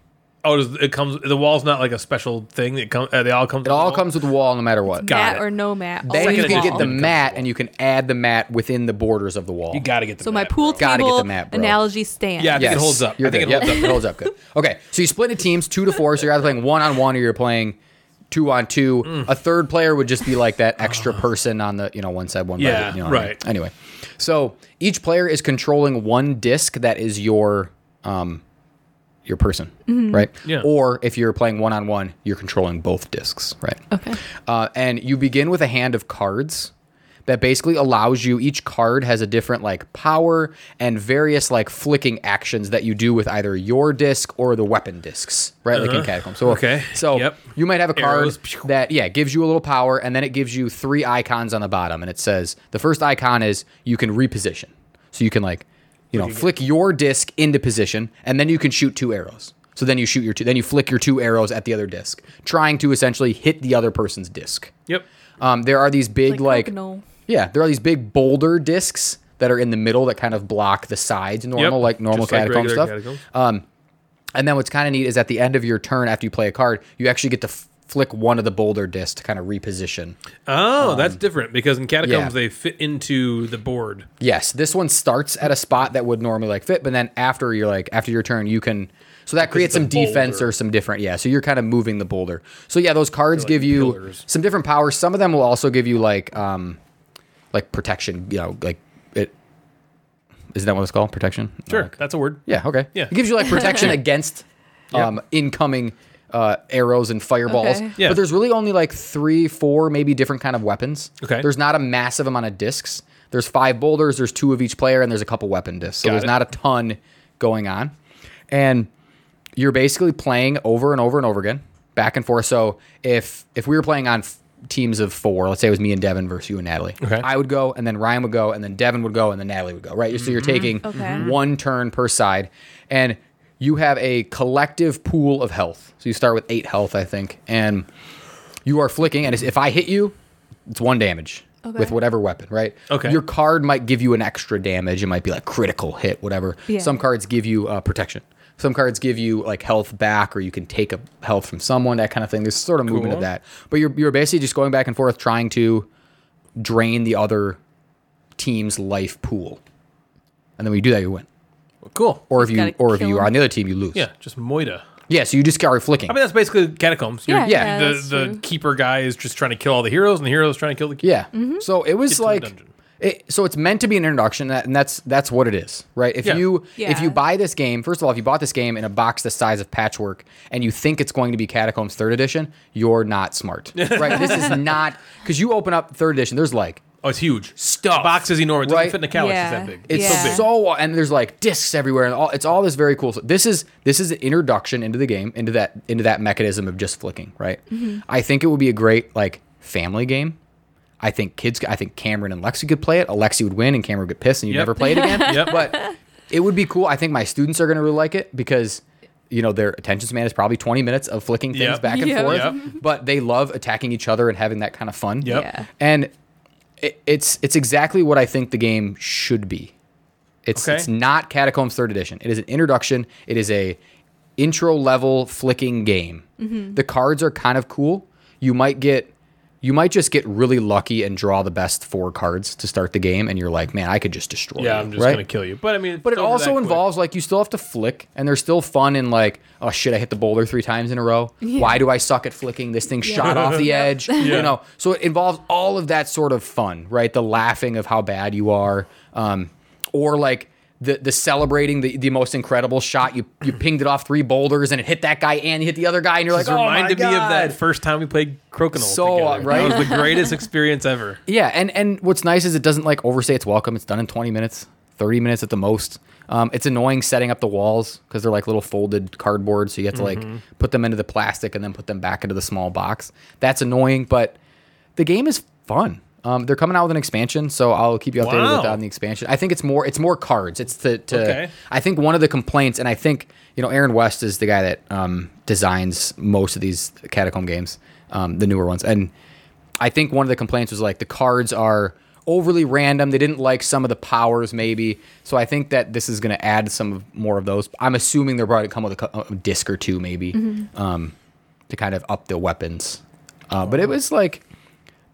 Oh, does, it comes. The wall's not like a special thing. It come. Uh, they all come.
It all comes with the wall no matter what.
Got
mat
it.
or no mat.
Then
always
you can get
wall.
the
Oh,
Then it comes
mat
with
and you can add the mat within the borders of the wall.
You gotta get the
So my
mat,
pool
bro.
Gotta get the
table
mat, bro.
analogy stands.
Yeah, I think it
Yes.
holds up.
You're
I think it
good.
holds
Yep, it holds up good. Okay, so you split into teams, two to four. So you're either playing one on one or you're playing two on two.
Mm.
A third player would just be like that extra person on the you know one side, one by
Uh. Yeah,
the- you know what I mean?
right.
Anyway, so each player is controlling one disc that is your um your person, right?
Yeah.
Or if you're playing one on one, you're controlling both discs, right?
Okay.
Uh, and you begin with a hand of cards that basically allows you each card has a different like power and various like flicking actions that you do with either your disc or the weapon discs, right? Like in Catacomb. So
Uh-huh. Okay.
so
Yep.
you might have a card
Arrows.
that yeah gives you a little power, and then it gives you three icons on the bottom, and it says the first icon is you can reposition, so you can like you know flick your disc into position, and then you can shoot two arrows. So then you shoot your two, then you flick your two arrows at the other disc, trying to essentially hit the other person's disc.
Yep.
Um, there are these big like,
Like coconut.
yeah, there are these big boulder discs that are in the middle that kind of block the sides normal
Yep.
like normal
Just like
catacomb
regular
stuff.
catacombs.
And then what's kind of neat is at the end of your turn, after you play a card, you actually get to f- flick one of the boulder discs to kind of reposition.
Oh, that's different because in catacombs
Um, yeah.
they fit into the board.
Yes, this one starts at a spot that would normally like fit, but then after you're like after your turn, you can. So that
it's
creates
a
some defense
boulder.
or some different. Yeah, so you're kind of moving the boulder. So yeah, those cards give you
pillars.
some different powers. Some of them will also give you like um, like protection. You know, like it. Isn't that what it's called? Protection.
Sure,
Like-
that's a word.
Yeah. Okay.
Yeah.
It gives you like protection against um, incoming uh, arrows and fireballs.
Okay.
Yeah.
But there's really only like three, four, maybe different kind of weapons.
Okay.
There's not a massive amount of discs. There's five boulders. There's two of each player, and there's a couple weapon discs. So
Got
there's
it.
not a ton going on, and you're basically playing over and over and over again, back and forth. So if if we were playing on f- teams of four, let's say it was me and Devin versus you and Natalie,
Okay.
I would go, and then Ryan would go, and then Devin would go, and then Natalie would go. Right. So you're taking
Mm-hmm. Okay.
Mm-hmm. one turn per side, and you have a collective pool of health. So you start with eight health, I think, and you are flicking. And it's- if I hit you, it's one damage
Okay.
with whatever weapon, right?
Okay.
Your card might give you an extra damage. It might be like critical hit, whatever.
Yeah.
Some cards give you uh, protection. Some cards give you like health back, or you can take a health from someone, that kind of thing. There's sort of movement of
Cool.
that, but you're you're basically just going back and forth trying to drain the other team's life pool, and then when you do that, you win
Cool.
or if you,
Gotta
or if
kill
you are
him.
on the other team, you lose.
Yeah, just moida.
Yeah. So you just are flicking.
I mean, that's basically catacombs. You're-
Yeah, yeah,
the
that's
the
true.
keeper guy is just trying to kill all the heroes, and the heroes trying to kill the keeper.
yeah. So it was
to the
like,
dungeon.
it, so it's meant to be an introduction, that, and that's that's what it is, right? If
Yeah.
you if
Yeah.
you buy this game, first of all, if you bought this game in a box the size of Patchwork and you think it's going to be Catacombs Third Edition, you're not smart, right? this is not because you open up Third Edition. There's like
Oh, it's huge. Stuff. The box is enormous. It doesn't
Right.
fit in a couch. It's
Yeah.
that big.
It's
Yeah.
so big.
so and there's like discs everywhere and all it's all this very cool. So this is this is an introduction into the game into that into that mechanism of just flicking, right? I think it would be a great like family game. I think kids. I think Cameron and Lexi could play it. Alexi would win, and Cameron would get pissed, and you would
Yep.
never play it again.
Yep.
But it would be cool. I think my students are going to really like it because you know their attention span is probably 20 minutes of flicking things
Yep.
back and
Yep.
forth.
Yep.
But they love attacking each other and having that kind of fun.
Yep.
Yeah.
And it, it's it's exactly what I think the game should be. It's
Okay.
it's not Catacombs Third Edition. It is an introduction. It is a intro level flicking game.
Mm-hmm.
The cards are kind of cool. You might get you might just get really lucky and draw the best four cards to start the game, and you're like, man, I could just destroy.
Yeah,
you,"
I'm just
right?
gonna kill you. But I mean,
But it also involves like you still have to flick, and there's still fun in like, oh shit, I hit the boulder three times in a row. Why do I suck at flicking? This thing shot off the edge. You know, so it involves all of that sort of fun, right? The laughing of how bad you are, um, or like the the celebrating the, the most incredible shot. You you pinged it off three boulders, and it hit that guy and hit the other guy, and you're like,
This
oh my
reminded
god.
me of that first time we played Crokinole.
So,
together.
uh, right?
That was the greatest experience ever.
Yeah, and and what's nice is it doesn't like overstay its welcome. It's done in 20 minutes, 30 minutes at the most. Um, it's annoying setting up the walls because they're like little folded cardboard, so you have to like put them into the plastic and then put them back into the small box. That's annoying, but the game is fun. Um, they're coming out with an expansion, so I'll keep you updated
Wow.
with that on the expansion. I think it's more it's more cards. It's to, to
Okay.
I think one of the complaints, and I think you know Aaron West is the guy that um, designs most of these catacomb games, um, the newer ones, and I think one of the complaints was like the cards are overly random. They didn't like some of the powers, maybe. So I think that this is going to add some of, more of those. I'm assuming they're probably going to come with a, cou- a disc or two, maybe, um, to kind of up the weapons. Uh, but it was like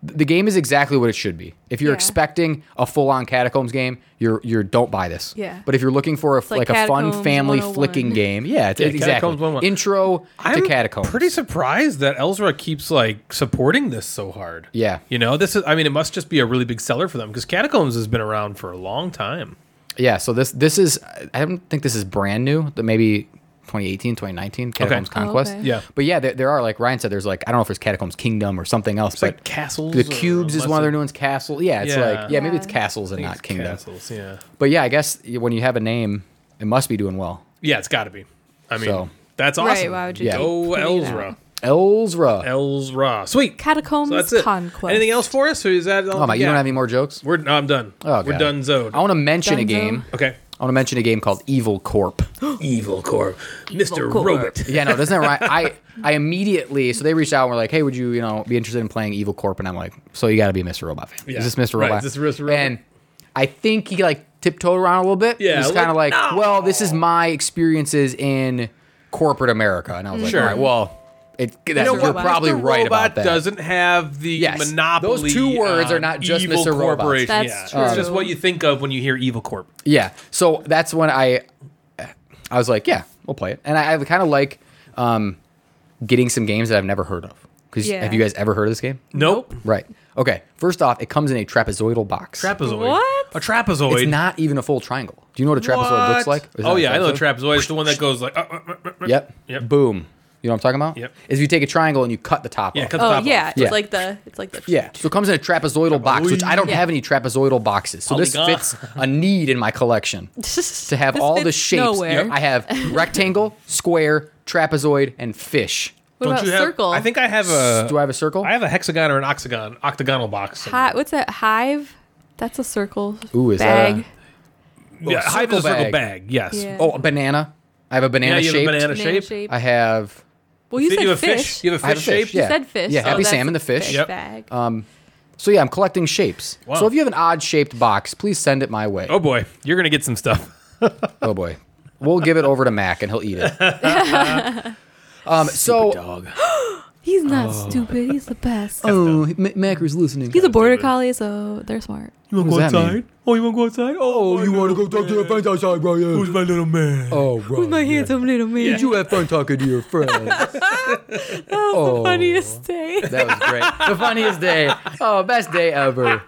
the game is exactly what it should be. If you're
Yeah.
expecting a full-on Catacombs game, you're you're don't buy this.
Yeah.
But if you're looking for a, like,
like
a fun
Catacombs
family
101.
flicking game, yeah, it's,
Yeah,
it's exactly.
Catacombs 101.
Intro
I'm
to Catacombs.
pretty surprised that Elzra keeps like supporting this so hard.
Yeah.
you know this is. I mean, it must just be a really big seller for them because Catacombs has been around for a long time.
Yeah, so this this is I don't think this is brand new, but maybe 2018, 2019 Catacombs
Okay.
Oh,
Conquest.
okay.
Yeah.
But yeah, there, there are like Ryan said there's like I don't know if it's Catacombs Kingdom or something else, but
like castles
The
or
cubes is
unless
one of their
it-
new ones. Castle. Yeah, it's
Yeah.
like yeah, maybe
Yeah.
it's castles and not kingdom.
Castles, yeah,
But yeah, I guess when you have a name, it must be doing well.
yeah, it's got to be. I mean,
So-
that's awesome.
Right, why would you
Yeah.
keep
Go
putting it
Elzra,
out?
Elzra.
Elzra, sweet.
Catacombs
So that's it.
Conquest.
Anything else for us, or is that? All?
oh my, you
Yeah.
don't have any more jokes?
We're no, I'm done.
Oh,
We're
God.
done. Zoned.
I want to mention a
Dunzo.
game.
Okay.
I want to mention a game called Evil Corp.
Evil Corp, Mister
Corp.
Robot.
Yeah, no, doesn't that right? I I immediately so they reached out and were like, hey, would you you know be interested in playing Evil Corp? And I'm like, so you got to be a Mr. Robot fan.
Yeah.
Is this Mr.
Right,
Robot?
is this Mr. Robot?
And I think he like tiptoed around a little bit.
Yeah,
he's
like,
kind of like,
no.
well, this is my experiences in corporate America, and I was like,
Sure.
all right, well, it that's, you
what?
are probably
Mr. Robot
right about that.
doesn't have the
Yes.
monopoly.
Those two words
on
are not just
evil
Mr. Robots.
Corporation.
That's
yeah. It's
true.
just what you think of when you hear Evil Corp.
Yeah. So that's when I I was like, yeah, we'll play it. And I, I kind of like um, getting some games that I've never heard of. Because
Yeah.
have you guys ever heard of this game?
Nope.
Right. Okay. First off, it comes in a trapezoidal box.
Trapezoid.
What?
A trapezoid.
it's not even a full triangle. Do you know what a trapezoid looks like?
What?
Is
oh
that
yeah, I know the
trapezoid?
trapezoid. It's the one that goes like. Uh, uh, uh, uh, uh.
Yep.
Yep.
Boom. You know what I'm talking about?
Yep.
Is if you take a triangle and you cut the top
Yeah,
off.
cut the
Oh
top
yeah,
off.
it's
Yeah.
like the it's like the
Yeah. So it comes in a trapezoidal box, which I don't
Oh, Yeah.
have any trapezoidal boxes. So
Polygon.
this fits a need in my collection to have
This
all the
fits
shapes.
nowhere.
I have rectangle, square, trapezoid, and fish.
What about
you have?
circle?
I think I have a.
Do I have a circle?
Uh, I have a hexagon or an octagon, octagonal box.
Hi, what's that? Hive? That's a circle.
Ooh, is that a-
bag.
yeah,
a
hive is a
Oh, circle
circle bag.
bag.
Yes.
Yeah.
oh, a banana. I have a
Yeah,
banana
you have
shaped.
a banana
Banana
shape.
shape.
I have.
well, you
Then
said
you have
fish.
fish. You have a
I have
fish,
a fish,
shape.
yeah.
You said fish.
Yeah,
so
Happy
that's
Salmon,
a
the fish. Um,
fish
Yep.
bag.
So yeah, I'm collecting shapes.
Wow.
So if you have an odd shaped box, please send it my way.
Oh boy, you're gonna get some stuff.
Oh boy. We'll give it over to Mac and he'll eat it. um, so,
Dog.
He's not
Oh.
stupid. He's the best.
oh, M- Macker's listening.
He's a border collie, so they're smart.
You wanna
What does that mean?
Oh, you wanna go outside? Oh,
to go talk to your friends outside, bro? Yeah.
my little man?
Oh, bro.
My handsome little man.
have fun talking to your friends.
that was
Oh.
the funniest day.
That was great. The funniest day. Oh, best day ever.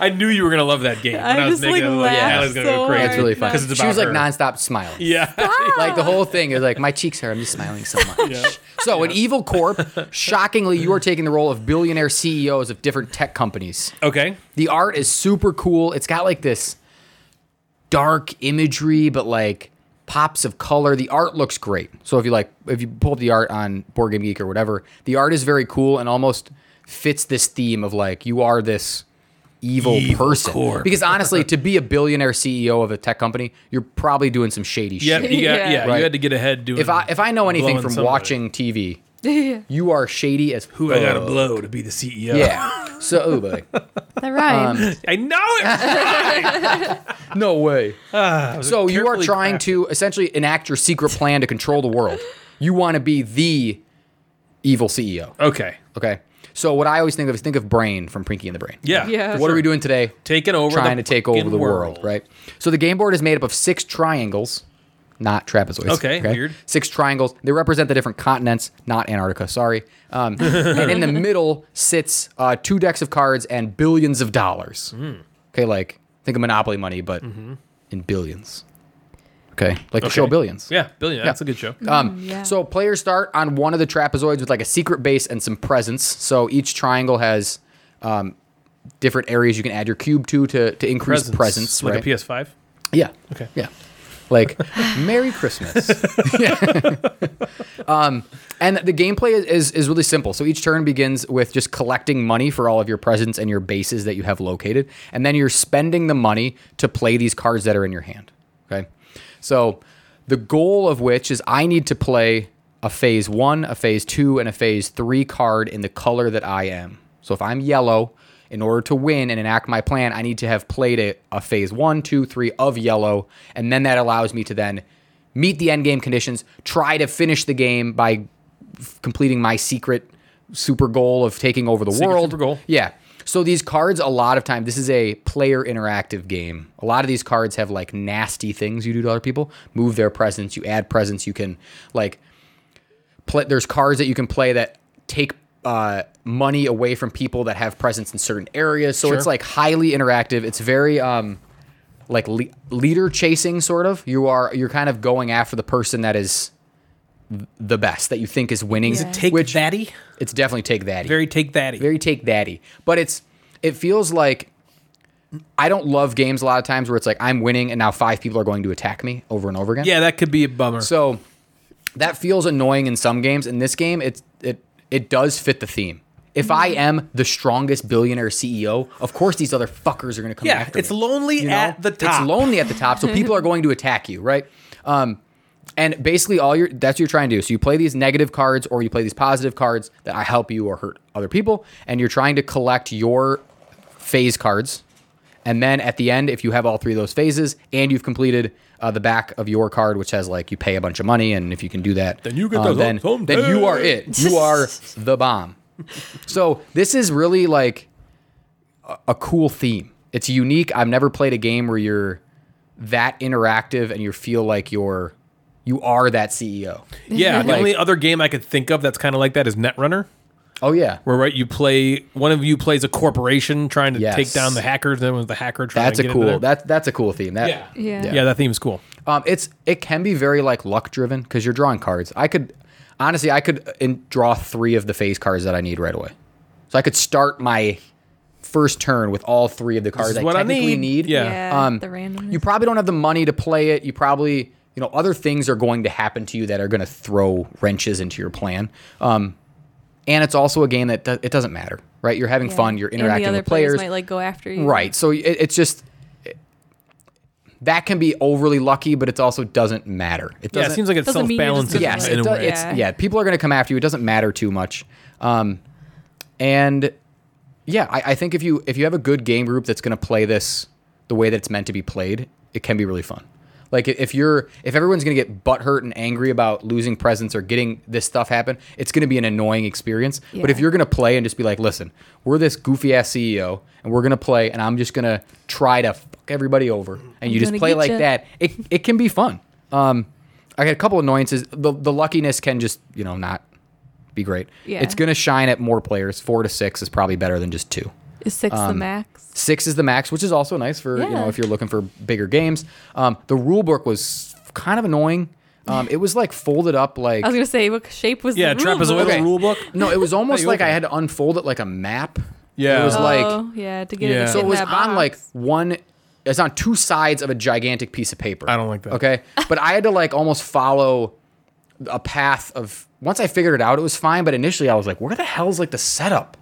I knew you were gonna love that game.
I
when I was
just,
making
like,
it, I was like, Allie's gonna
laughed
go
so
crazy.
That's really funny.
Because it's
she was like
about her.
nonstop smiling.
Yeah.
Like the whole thing is like my cheeks hurt. I'm just smiling so much. So, an evil corp. Shockingly, you are taking the role of billionaire CEOs of different tech companies.
okay.
The art is super cool. It's got like this dark imagery, but like pops of color. The art looks great. So if you like, if you pull up the art on Board Game Geek or whatever, the art is very cool and almost fits this theme of like you are this evil, person.
corp.
Because honestly, to be a billionaire CEO of a tech company, you're probably doing some shady
Yeah,
shit.
you got, yeah,
Yeah.
you
Right.
had to get ahead doing.
If I if I know anything
blowing
from
somebody.
watching TV,
Yeah.
you are shady as
who I gotta
fuck.
blow to be the CEO.
Yeah. So oh boy.
That rhymed.
I know it.
No way. so you are
Ah, carefully
trying
crafted.
to essentially enact your secret plan to control the world. You want to be the evil CEO.
okay.
Okay. So what I always think of is think of Brain from Pinky and the Brain.
Yeah.
Yeah.
What are we doing today?
Taking over.
Trying
the
to take over
fucking
the world. right? So the game board is made up of six triangles, not trapezoids.
Okay, weird.
Six triangles. They represent the different continents, not Antarctica. Sorry. Um, and in the middle sits uh, two decks of cards and billions of dollars.
Hmm.
Okay, like think of Monopoly money, but in billions. Okay, like the
Mm-hmm.
show
Okay.
Billions.
Yeah, billion. That's a good show.
Um,
yeah.
So players start on one of the trapezoids with like a secret base and some presents. So each triangle has um, different areas you can add your cube to to, to increase presence.
like
right?
a PS5.
Yeah.
Okay.
Yeah. Like Merry Christmas. yeah. um, and the gameplay is, is is really simple. So each turn begins with just collecting money for all of your presents and your bases that you have located, and then you're spending the money to play these cards that are in your hand. Okay. So the goal of which is I need to play a phase one, a phase two, and a phase three card in the color that I am. So if I'm yellow in order to win and enact my plan, I need to have played a, a phase one, two, three of yellow, and then that allows me to then meet the end game conditions, try to finish the game by f- completing my secret super goal of taking over the
Secret
world.
super goal.
Yeah. So these cards, a lot of time, this is a player interactive game. A lot of these cards have like nasty things you do to other people. Move their presence. You add presence. You can like play. There's cards that you can play that take uh, money away from people that have presence in certain areas. So it's
Sure.
like highly interactive. It's very um, like le- leader chasing sort of. You are you're kind of going after the person that is th- the best that you think is winning.
Yeah.
Take
which
thatty.
it's definitely take that
Very take thatty.
very take daddy. But it's it feels like I don't love games a lot of times where it's like I'm winning and now five people are going to attack me over and over again.
yeah, that could be a bummer.
So that feels annoying in some games. In this game, it it it does fit the theme. If I
Mm-hmm.
am the strongest billionaire CEO, of course these other fuckers are going to come
Yeah,
after
it's
me.
lonely at the top.
It's lonely at the top, so people are going to attack you, right? Um, and basically, all your that's what you're trying to do. So you play these negative cards, or you play these positive cards that I help you or hurt other people, and you're trying to collect your phase cards. And then at the end, if you have all three of those phases and you've completed uh, the back of your card, which has like you pay a bunch of money, and if you can do that,
Then you get
uh,
the
then,
lump sum
then you are
pay.
it. You are the bomb. So this is really like a, a cool theme. It's unique. I've never played a game where you're that interactive and you feel like you're you are that E CEO.
yeah, the
Like-
only other game I could think of that's kind of like that is Netrunner,
Oh yeah.
where right you play one of you plays a corporation trying to
Yes.
take down the hackers, and then was the hacker trying
That's
to
a
get into there.
cool. That that's a cool theme. That
yeah.
Yeah.
yeah, That theme's cool.
Um, it's it can be very like luck driven because you're drawing cards. I could honestly, I could uh, in, draw three of the phase cards that I need right away, so I could start my first turn with all three of the cards
is
I
what I
technically
need.
need.
Yeah.
Um,
the random.
You probably don't have the money to play it. You probably you know other things are going to happen to you that are going to throw wrenches into your plan. Um, and it's also a game that do- it doesn't matter, right? You're having fun. You're interacting
and the other
with players.
might like go after you.
Right. So it, it's just that can be overly lucky, but it also doesn't matter. It
Yeah,
doesn't.
it seems like it's
doesn't
self
mean you're just
balancing
gonna,
yes,
like-
in
it
a
does,
way.
it's yeah. People are going to come after you. It doesn't matter too much. Um, and yeah, I, I think if you if you have a good game group that's going to play this the way that it's meant to be played, it can be really fun. Like i- if you're if everyone's going to get butthurt and angry about losing presents or getting this stuff happen, it's going to be an annoying experience. But if
Yeah.
you're going to play and just be like, listen, we're this goofy ass CEO and we're going to play, and I'm just going to try to fuck everybody over, and you just
gonna
play
get
like
ya.
that, it it can be fun. Um, I had a couple annoyances. The the luckiness can just you know not be great.
Yeah.
It's going to shine at more players. Four to six is probably better than just two.
Is six
Um,
the max?
Six is the max, which is also nice for you know
Yeah.
if you're looking for bigger games. Um, the rule book was kind of annoying. Um, it was like folded up like
I was gonna say what shape was
Yeah,
the rule
trapezoidal
book?
Okay. rule book?
No, it was almost
you
like I
open it.
had to unfold it like a map.
Yeah.
it was
Oh,
like
oh, yeah, to get
Yeah.
it.
So
so it was
that
on
box.
like one. It's on two sides of a gigantic piece of paper.
I don't like that.
Okay, but I had to like almost follow a path of. Once I figured it out, it was fine. But initially, I was like, "Where the hell's like the setup?"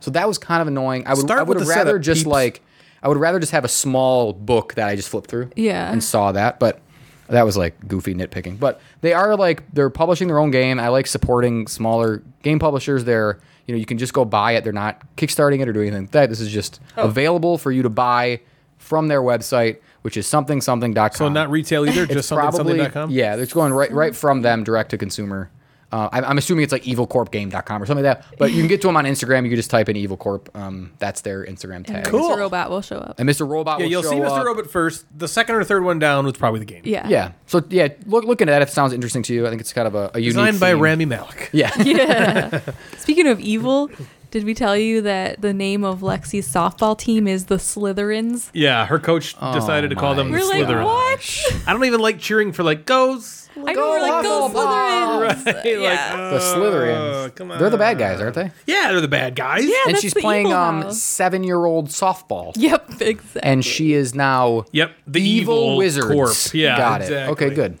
So that was kind of annoying. I would
Start
I would
with the
rather
setup,
just
peeps.
like I would rather just have a small book that I just flipped through.
Yeah.
And saw that, but that was like goofy nitpicking. But they are like they're publishing their own game. I like supporting smaller game publishers. They're you know you can just go buy it. They're not kickstarting it or doing anything like that. This is just
Oh.
available for you to buy from their website, which is something something.com.
So not retail either, just
it's
something
probably
something.com.
yeah, it's going right right from them direct to consumer. Uh, I'm, I'm assuming it's like evilcorpgame.com or something like that. But you can get to them on Instagram. You can just type in evilcorp. Um, that's their Instagram tag.
Cool.
Mr. Robot will show up.
And Mr. Robot.
Yeah,
will
you'll
show
see Mr.
up.
Robot first. The second or third one down was probably the game.
Yeah.
Yeah. So yeah, look, looking at it, if it sounds interesting to you, I think it's kind of a, a unique.
Designed by
theme.
Rami Malek.
Yeah.
Yeah. Speaking of evil, did we tell you that the name of Lexi's softball team is the Slytherins?
Yeah, her coach decided to call them
Oh my
the
We're like,
Slytherin.
what?
I don't even like cheering for like goes.
I know we're like, go Slytherins. Yeah.
uh,
The
Oh,
Slytherins.
come on.
They're the bad guys, aren't they?
Yeah, they're the bad guys. Yeah.
and
that's
she's
the
playing
evil
um
house.
seven-year-old softball,
Yep, exactly.
and she is now
Yep. The
evil,
evil
wizards.
corp. Yeah,
Got it.
exactly.
Okay. Good.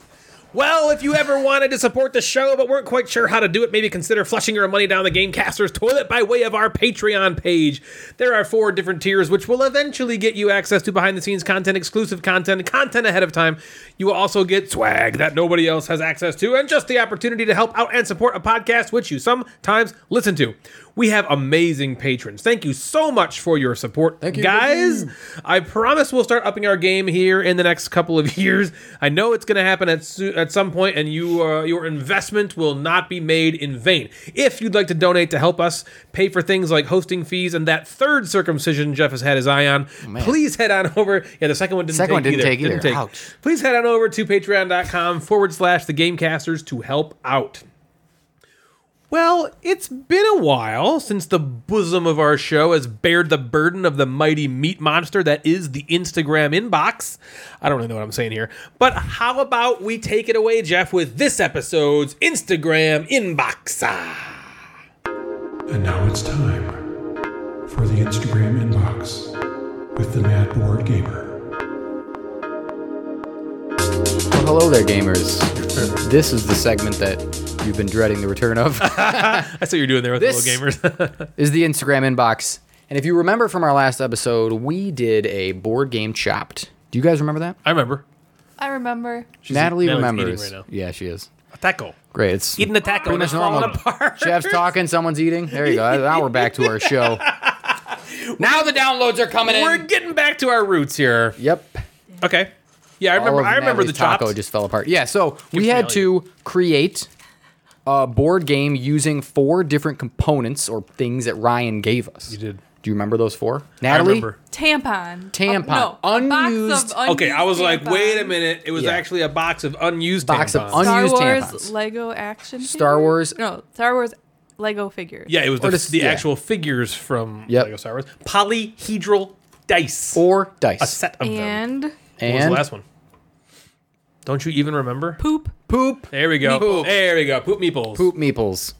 Well, if you ever wanted to support the show but weren't quite sure how to do it, maybe consider flushing your money down the Gamecaster's toilet by way of our Patreon page. There are four different tiers, which will eventually get you access to behind the scenes content, exclusive content, content ahead of time. You will also get swag that nobody else has access to, and just the opportunity to help out and support a podcast which you sometimes listen to. We have amazing patrons. Thank you so much for your support, Thank
you.
guys. I promise we'll start upping our game here in the next couple of years. I know it's going to happen at su- at some point, and you uh, your investment will not be made in vain. If you'd like to donate to help us pay for things like hosting fees and that third circumcision Jeff has had his eye on, please head on over. Yeah, the second one didn't
Oh, Second
take
one didn't
either.
take either.
Didn't take.
Ouch.
Please head on over to patreon.com forward slash the gamecasters to help out. Well, it's been a while since the bosom of our show has bared the burden of the mighty meat monster that is the Instagram inbox. I don't really know what I'm saying here, but how about we take it away, Jeff, with this episode's Instagram inbox?
And now it's time for the Instagram inbox with the Mad Board Gamer.
Well, hello there, gamers. This is the segment that you've been dreading the return of.
That's what you're doing there with
This-
the little gamers.
is the Instagram inbox. And if you remember from our last episode, we did a board game chopped. Do you guys remember that?
I remember.
I remember.
Natalie
Natalie's eating
remembers.
right now.
Yeah, she is.
A taco.
Great. It's
Eating a taco.
pretty
and
much
it's falling
normal.
apart.
Chef's talking, someone's eating. There you go. Now we're back to our show. now the downloads are coming
We're
in.
getting back to our roots here.
Yep.
Okay. Yeah, I remember.
All of
I remember the
Natalie's taco
chops.
just fell apart. Yeah, so we had
familiar.
to create a board game using four different components or things that Ryan gave us. You
did.
Do you remember those four?
I
Natalie,
remember.
Tampon.
Tampon.
Oh, no. Box of
Unused-
Okay, I was like,
tampons.
wait a minute. It was
Yeah.
actually a box of unused
Box of
tampons.
un-
Star
Unused
Wars
tampons.
Lego action.
Star
figures?
Wars-
No, Star Wars Lego figures.
yeah, it was the,
Or just-
the
yeah.
actual figures from
Yep.
Lego Star Wars. Polyhedral dice.
or dice.
a set of them. What
And
was
and
the last one? Don't you even remember?
poop.
poop.
There we go.
Meeples.
There we go. Poop meeples.
Poop meeples.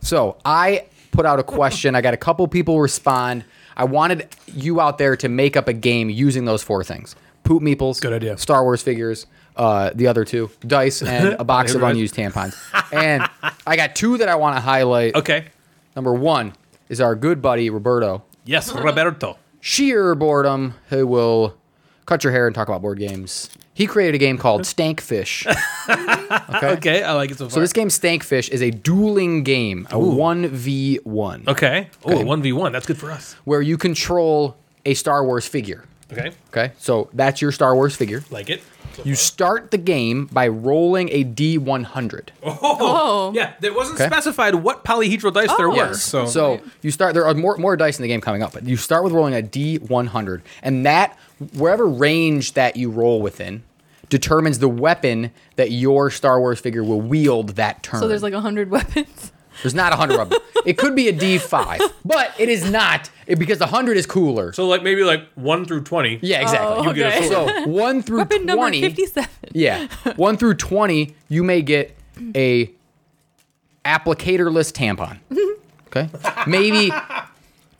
So I put out a question. I got a couple people respond. I wanted you out there to make up a game using those four things: poop meeples,
Good idea.
Star Wars figures, uh, the other two, dice, and a box of
Right.
unused tampons. And I got two that I want to highlight.
Okay.
Number one is our good buddy Roberto.
Yes, Roberto.
Sheer boredom, who will cut your hair and talk about board games. He created a game called Stankfish.
Okay, I like it so far.
So this game Stankfish is a dueling game, a one v one,
okay. Oh, a 1v1. That's good for us.
where you control a Star Wars figure.
Okay.
Okay, so that's your Star Wars figure.
Like it.
You start the game by rolling a d one hundred.
Oh.
Yeah, there wasn't
Okay.
specified what polyhedral dice there were.
Oh. Yes.
So,
So you start. There are more more dice in the game coming up, but you start with rolling a d one hundred, and that wherever range that you roll within determines the weapon that your Star Wars figure will wield that turn.
So there's like hundred weapons.
there's not a hundred of them. It could be a d five, but it is not it, because the hundred is cooler.
so like maybe like 1 through 20.
Yeah, exactly.
Oh,
You get a
okay.
sword.
So one through
Weapon number
twenty.
fifty-seven.
Yeah, one through twenty, you may get a applicatorless tampon. Okay, maybe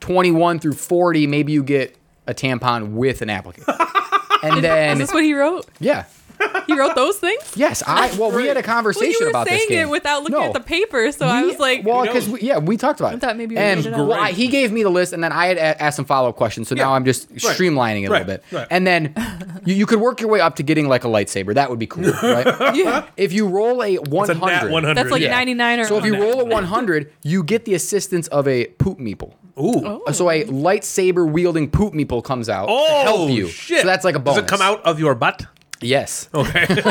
twenty-one through forty, maybe you get a tampon with an applicator. And
Is
then
this what he wrote?
yeah,
He wrote those things.
yes, I well we had a
Well,
conversation
you were
about
saying
this game.
it without looking
No.
at the paper, so I
We-
was like,
well,
Who knows?
because yeah, we talked about it.
thought maybe we
and
made it up.
well, I- he gave me the list, and then I had a- asked some follow up questions. So now
Yeah.
I'm just
Right.
streamlining it a
Right.
little bit.
Right.
And then you, you could work your way up to getting like a lightsaber. That would be cool, right?
yeah.
If you roll a
It's a nat
100,
100.
That's like
yeah.
99 or
so if you
100.
roll a 100, you get the assistance of a poop meeple.
Ooh.
Oh.
So a lightsaber wielding poop meeple comes out to help you.
Oh, Shit.
So that's like a bonus.
Does it come out Oh. of your butt?
Yes.
with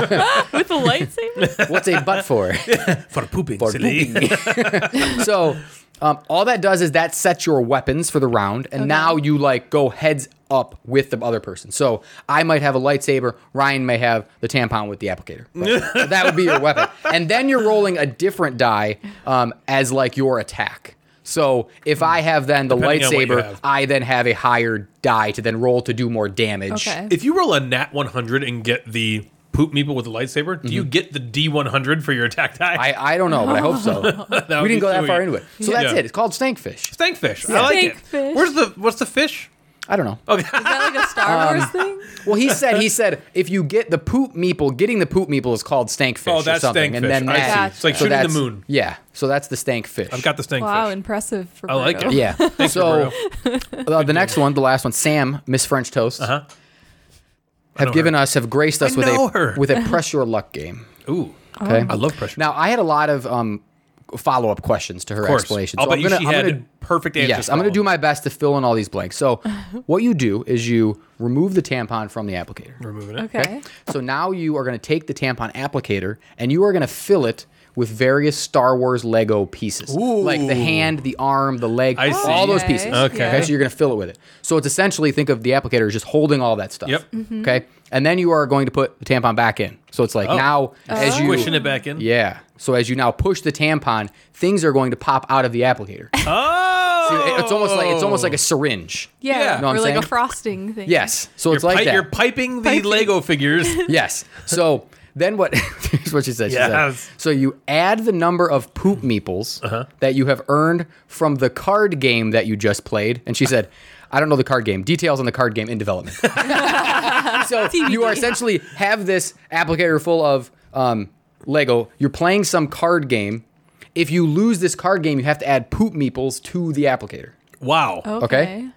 a lightsaber.
What's a butt for?
For pooping,
for
silly.
pooping. so um, all that does is that sets your weapons for the round, and now you like go heads up with the other person. So I might have a lightsaber, Ryan may have the tampon with the applicator. right? So that would be your weapon, and then you're rolling a different die um, as like your attack. So if I have then the
Depending on what you
lightsaber,
have.
I then have a higher die to then roll to do more damage.
Okay.
If you roll a nat 100 and get the poop meeple with a lightsaber, do you get the D100 for your attack die?
Mm-hmm. I, I don't know, but I hope so.
would
we
be
didn't go that
sweet.
far into it. So that's
Yeah.
it. It's called Stankfish.
Stankfish. I like it.
Stankfish.
Where's the what's the fish?
I don't know.
Is that like a Star
Um,
Wars thing?
Well, he said he said if you get the poop meeple, getting the poop meeple is called stank fish
Oh, that's
or something,
stank
and
fish.
then
I
that-
see. It's like
shooting the
that's-
moon.
Yeah, so that's the stank fish.
I've got the stink
Wow,
fish.
impressive.
I like
Roberto.
it.
yeah.
Thanks,
so
Roberto.
uh, the next one, the last one, Sam, Miss French Toast,
Uh-huh. know
have given
her.
us, have graced us with
know
a
her.
with a press your luck game.
Ooh,
Oh.
Okay,
I love pressure.
Now I had a lot of um, follow up questions to her
of course.
explanation.
I'll
so
bet
I'm
you
gonna,
she
I'm
had
gonna,
perfect answers.
Yes, I'm
for
going to do
all
my best to fill in all these blanks. So, what you do is you remove the tampon from the applicator.
of them. Removing it.
Okay.
So now you are going to take the tampon applicator and you are going to fill it with various Star Wars Lego pieces, like the hand, the arm, the leg,
I see.
all those
Okay,
pieces.
Okay. yeah.
so you're going to fill it with it. So it's essentially think of the applicator as just holding all that stuff. Mm-hmm.
Yep.
Okay, and then you are going to put the tampon back in. So it's like now as you
Oh. Squishing it back in.
yeah. So as you now push the tampon, things are going to pop out of the applicator.
Oh,
It- It's almost like it's almost like a syringe.
Yeah.
Yeah.
Know what I'm
or like a
saying?
frosting thing.
Yes. So
You're,
it's like
pi-
that.
you're piping the Lego figures.
Yes. So then what? here's what she said. She said,
Yes.
so you add the number of poop meeples that you have earned from the card game that you just played, and she said. I don't know the card game. Details on the card game in development. so you are essentially have this applicator full of um, Lego. You're playing some card game. If you lose this card game, you have to add poop meeples to the applicator.
Wow.
Oh. Okay.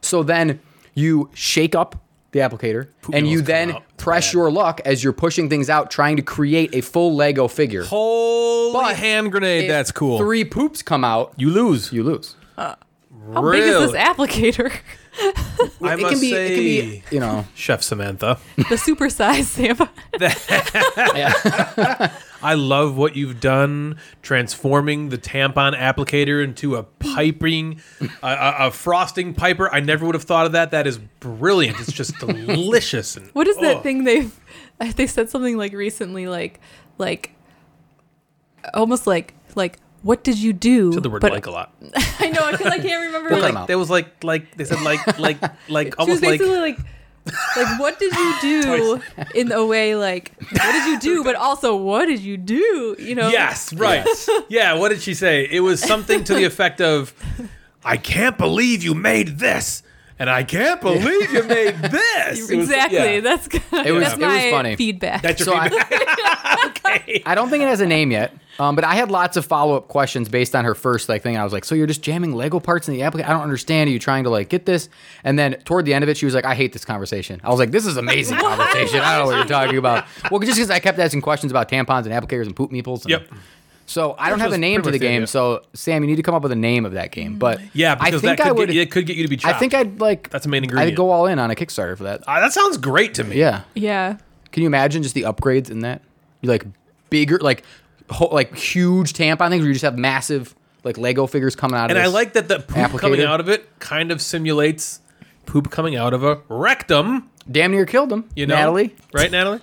So then you shake up the applicator and
meals
you
come
then
out
press your luck as you're pushing things out, trying to create a full Lego figure.
Holy
But
hand grenade.
If
That's cool.
Three poops come out,
you lose.
you lose.
How big is this applicator?
I must say,
you know,
Chef Samantha.
the supersized Sam.
I love what you've done, transforming the tampon applicator into a piping, a, a, a frosting piper. I never would have thought of that. That is brilliant. It's just delicious. And,
What is that
oh.
thing they've? They said something like recently, like, like, almost like, like, what did you do?
The word
But-
like a lot.
I know because I can't remember.
Well,
like,
I'm out.
Like, that was like like they said like like like
she was
almost like
basically like, like, what did you do? in a way, like, what did you do? But also, what did you do? You know?
yes right yeah. What did she say? It was something to the effect of, "I can't believe you made this." And I can't believe you made this. It was-
Exactly.
yeah.
That's it
was-
that's
it was
my
funny.
feedback.
That's your
So I-
feedback. okay.
I don't think it has a name yet. Um, but I had lots of follow up questions based on her first like thing. I was like, so you're just jamming Lego parts in the applicator? I don't understand. Are you trying to like get this? And then toward the end of it, she was like, I hate this conversation. I was like, this is amazing conversation. I don't know what you're talking about. Well, just because I kept asking questions about tampons and applicators and poop meeples. And
Yep.
So I don't have
was
a name
pretty
to the
much the
game.
idea.
So Sam, you need to come up with a name of that game. But
Yeah, because
I think
that could
I would.
get, it could get you to be
I
chopped.
think I'd like.
That's the main ingredient.
I'd go all in on a Kickstarter for that.
Ah, that sounds great to me.
Yeah.
yeah.
Can you imagine just the upgrades in that? You like bigger, like ho- like huge tampon things where you just have massive like Lego figures coming out.
And
of
I
this.
like that the poop coming
Applicator.
out of it kind of simulates poop coming out of a rectum.
damn near killed them,
You know,
Natalie.
right, Natalie?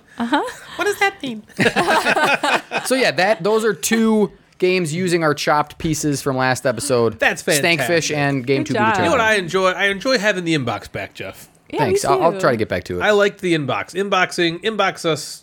So yeah, that those are two games using our chopped pieces from last episode.
That's fantastic.
Stankfish and game
Good
two.
job.
Determined.
You know what I enjoy? I enjoy having the inbox back, Jeff.
yeah
Thanks.
me
I'll, I'll
too.
try to get back to it.
I liked the inbox. Inboxing, inbox us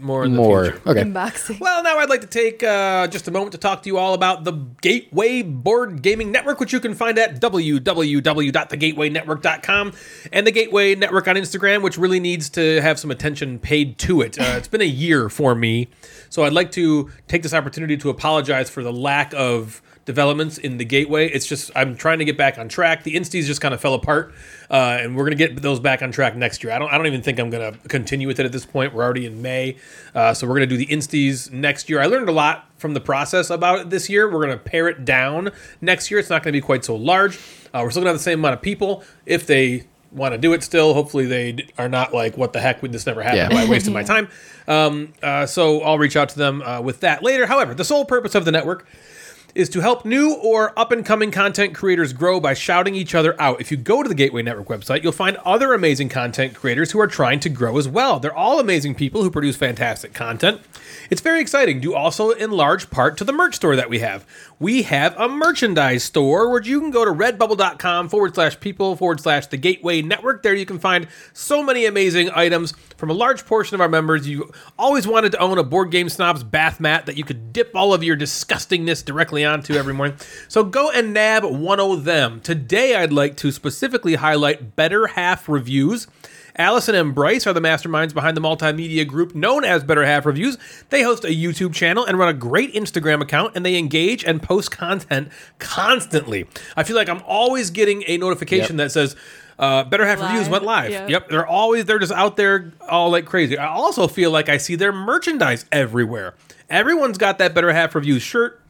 more in the
More.
future.
Okay.
unboxing.
Well, now I'd like to take uh, just a moment to talk to you all about the Gateway Board Gaming Network, which you can find at www.thegatewaynetwork.com and the Gateway Network on Instagram, which really needs to have some attention paid to it. Uh, it's been a year for me, so I'd like to take this opportunity to apologize for the lack of developments in the gateway it's just i'm trying to get back on track the insties just kind of fell apart uh, and we're gonna get those back on track next year i don't i don't even think i'm gonna continue with it at this point we're already in may uh, so we're gonna do the insties next year i learned a lot from the process about it this year we're gonna pare it down next year it's not gonna be quite so large uh, we're still gonna have the same amount of people if they want to do it still hopefully they d- are not like what the heck would this never happen
Yeah.
Why I wasted my time. Um, uh, so I'll reach out to them uh, with that later. However, the sole purpose of the network is to help new or up and coming content creators grow by shouting each other out. If you go to the Gateway Network website, you'll find other amazing content creators who are trying to grow as well. They're all amazing people who produce fantastic content. It's very exciting, due also in large part to the merch store that we have. We have a merchandise store where you can go to redbubble.com forward slash people forward slash the Gateway Network. There you can find so many amazing items from a large portion of our members. You always wanted to own a Board Game Snobs bath mat that you could dip all of your disgustingness directly me on to every morning. So go and nab one of them. Today, I'd like to specifically highlight Better Half Reviews. Allison and Bryce are the masterminds behind the multimedia group known as Better Half Reviews. They host a YouTube channel and run a great Instagram account, and they engage and post content constantly. I feel like I'm always getting a notification that says, uh, Better Half Reviews
Live.
went live.
Yep.
yep, they're always they're just out there all like crazy. I also feel like I see their merchandise everywhere. Everyone's got that Better Half Reviews shirt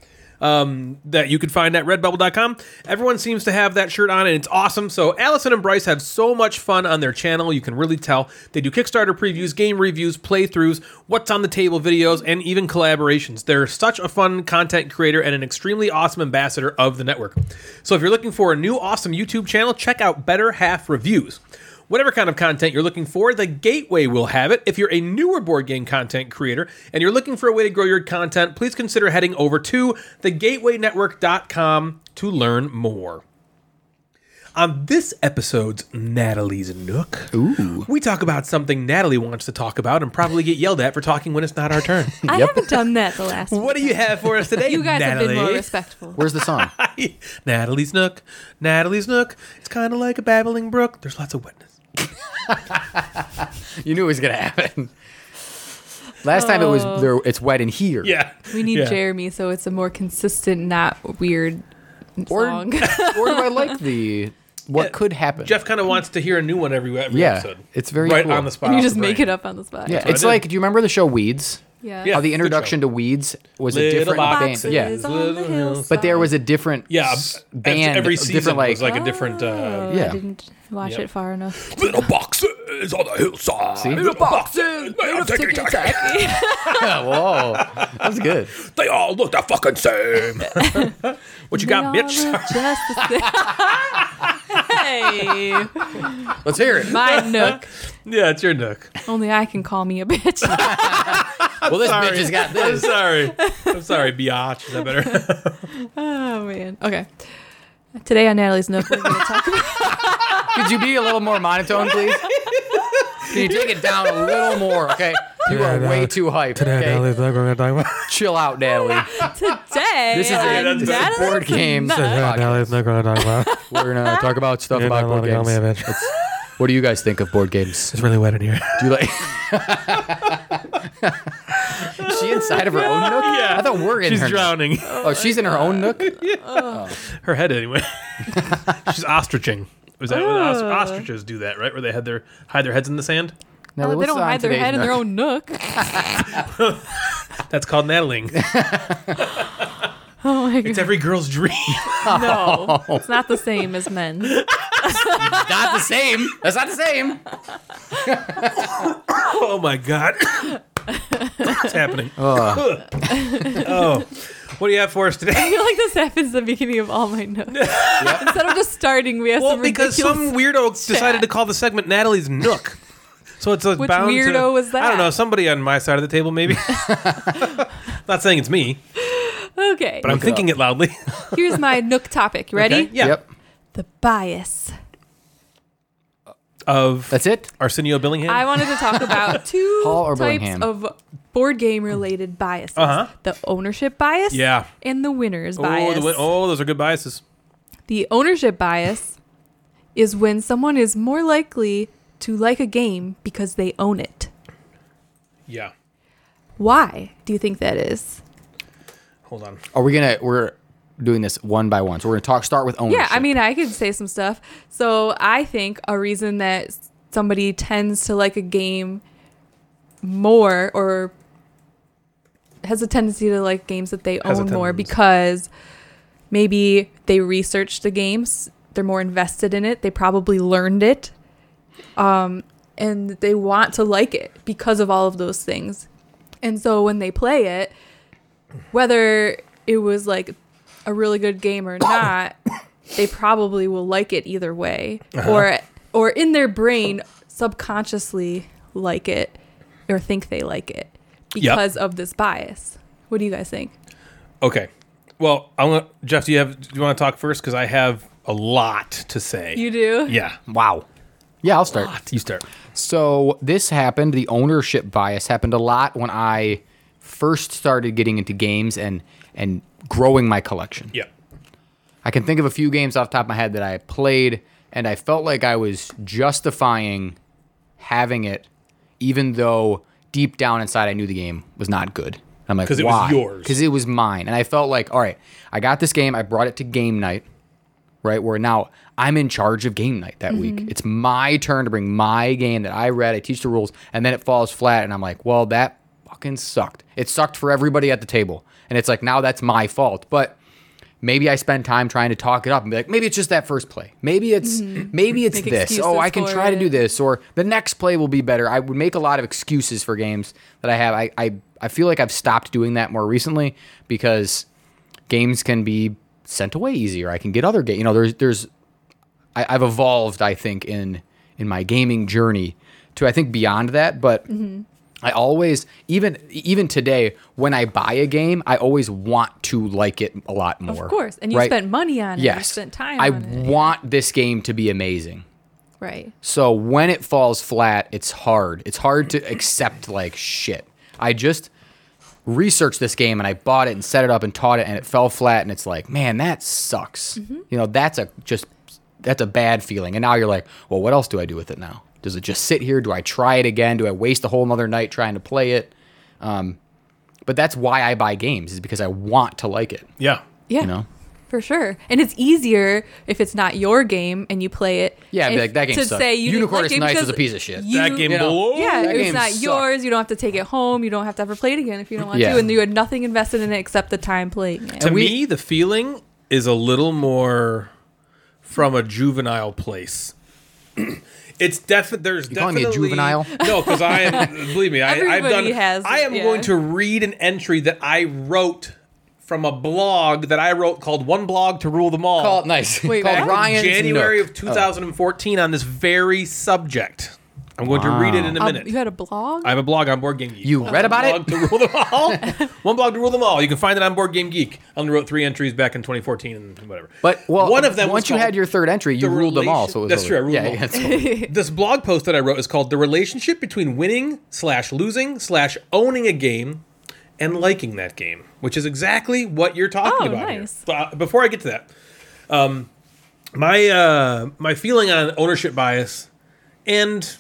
um, that you can find at redbubble.com. Everyone seems to have that shirt on, and it's awesome. So, Allison and Bryce have so much fun on their channel. You can really tell. They do Kickstarter previews, game reviews, playthroughs, what's on the table videos, and even collaborations. They're such a fun content creator and an extremely awesome ambassador of the network. So, if you're looking for a new awesome YouTube channel, check out Better Half Reviews. Whatever kind of content you're looking for, the Gateway will have it. If you're a newer board game content creator and you're looking for a way to grow your content, please consider heading over to thegatewaynetwork.com to learn more. On this episode's Natalie's Nook, we talk about something Natalie wants to talk about and probably get yelled at for talking when it's not our turn.
I haven't done that the last.
what do you have for us today?
You guys
Natalie?
have been more respectful.
Where's the song?
Natalie's Nook. Natalie's Nook. It's kind of like a babbling brook. There's lots of wetness.
you knew it was gonna happen. Last time it was
Oh.
there. It's wet in here.
Yeah.
We need
yeah.
Jeremy, so it's a more consistent, not weird
Or, or
song.
do I like the what could happen?
Jeff kind of wants to hear a new one every, every
Yeah,
episode.
it's very
right
cool.
on the spot.
you
off
just
the
make
brain.
it up on the spot.
yeah,
what I
it's
did.
like. Do you remember the show Weeds?
Yeah.
Yeah.
How
Good
the
show.
introduction to Weeds was a
Little
different
boxes.
band. Yeah,
Boxes on the hillside.
but there was a different
Yeah,
s-
ev-
band.
every
a
season
different like,
was like a different. Uh,
Oh,
Yeah.
I didn't watch
Yep.
it far enough.
little boxes on the hillside.
See?
Little boxes. They all, ticky tacky.
whoa, that was good.
they all look the fucking same. what you got,
They
bitch?
all look just the same. hey,
Let's hear it.
my nook.
yeah, it's your nook.
Only I can call me a bitch.
Well, this
Sorry.
bitch has got
I'm
this.
sorry. I'm sorry, biatch. Is that better?
oh man. Okay. Today on Natalie's Nook, we're going to talk about.
Could you be a little more monotone, please? Can you take it down a little more? Okay, you are way too hyped. Okay, chill out, Natalie.
Today,
This is
Yeah,
a,
that's
this is
better.
a board games. podcast. We're gonna talk about stuff about board games. What do you guys think of board games?
It's really wet in here.
Do you like? Is she inside of her own nook?
Yeah.
I thought we're in
She's
her. nook.
drowning.
Oh, she's in her own nook.
Her head, anyway. She's ostriching. Was that what os-
Ah.
ostriches do that, right? Where they had their hide their heads in the sand?
Now,
Oh, they don't hide their head in their own nook.
That's called nattling.
Oh my
It's
god,
every girl's dream.
no, it's not the same as men.
Not the same. That's not the same.
Oh my god. What's happening? oh. What do you have for us
I
today?
feel like this happens at the beginning of all my notes. Instead of just starting, we have
Well,
some
because
ridiculous.
some weirdo decided to call the segment Natalie's Nook. So it's a
Which
bound to-
weirdo was that?
I don't know, somebody on my side of the table maybe. Not saying it's me,
okay,
but I'm
it
thinking it, loudly.
here's my nook topic. You ready?
Okay? Yeah.
Yep.
The bias.
Of
That's it.
Arsenio Billingham.
I wanted to talk about two
Hall or
types
Bellingham?
of board game related biases:
Uh-huh.
the ownership bias,
Yeah.
and the winner's
oh,
bias.
the win- oh, those are good biases.
The ownership bias is when someone is more likely to like a game because they own it.
Yeah.
Why do you think that is?
Hold on.
Are we gonna? We're doing this one by one. So we're gonna talk. Start with ownership.
Yeah, I mean, I could say some stuff. So I think a reason that somebody tends to like a game more or has a tendency to like games that they
Has a
own more
tendency.
because maybe they researched the games, they're more invested in it, they probably learned it, um, and they want to like it because of all of those things. And so when they play it, whether it was like a really good game or not, they probably will like it either way,
Uh-huh.
or or in their brain subconsciously like it or think they like it because of this bias. What do you guys think?
Okay. Well, I'm gonna, Jeff, do you have do you want to talk first cuz I have a lot to say.
You do?
Yeah.
wow. Yeah, I'll start.
You start.
So this happened. The ownership bias happened a lot when I first started getting into games and and growing my collection.
Yeah.
I can think of a few games off the top of my head that I played and I felt like I was justifying having it, even though deep down inside I knew the game was not good. I'm like,
'Cause it was yours.
Because it was mine. And I felt like, all right, I got this game, I brought it to game night, right? Where now I'm in charge of game night that week. It's my turn to bring my game that I read, I teach the rules, and then it falls flat. And I'm like, well, that fucking sucked. It sucked for everybody at the table. And it's like, now that's my fault. But maybe I spend time trying to talk it up and be like, maybe it's just that first play. Maybe it's maybe it's
Mm-hmm. Make
this. Oh,
excuses
I can
for
try to do
it.
this, or the next play will be better. I would make a lot of excuses for games that I have. I I, I feel like I've stopped doing that more recently because games can be sent away easier. I can get other game. You know, there's there's I, I've evolved, I think, in in my gaming journey to I think beyond that, but.
Mm-hmm.
I always, even even today, when I buy a game, I always want to like it a lot more.
Of course. And you
right?
spent money on it.
yes.
You spent time
I
on it.
want this game to be amazing.
Right.
So when it falls flat, it's hard. It's hard to accept like shit. I just researched this game and I bought it and set it up and taught it and it fell flat and it's like, man, that sucks. You know, that's a just that's a bad feeling. And now you're like, well, what else do I do with it now? Does it just sit here? Do I try it again? Do I waste a whole nother night trying to play it? Um, but that's why I buy games is because I want to like it.
Yeah.
Yeah.
You know?
For sure. And it's easier if it's not your game and you play it.
Yeah, be
if-
like, that game
to
sucked.
say you didn't
Unicorn
like
is
it
Nice
because
is a piece of shit.
you-
that game
Yeah.
blows.
Yeah,
That
it was
game
not
sucked.
yours. You don't have to take it home. You don't have to ever play it again if you don't want
Yeah.
to. And you had nothing invested in it except the time playing it.
To
we-
me, the feeling is a little more from a juvenile place. It's definitely there's
You calling me
definitely
a juvenile?
No, because I am. believe me, I, I've
Everybody
done.
has,
I am
yeah.
going to read an entry that I wrote from a blog that I wrote called "One Blog to Rule Them All."
Call it nice.
Wait,
Called
what?
Ryan's
January
Nook. Oh.
of 2014 on this very subject. I'm going to read it in a
Um,
minute.
you had a blog?
I have a blog on Board Game Geek.
You read about
blog
it?
to rule them all. One blog to rule them all. You can find it on Board Game Geek. I only wrote three entries back in 2014 and whatever.
But well,
one of them.
Once
was
you
called-
had your third entry, you
the
ruled them all.
relation-
So it was
that's
over.
true, I ruled
yeah,
them all.
yeah, it's over.
this blog post that I wrote is called "The Relationship Between Winning Slash Losing Slash Owning a Game and Liking That Game," which is exactly what you're talking
Oh,
about. here.
nice.
But, uh, before I get to that, um, my uh, my feeling on ownership bias and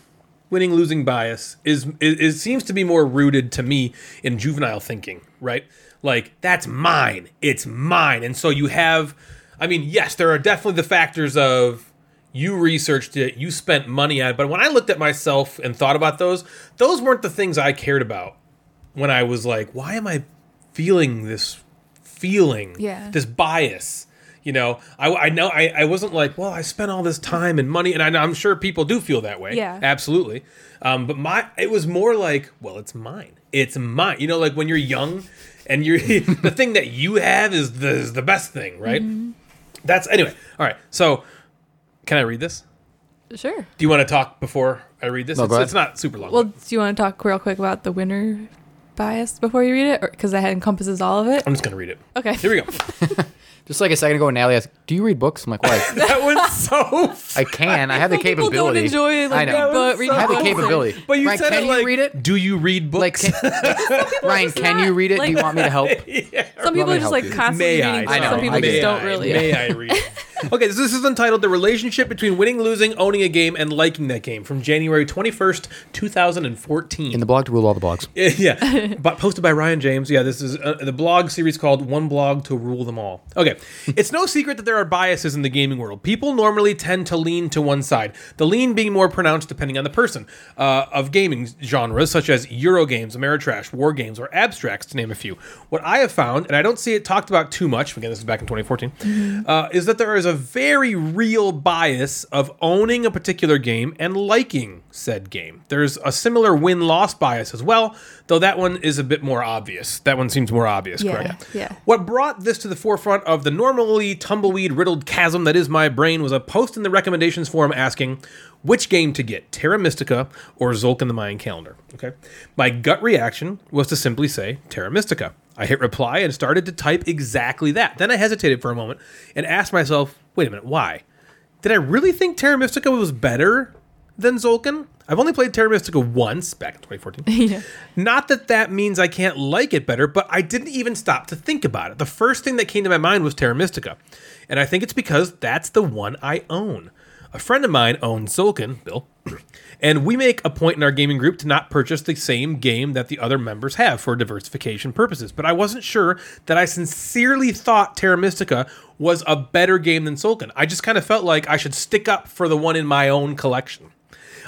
winning losing bias is is, is seems to be more rooted to me in juvenile thinking, right? Like that's mine, it's mine, and so you have. I mean, yes, there are definitely the factors of you researched it, you spent money on it, but when I looked at myself and thought about those, those weren't the things I cared about when I was like, why am I feeling this feeling,
Yeah.
this bias? You know, I, I know I, I wasn't like, well, I spent all this time and money, and I, know- I'm sure people do feel that way.
Yeah.
absolutely. Um, but my it was more like, well, it's mine. It's mine. You know, like when you're young, and you're the thing that you have is the is the best thing, right?
Mm-hmm.
That's anyway. All right. So, can I read this?
sure.
Do you want to talk before I read this?
No, go
it's,
ahead.
it's not super long.
Well, do you want to talk real quick about the winner bias before you read it? Because that encompasses all of it.
I'm just gonna read it.
Okay.
Here we go.
Just like a second ago, Natalie asked, "Do you read books?" I'm like, "Why?"
that was so
I can. I have the
Some people don't
capability.
enjoy
I
like
know.
read book,
was
read
so-
I have the
books and-
capability.
But you
Ryan,
said
can
it
you
like,
read it?
Do you read books?
Like, can, Ryan,
just
can
not,
you read it? Do you
like-
want me to help?
Some people
me to
are just
help
like
you.
constantly
may I?
reading.
I know,
Some people
I
just
get it.
don't
I,
really.
May I read? okay, so this is entitled "The Relationship Between Winning, Losing, Owning a Game, and Liking That Game" from January twenty first, two thousand and fourteen.
In the blog to rule all the blogs.
yeah, but posted by Ryan James. Yeah, this is uh, the blog series called "One Blog to Rule Them All." Okay, it's no secret that there are biases in the gaming world. People normally tend to lean to one side, the lean being more pronounced depending on the person. Uh, of gaming genres such as Euro games, Ameritrash, war games, or abstracts, to name a few. What I have found, and I don't see it talked about too much. Again, this is back in
Mm-hmm.
2014, uh, is that there is a very real bias of owning a particular game and liking said game. There's a similar win loss bias as well, though that one is a bit more obvious. That one seems more obvious,
Yeah,
correct?
yeah.
What brought this to the forefront of the normally tumbleweed riddled chasm that is my brain was a post in the recommendations forum asking which game to get, Terra Mystica or Zulk in the Mayan Calendar. Okay. My gut reaction was to simply say Terra Mystica. I hit reply and started to type exactly that. Then I hesitated for a moment and asked myself, wait a minute, why? Did I really think Terra Mystica was better than Zolkin. I've only played Terra Mystica once back in 2014.
yeah.
Not that that means I can't like it better, but I didn't even stop to think about it. The first thing that came to my mind was Terra Mystica, and I think it's because that's the one I own. A friend of mine owns Zulkin, Bill, and we make a point in our gaming group to not purchase the same game that the other members have for diversification purposes. But I wasn't sure that I sincerely thought Terra Mystica was a better game than Zulkin. I just kind of felt like I should stick up for the one in my own collection.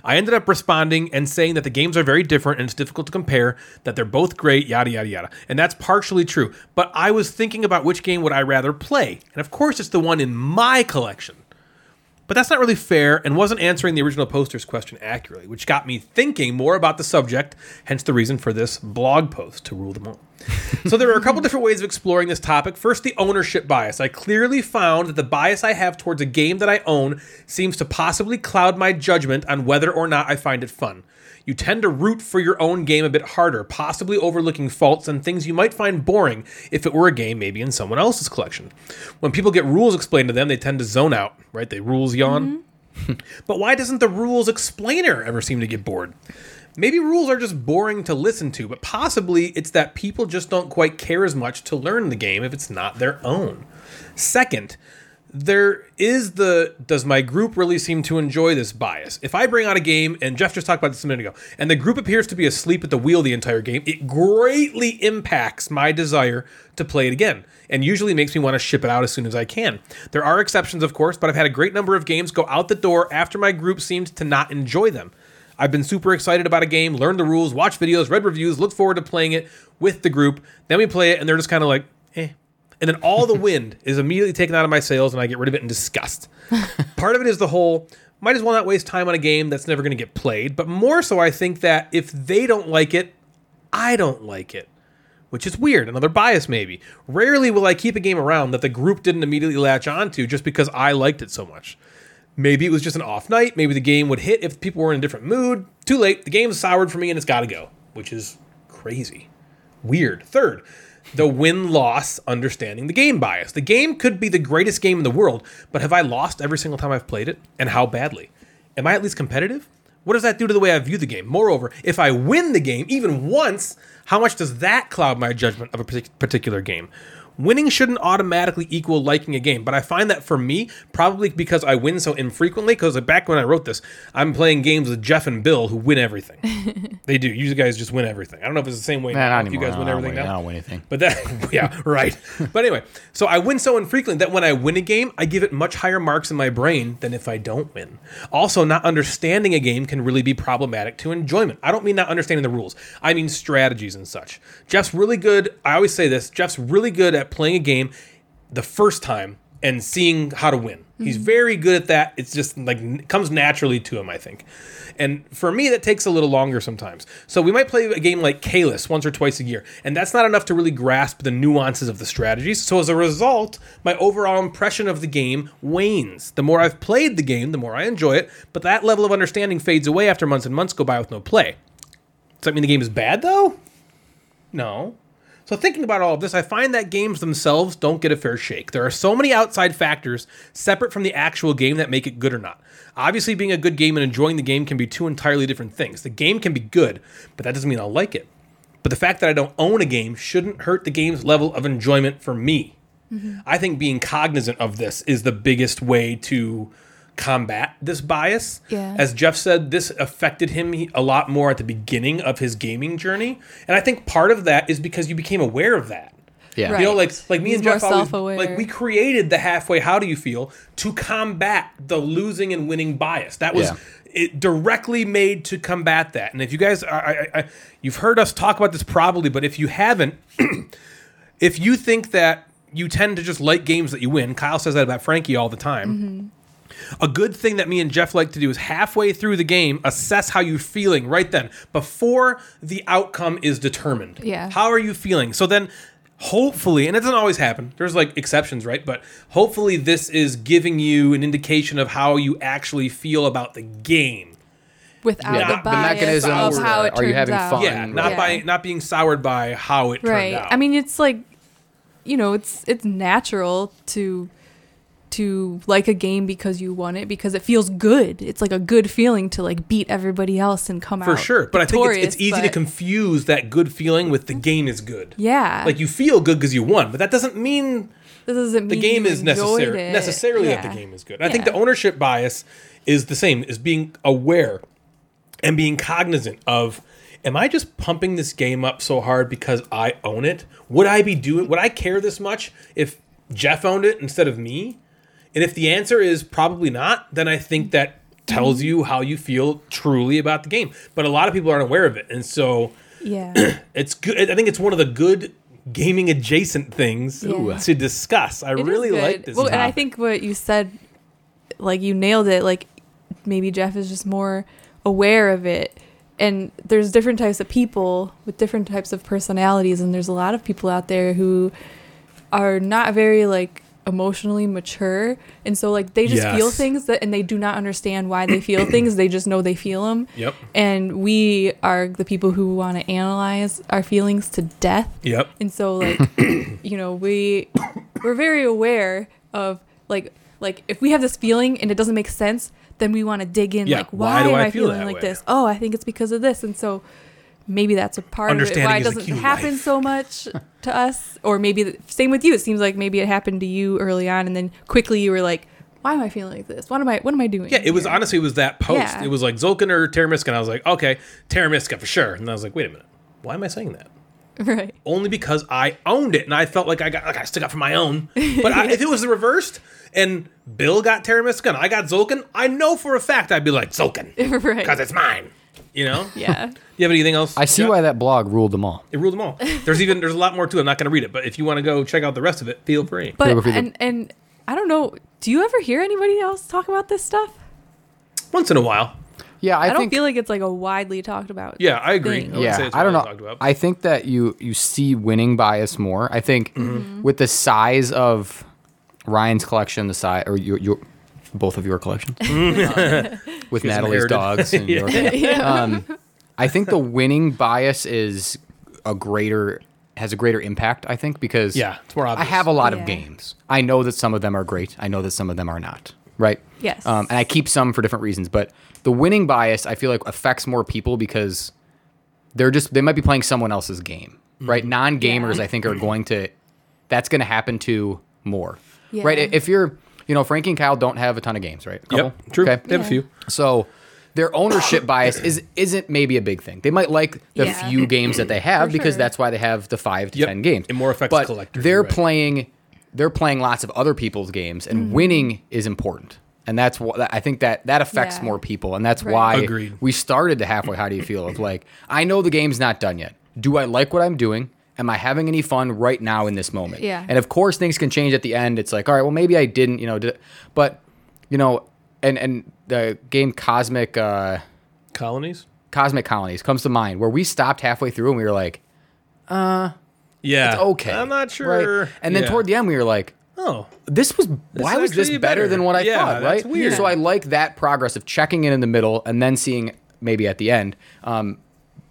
I ended up responding and saying that the games are very different and it's difficult to compare, that they're both great, yada, yada, yada. And that's partially true. But I was thinking about which game would I rather play. And of course, it's the one in my collection. But that's not really fair and wasn't answering the original poster's question accurately, which got me thinking more about the subject, hence the reason for this blog post to rule them all. so there are a couple different ways of exploring this topic. First, the ownership bias. I clearly found that the bias I have towards a game that I own seems to possibly cloud my judgment on whether or not I find it fun. You tend to root for your own game a bit harder, possibly overlooking faults and things you might find boring if it were a game maybe in someone else's collection. When people get rules explained to them, they tend to zone out, right? They rules yawn. But why doesn't the rules explainer ever seem to get bored? Maybe rules are just boring to listen to, but possibly it's that people just don't quite care as much to learn the game if it's not their own. Second, there is the does my group really seem to enjoy this bias? If I bring out a game, and Jeff just talked about this a minute ago, and the group appears to be asleep at the wheel the entire game, it greatly impacts my desire to play it again, and usually makes me want to ship it out as soon as I can. There are exceptions, of course, but I've had a great number of games go out the door after my group seemed to not enjoy them. I've been super excited about a game, learned the rules, watched videos, read reviews, looked forward to playing it with the group. Then we play it, and they're just kind of like, eh. And then all the wind is immediately taken out of my sails, and I get rid of it in disgust. Part of it is the whole might as well not waste time on a game that's never going to get played, but more so, I think that if they don't like it, I don't like it which is weird, another bias maybe. Rarely will I keep a game around that the group didn't immediately latch onto just because I liked it so much. Maybe it was just an off night, maybe the game would hit if people were in a different mood. Too late, the game's soured for me and it's gotta go, which is crazy. Weird. Third, the win loss understanding the game bias. The game could be the greatest game in the world, but have I lost every single time I've played it? And how badly? Am I at least competitive? What does that do to the way I view the game? Moreover, if I win the game even once, how much does that cloud my judgment of a partic- particular game? Winning shouldn't automatically equal liking a game, but I find that for me, probably because I win so infrequently, because back when I wrote this, I'm playing games with Jeff and Bill who win everything. they do. You guys just win everything. I don't know if it's the same way
Nah,
now,
not
if you
anymore.
guys win
I don't
everything
win- I
now.
don't win anything.
But that, yeah, right. But anyway, so I win so infrequently that when I win a game, I give it much higher marks in my brain than if I don't win. Also, not understanding a game can really be problematic to enjoyment. I don't mean not understanding the rules, I mean strategies and such. Jeff's really good, I always say this Jeff's really good at playing a game the first time and seeing how to win. He's very good at that. It's just like n- comes naturally to him, I think. And for me, that takes a little longer sometimes. So we might play a game like Kalis once or twice a year, and that's not enough to really grasp the nuances of the strategies. So as a result, my overall impression of the game wanes. The more I've played the game, the more I enjoy it, but that level of understanding fades away after months and months go by with no play. Does that mean the game is bad though? No. So thinking about all of this, I find that games themselves don't get a fair shake. There are so many outside factors separate from the actual game that make it good or not. Obviously, being a good game and enjoying the game can be two entirely different things. The game can be good, but that doesn't mean I'll like it. But the fact that I don't own a game shouldn't hurt the game's level of enjoyment for me. I think being cognizant of this is the biggest way to combat this bias.
Yeah.
As Jeff said, this affected him a lot more at the beginning of his gaming journey, and I think part of that is because you became aware of that.
Yeah.
Right.
You
You know, like like me
He's
and Jeff
more
always,
self-aware.
like we created the halfway how do you feel to combat the losing and winning bias. That was
Yeah.
it directly made to combat that. And if you guys, I, I, I, you've heard us talk about this probably, but if you haven't, if you think that you tend to just like games that you win, Kyle says that about Frankie all the time. A good thing that me and Jeff like to do is halfway through the game, assess how you're feeling right then before the outcome is determined.
Yeah.
How are you feeling? So then hopefully, and it doesn't always happen, there's like exceptions, right? But hopefully, this is giving you an indication of how you actually feel about the game.
Without
Yeah,
the,
the
bias
mechanism
of
or
how it
are you
turns
having
out.
fun?
Yeah, not
Yeah.
by not being soured by how it turned
right
out.
i mean it's like you know it's it's natural to to like a game because you won it because it feels good. It's like a good feeling to like beat everybody else and come out
for sure. But I think it's,
victorious,
it's easy to
but-
confuse that good feeling with the game is good.
Yeah,
Like you feel good because you won, but that doesn't mean
this doesn't
the
mean
game
you
is
enjoyed
necessary
it.
necessarily that
Yeah.
the game is good. I think
Yeah.
the ownership bias is the same is being aware and being cognizant of am I just pumping this game up so hard because I own it? Would I be doing would I care this much if Jeff owned it instead of me? And if the answer is probably not, then I think that tells you how you feel truly about the game. But a lot of people aren't aware of it. And so
Yeah,
it's good. I think it's one of the good gaming adjacent things
Yeah.
to discuss. I
It is
really
good.
like this.
Well, and I
topic.
think what you said, like you nailed it. Like maybe Jeff is just more aware of it. And there's different types of people with different types of personalities, and there's a lot of people out there who are not very like emotionally mature, and so like they just
Yes.
feel things that, and they do not understand why they feel things. They just know they feel them.
Yep.
And we are the people who want to analyze our feelings to death.
Yep.
And so like you know, we we're very aware of like like if we have this feeling and it doesn't make sense, then we want to dig in
Yeah,
like why, do I, feel feeling
that
like
way?
this? Oh, I think it's because of this. And so maybe that's a part of it
Understanding
why it
is the
doesn't
key to
happen
life.
so much to us or maybe the, same with you. It seems like maybe it happened to you early on and then quickly you were like why am I feeling like this? What am I what am I doing?
Yeah, it was
here?
honestly it was that post.
Yeah.
It was like Zolkin or Teramiska, and I was like, okay, Teramiska for sure. And I was like, wait a minute, why am I saying that?
right.
Only because I owned it, and I felt like I got like I stuck up for my own. But I, if it was the reversed, and Bill got Teramiska and I got Zolkin, I know for a fact I'd be like Zolkin
right.
because it's mine. You know?
yeah.
You have anything else?
I see
Jeff?
why that blog ruled them all.
it ruled them all. There's even there's a lot more too. I'm not going to read it, but if you want to go check out the rest of it, feel free.
Go
But
for the-
and and I don't know, do you ever hear anybody else talk about this stuff?
Once in a while,
Yeah, I,
I, don't
think,
feel like it's like a widely talked about.
Yeah, I agree.
thing.
I would say
yeah,
it's
I don't
widely talked
know.
about.
I think that you you see winning bias more. I think
Mm-hmm.
with the size of Ryan's collection, the size or your, your both of your collections, Um, with Natalie's
inherited.
dogs and your Um,
Yeah.
I think the winning bias is a greater has a greater impact. I think because
Yeah, it's more
I
obvious.
have a lot
Yeah.
of games. I know that some of them are great. I know that some of them are not. Right.
Yes.
Um, and I keep some for different reasons, but the winning bias I feel like affects more people because they're just they might be playing someone else's game.
Mm-hmm.
Right. Non gamers
Yeah.
I think are going to that's going to happen to more.
Yeah.
Right. I- If you're you know Frankie and Kyle don't have a ton of games, right? A couple?
Yep, true. They have a
Yeah.
few.
So their ownership bias is isn't maybe a big thing. They might like the
Yeah.
few games that they have
For
because
sure.
that's why they have the five to
Yep.
ten games.
It more affects
but
collectors,
They're
you're right.
playing they're playing lots of other people's games
Mm-hmm.
and winning is important. And that's what I think that that affects
Yeah.
more people. And that's
Right.
why
Agreed.
we started to halfway. How do you feel? Of like, I know the game's not done yet. Do I like what I'm doing? Am I having any fun right now in this moment?
Yeah.
And of course, things can change at the end. It's like, all right, well, maybe I didn't, you know, did, but you know, and and the game Cosmic uh,
Colonies.
Cosmic Colonies comes to mind where we stopped halfway through and we were like,
Yeah.
okay,
I'm not
right?
sure.
And then
Yeah.
toward the end, we were like,
oh,
this was why was this
actually
better,
better.
than what I
Yeah,
thought, right?
that's weird.
So I like that progress of checking in in the middle and then seeing maybe at the end. Um,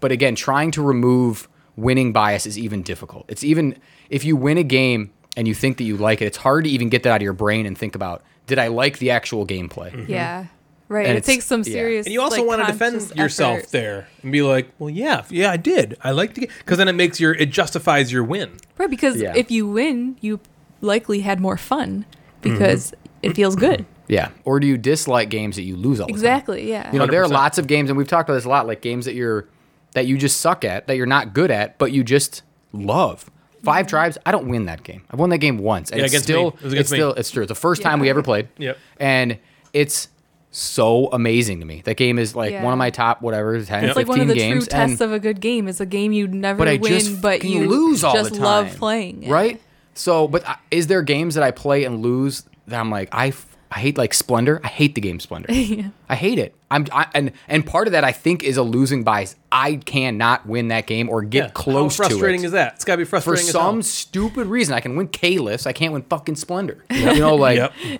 but again, trying to remove winning bias is even difficult. It's even if you win a game and you think that you like it, it's hard to even get that out of your brain and think about did I like the actual gameplay?
Mm.
Yeah. Right.
And
it
it's-
takes some
yeah.
serious.
and you also
like,
want to
conscious
defend yourself
effort.
there and be like, well, yeah, yeah, I did. I liked it because then it makes your it justifies your win.
Right, because
Yeah.
if you win, you likely had more fun because
Mm-hmm.
it feels good.
Yeah. Or do you dislike games that you lose all the time?
exactly. Yeah.
You know, there are
100%.
lots of games, and we've talked about this a lot, like games that you're that you just suck at, that you're not good at, but you just love. 5 Tribes, I don't win that game. I've won that game once, and
Yeah,
it's
against me.
still
It was against
it's
me.
still it's true. It's the first time we
Yeah.
ever played.
Yep.
And it's so amazing to me. That game is like
Yeah.
one of my top whatever 10, 15
it's like one of the
games.
true tests
and-
of a good game. It's a game you never
but I
win,
just
but
fucking
you
lose all
just
the time.
love playing. it.
right? So, but I- is there games that I play and lose that I'm like I, f- I hate like Splendor? I hate the game Splendor. I hate it. I'm I, and and part of that I think is a losing bias. I cannot win that game or get
Yeah.
close
How frustrating
to it.
is that? It's got to be
For
frustrating. as hell.
some stupid reason, I can win Calyphs. I can't win fucking Splendor. You know, like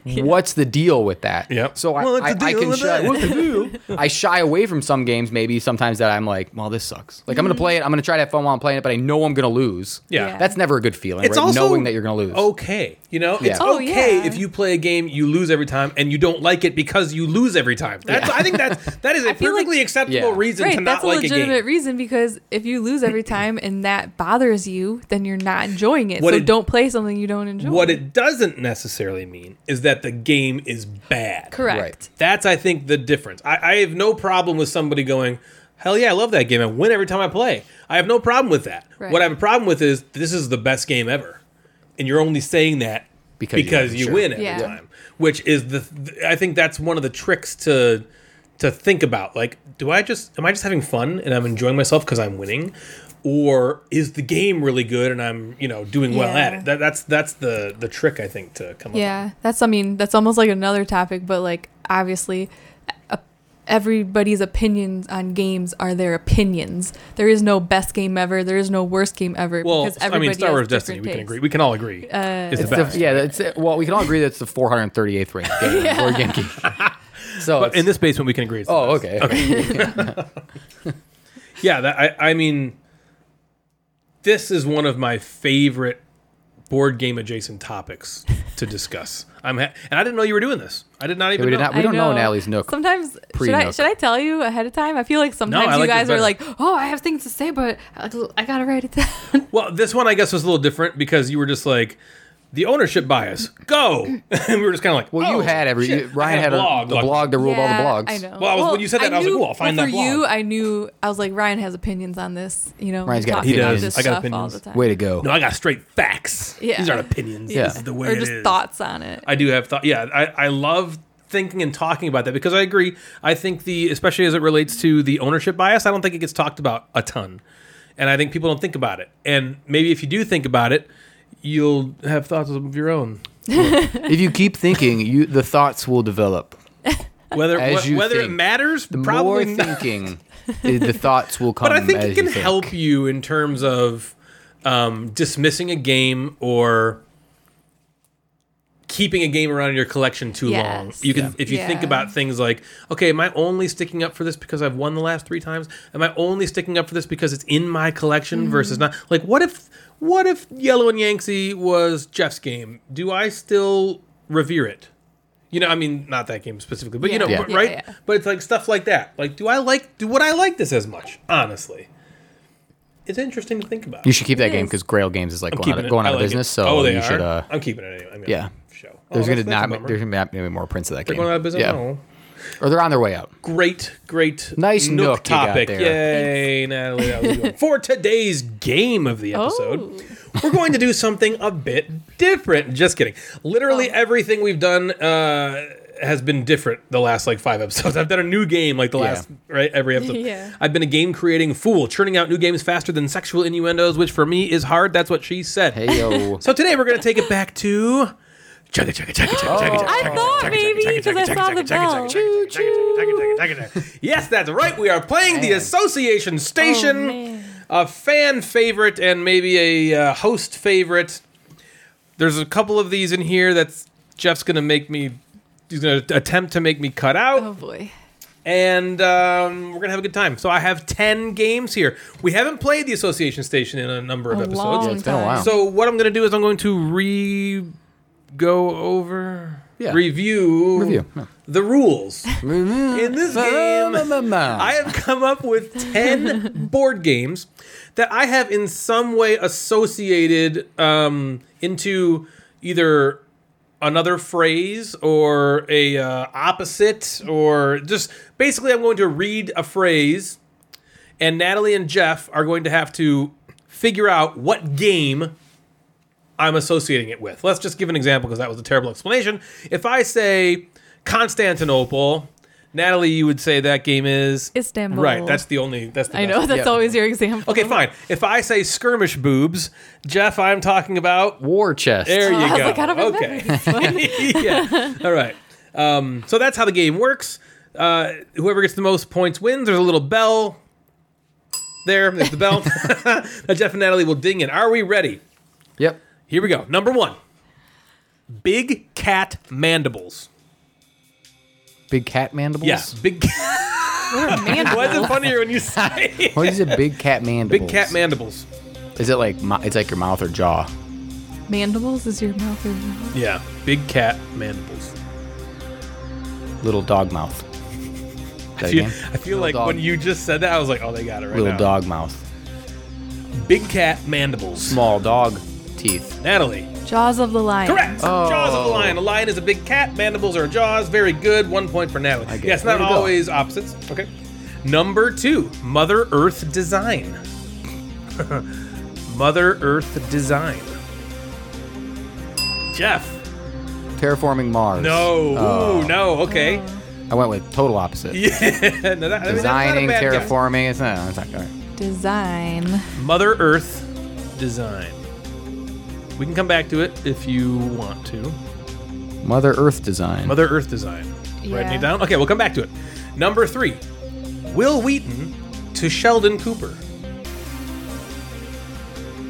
Yep.
what's the deal with that?
Yep.
So I,
What's
I,
the
I
deal
can
with
shy,
that?
what's the deal? I shy away from some games. Maybe sometimes that I'm like, well, this sucks. Like I'm gonna play it. I'm gonna try to have fun while I'm playing it, but I know I'm gonna lose.
Yeah.
Yeah.
That's never a good feeling.
It's
right?
also
knowing that you're gonna lose.
Okay, you know it's
Yeah.
Oh,
okay
yeah.
if you play a game you lose every time and you don't like it because you lose every time. That's I think that's that is a
feel like-
perfectly acceptable
Yeah.
reason to
Right,
not
that's a
like a
legitimate
game.
reason because if you lose every time and that bothers you, then you're not enjoying it.
What
so
it-
don't play something you don't enjoy.
What it doesn't necessarily mean is that the game is bad.
correct?
Right.
That's I think the difference. I, I have no problem with somebody going, hell yeah, I love that game. I win every time I play. I have no problem with that.
Right.
What I have a problem with is this is the best game ever, and you're only saying that
Because you win,
you
sure.
win every
Yeah.
time. Which is the th- I think that's one of the tricks to to think about. Like, do I just am I just having fun and I'm enjoying myself because I'm winning? Or is the game really good and I'm, you know, doing well
Yeah.
at it? That, that's that's the the trick I think to come up. with.
Yeah, that's I mean that's almost like another topic, but like obviously, uh, everybody's opinions on games are their opinions. There is no best game ever. There is no worst game ever.
Well,
because
I
everybody
mean, Star
has
Wars Destiny. We can
different tastes. Uh,
agree. We can all agree. is the
It's the-
best.
yeah, that's it. well, we can all agree that's the 438th ranked game for Genki. So,
But
it's-
in this basement, we can agree. It's the
oh,
best.
okay, okay.
Yeah, that, I, I mean, this is one of my favorite board game adjacent topics to discuss. I'm ha- and I didn't know you were doing this. I did not even
we did
know.
not- we
I
don't know Natalie's Nook
Sometimes should I
pre-Nook.
should I tell you ahead of time? I feel like sometimes
I
you
like it
guys are
better.
like, "Oh, I have things to say, but I, I gotta write it down."
well, this one I guess was a little different because you were just like the ownership bias. Go, and we were just kind of like,
Well,
oh,
you had every
shit,
you, Ryan
I
had, a,
blog,
the
like-
blog that ruled
Yeah,
all the blogs.
I know.
Well, I was- when you said that, I was like,
knew-
"Ooh, I'll find
well,
that
For you,
blog."
I knew I was like, Ryan has opinions on this. You know,
Ryan's
we
got
talk about
opinions.
this
I got
stuff
opinions.
All the time.
Way to go!
No, I got straight facts.
Yeah.
These aren't opinions.
Yeah.
This is the way
or
it
just
is.
thoughts on it.
I do have thought. Yeah, I, I love thinking and talking about that because I agree. I think the especially as it relates to the ownership bias, I don't think it gets talked about a ton, and I think people don't think about it. And maybe if you do think about it, you'll have thoughts of your own.
if you keep thinking, you the thoughts will develop.
Whether
As
wh-
you
whether it
think.
matters,
The
probably
more
not.
thinking, i- the thoughts will come.
But I think
as
it can
you think.
help you in terms of um, dismissing a game or keeping a game around in your collection too
Yes.
long. You can if you think
Yeah.
about things like, okay, am I only sticking up for this because I've won the last three times? Am I only sticking up for this because it's in my collection
Mm-hmm.
versus not? Like, what if what if Yellow and Yangtze was Jeff's game? Do I still revere it? You know, I mean, not that game specifically, but you
Yeah.
know,
Yeah.
but,
Yeah,
right?
yeah.
But it's like stuff like that. Like, do I like do what I like this as much? Honestly, it's interesting to think about.
You should keep that game
is.
because Grail Games is like going out,
Keeping
of,
it-
going
I
out of
like it.
business. So
oh, they
you
are?
should. Uh,
I'm keeping it anyway. I'm gonna
yeah.
Show. Oh,
there's
that's-
gonna
that's a
not
bummer.
there's gonna be not gonna be more prints of that game.
going out of business.
Yeah.
Oh.
or they're on their way out.
Great, great,
Nice nook you got
topic.
there.
Yay, Natalie. that was good. For today's game of the episode, we're going to do something a bit different. Just kidding. Literally everything we've done uh, has been different the last like five episodes. I've done a new game like the last right every episode.
Yeah.
I've been a game creating fool, churning out new games faster than sexual innuendos, which for me is hard. That's what she said.
Hey yo.
So today we're going to take it back to. Chugga chugga chugga chugga chugga chugga.
I thought maybe because I saw the bell.
Yes, that's right. We are playing the Association Station,
Oh, man.
a fan favorite and maybe a uh, host favorite. There's a couple of these in here that Jeff's going to make me. He's going to attempt to make me cut out,
Oh boy.
and um, we're going to have a good time. So I have ten games here. We haven't played the Association Station in a number of
A
episodes.
long
it's been a
time.
while.
So what I'm gonna do is I'm going to re go over
Yeah.
review
Review, Mm-hmm. yeah.
the rules. In this
Um,
game I
I
have come up with 10 board games that I have in some way associated um, into either another phrase or a uh, opposite or just basically I'm going to read a phrase and Natalie and Jeff are going to have to figure out what game I'm associating it with. Let's just give an example because that was a terrible explanation. If I say Constantinople, Natalie, you would say that game is
Istanbul.
Right, that's the only. That's the
I know
best.
that's
Yeah.
always your example.
Okay, fine. If I say skirmish boobs, Jeff, I'm talking about.
war chest.
There you
I was
go.
like, I don't remember
okay. yeah. All right. Um, so that's how the game works. Uh, whoever gets the most points wins. There's a little bell. There, there's the bell. that Jeff and Natalie will ding in. Are we ready?
Yep.
Here we go. Number one Big cat mandibles.
Big cat mandibles.
Yes, big. Why is it funnier when you say
What is a big cat mandibles?
big cat mandibles?
Is it like mo- it's like your mouth or jaw?
Mandibles is your mouth or mouth?
Yeah, big cat mandibles.
Little dog mouth. Is
I
that a
feel,
game?
I feel like
dog.
when you just said that, I was like, oh, they got it right
Little
now.
dog mouth.
Big cat mandibles.
Small dog teeth.
Natalie.
Jaws of the lion.
Correct.
Oh.
Jaws of the lion. A lion is a big cat. Mandibles are jaws. Very good. One point for Natalie.
get
yeah, it's
it.
not
Way to go.
always opposites. Okay. Number two, Mother Earth design. Mother Earth design. Jeff.
Terraforming Mars.
No.
Oh.
Ooh, no. Okay.
I went with total opposite.
Yeah. no, that- I mean, that's not a
Designing,
bad guess.
terraforming. It's not. It's not all right.
Design.
Mother Earth design. We can come back to it if you want to.
Mother Earth design.
Mother Earth design. Writing
Yeah.
it down? Okay, we'll come back to it. Number three Will Wheaton to Sheldon Cooper.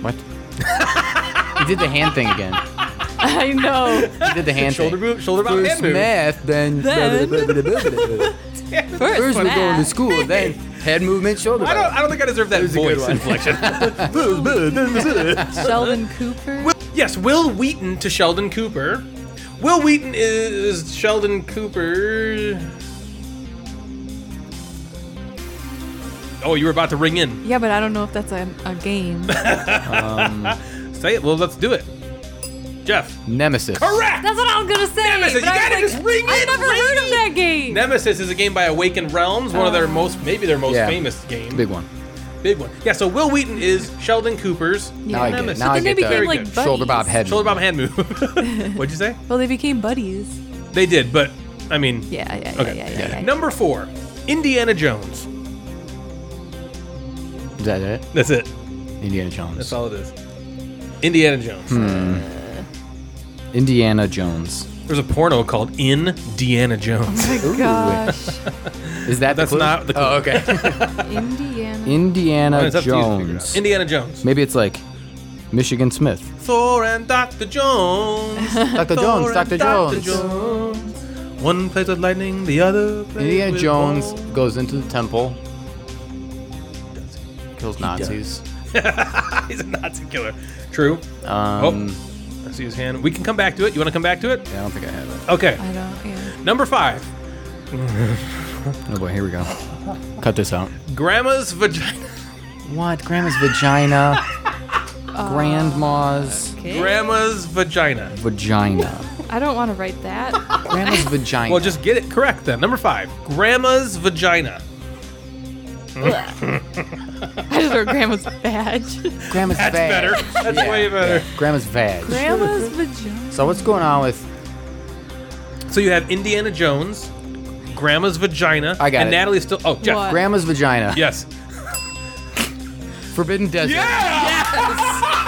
What? he did the hand thing again.
I know.
He did the hand
Shoulder
thing.
move, shoulder bob, hand move.
math, then.
Then- First,
First we go to
math.
school, then head movement, shoulder.
I don't, I don't think I deserve that
a good
voice
one.
inflection.
Sheldon Cooper.
yes, Will Wheaton to Sheldon Cooper. Will Wheaton is Sheldon Cooper. Oh, you were about to ring in.
Yeah, but I don't know if that's a, a game. that's
Say it. Well, let's do it. Jeff.
Nemesis.
Correct!
what I was gonna say.
Nemesis,
but
you
I was
gotta
like,
just ring
I've
it,
never
ring
heard of that game.
Nemesis is a game by Awakened Realms, one of their most, maybe their most
Yeah.
famous game.
Big one.
Big one. Yeah, so Will Wheaton is Sheldon Cooper's
Now I get.
Nemesis.
It. Now
But
I
then they
get the
became, like,
shoulder
buddies.
bob head.
Shoulder Bob hand move. What'd you say?
well, they became buddies.
They did, but I mean.
Yeah, yeah, yeah,
Okay.
yeah, yeah, yeah.
Number four, Indiana Jones.
Is that it?
That's it.
Indiana Jones.
That's all it is. Indiana Jones.
Hmm.
Indiana Jones.
There's a porno called In Deanna Jones.
Oh my gosh,
Is that
That's
the clue?
not the clue.
Oh, okay.
Indiana.
Indiana
It's up to you to figure it out.
Jones.
Indiana Jones.
Maybe it's like Michigan Smith.
Thor and Dr. Jones.
Dr. Jones,
Thor and Dr.
Dr. Jones.
Jones. One plays with lightning, the other plays
Indiana
with
Jones
bones.
goes into the temple, kills Nazis.
He's a Nazi killer. True.
Um,
Oh, I see his hand. We can come back to it. You want to come back to it?
Yeah, I don't think I have it.
Okay.
I don't. Yeah.
Number five.
Oh boy, here we go. Cut this out.
Grandma's vagina.
What? Grandma's vagina. Grandma's
Okay.
Grandma's vagina.
vagina.
I don't want to write that.
Grandma's vagina.
Well, just get it correct then. Number five. Grandma's vagina.
I just wrote grandma's badge.
Grandma's
That's
vag.
better. That's
Yeah.
way better.
Grandma's vag.
grandma's vagina.
So what's going on with?
So you have Indiana Jones, Grandma's vagina.
I got
And
it.
Natalie's still. Oh, Jeff.
What?
Grandma's vagina.
Yes.
Forbidden desert.
Yeah!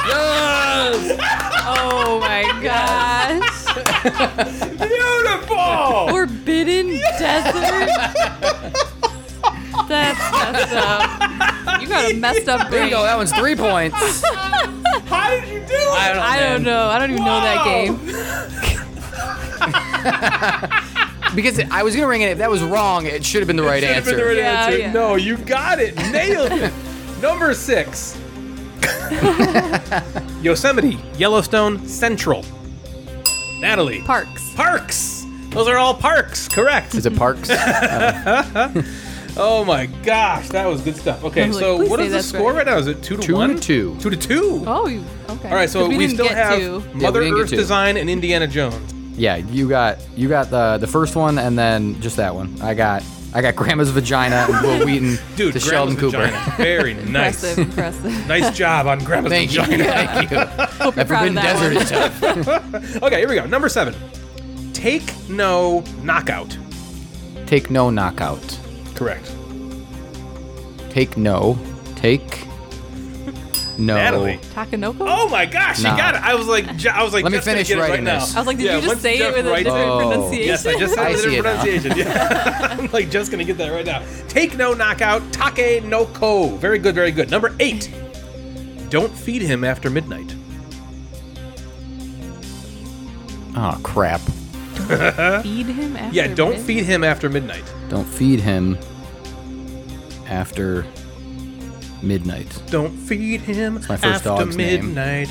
Yes!
Oh my gosh.
Beautiful!
Forbidden desert. That's messed up. You got a messed up
There
brain.
you go. That one's three points.
How did you do it?
don't know.
I don't know. I don't even know that
Wow.
game.
Because I was gonna ring it. If that was wrong, it should have been the right
Should have
answer.
been the right
Yeah,
answer.
yeah.
No, you got it. Nailed it. Number six. Yosemite, Yellowstone, Central. Natalie.
Parks.
Parks. Those are all parks, correct?
Is it parks?
Oh my gosh, that was good stuff. Okay,
I'm like,
so
please
what
say
is the
that's
score
right.
right now? Is it two to
Two to
one?
two.
Two to two.
Oh, you, okay.
All right, so
'Cause
we,
didn't
still
get
have
to.
Mother
didn't get
Earth
to.
Design and Indiana Jones.
yeah, you got you got the the first one and then just that one. I got I got Grandma's vagina and Will Wheaton
Dude,
to
Grandma's
Sheldon
vagina. Very nice.
Impressive, impressive.
nice job on Grandma's
Cooper. Thank
vagina.
you. Thank you.
you're
That
proud of
forbidden
that
desert
one.
is tough.
Okay, here we go. Number seven. Take no knockout.
Take no knockout.
Correct.
Take no. Take No.
Natalie.
Takanoko?
Oh my gosh,
Nah.
she got it. I was like, ju- I was like,
Let me
Jeff's gonna
finish
get it right
writing
now.
this.
I was like, did
Yeah,
you
once
just say
Jeff
it with a
writes
different
Oh.
pronunciation?
Yes, I just had
I
a
see
different
it now.
pronunciation. Yeah. I'm like just gonna get that right now. Take no knockout, take no ko. Very good, very good. Number eight. Don't feed him after midnight.
Oh crap!
feed him after
Yeah, don't
midnight?
feed him after midnight.
Don't feed him after midnight.
Don't feed him
my first
after
dog's name.
midnight.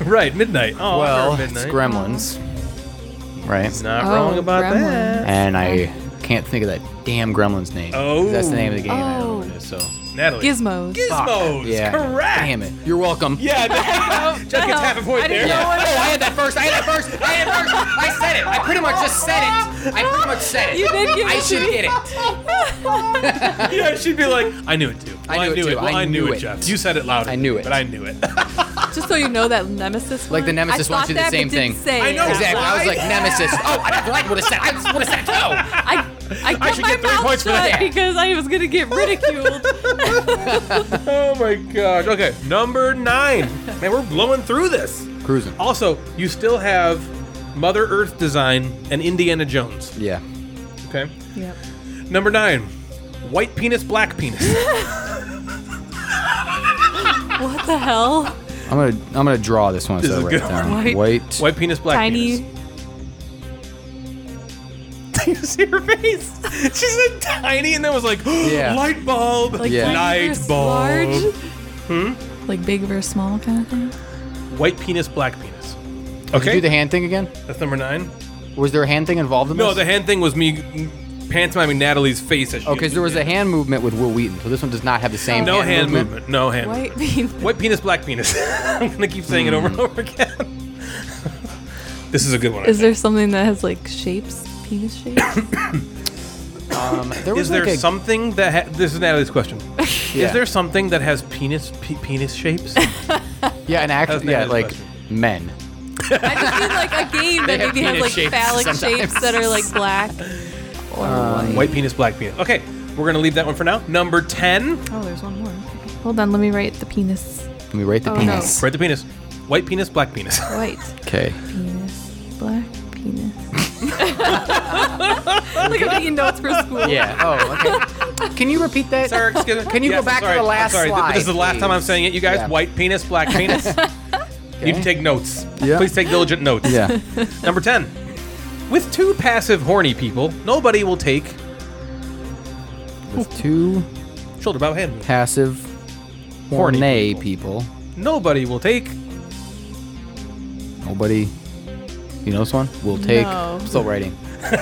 right, midnight. Oh,
well,
after
it's
midnight.
Gremlins, right?
Not
Oh,
wrong about
Gremlins.
that.
And I can't think of that damn Gremlins name.
Oh.
that's the name of the game. I don't know
Oh.
what it is. So
Natalie.
Gizmos.
Gizmos.
yeah,
Correct.
Damn it! You're welcome.
Yeah. Jeff gets half a point
I
there.
didn't know what-
Oh, I had that first. I had that first. I had it first. I said it. I pretty much just said it. I pretty much said it.
You did give
I
it to
should
me.
get it.
Yeah, she'd be like, I knew it too.
I
Well,
knew it too.
Well, I knew it, Jeff. You said it louder.
I
than
knew
me,
it.
But I knew it.
Just so you know that Nemesis
Like the
one,
Nemesis
I
one
thought
should do the
that, but
same
didn't
thing.
say it.
I know,
Exactly. I was like
Why?
Nemesis. Oh, I I would have said. it. I would have said it too.
I, I kept
should
my
get three
mouth
points for that.
shut because I was going to get ridiculed.
oh my gosh. Okay, number nine. Man, we're blowing through this.
Cruising.
Also, you still have Mother Earth design and Indiana Jones.
Yeah.
Okay.
yep.
Number nine. White penis, black penis.
What the hell?
I'm gonna I'm gonna draw this one
This
so
is
I write
good.
it down.
White-
White penis, black
Tiny.
penis. Do you see her face? She said tiny and then was like,
Yeah.
light bulb.
Like
Yeah.
big
Light
versus
bulb. Hmm?
large? Like big versus small kind of thing?
White penis, black penis.
Did
Okay.
you do the hand thing again?
That's number nine.
Was there a hand thing involved in
No,
this?
the hand thing was me pantomiming Natalie's face as she.
Oh, because there was a hand movement with Will Wheaton, so this one does not have the same
No hand,
hand
movement. No hand.
White
movement.
bean.
White penis, black penis. I'm gonna keep saying it over
Hmm.
and over again. this is a good one. I
Is
think.
there something that has like shapes? Penis shapes?
Um, There was
Is there
like a-
something that ha- this is Natalie's question?
Yeah.
Is there something that has penis pe- penis shapes?
Yeah, an
That was
act. Yeah,
Natalie's
like
question.
men.
I just mean like a game that
have
maybe has
penis
like
shapes
phallic
sometimes. Uh,
shapes that are like black or white.
White penis, black penis. Okay, we're gonna leave that one for now. Number ten.
Oh, there's one more. Okay. Hold on, let me write the penis.
Let me write the
Oh, no.
penis.
Right, the penis. White penis, black penis.
White
Okay.
penis, black penis. like I'm taking notes for school.
Yeah. Oh. Okay. Can you repeat that?
Sir, excuse me.
Can you go
Yes,
back to
sorry.
the
I'm
last
sorry. Th-
slide,
This is the last time I'm
please?
saying it, you guys.
Yeah.
White penis, black penis. You need to take notes.
Yeah.
Please take diligent notes.
Yeah.
Number 10. With two passive horny people, nobody will take
With two
shoulder bow hand. move.
passive,
Horny
horny
people.
people.
Nobody will take
Nobody. You know this one? We'll take.
No.
Still writing.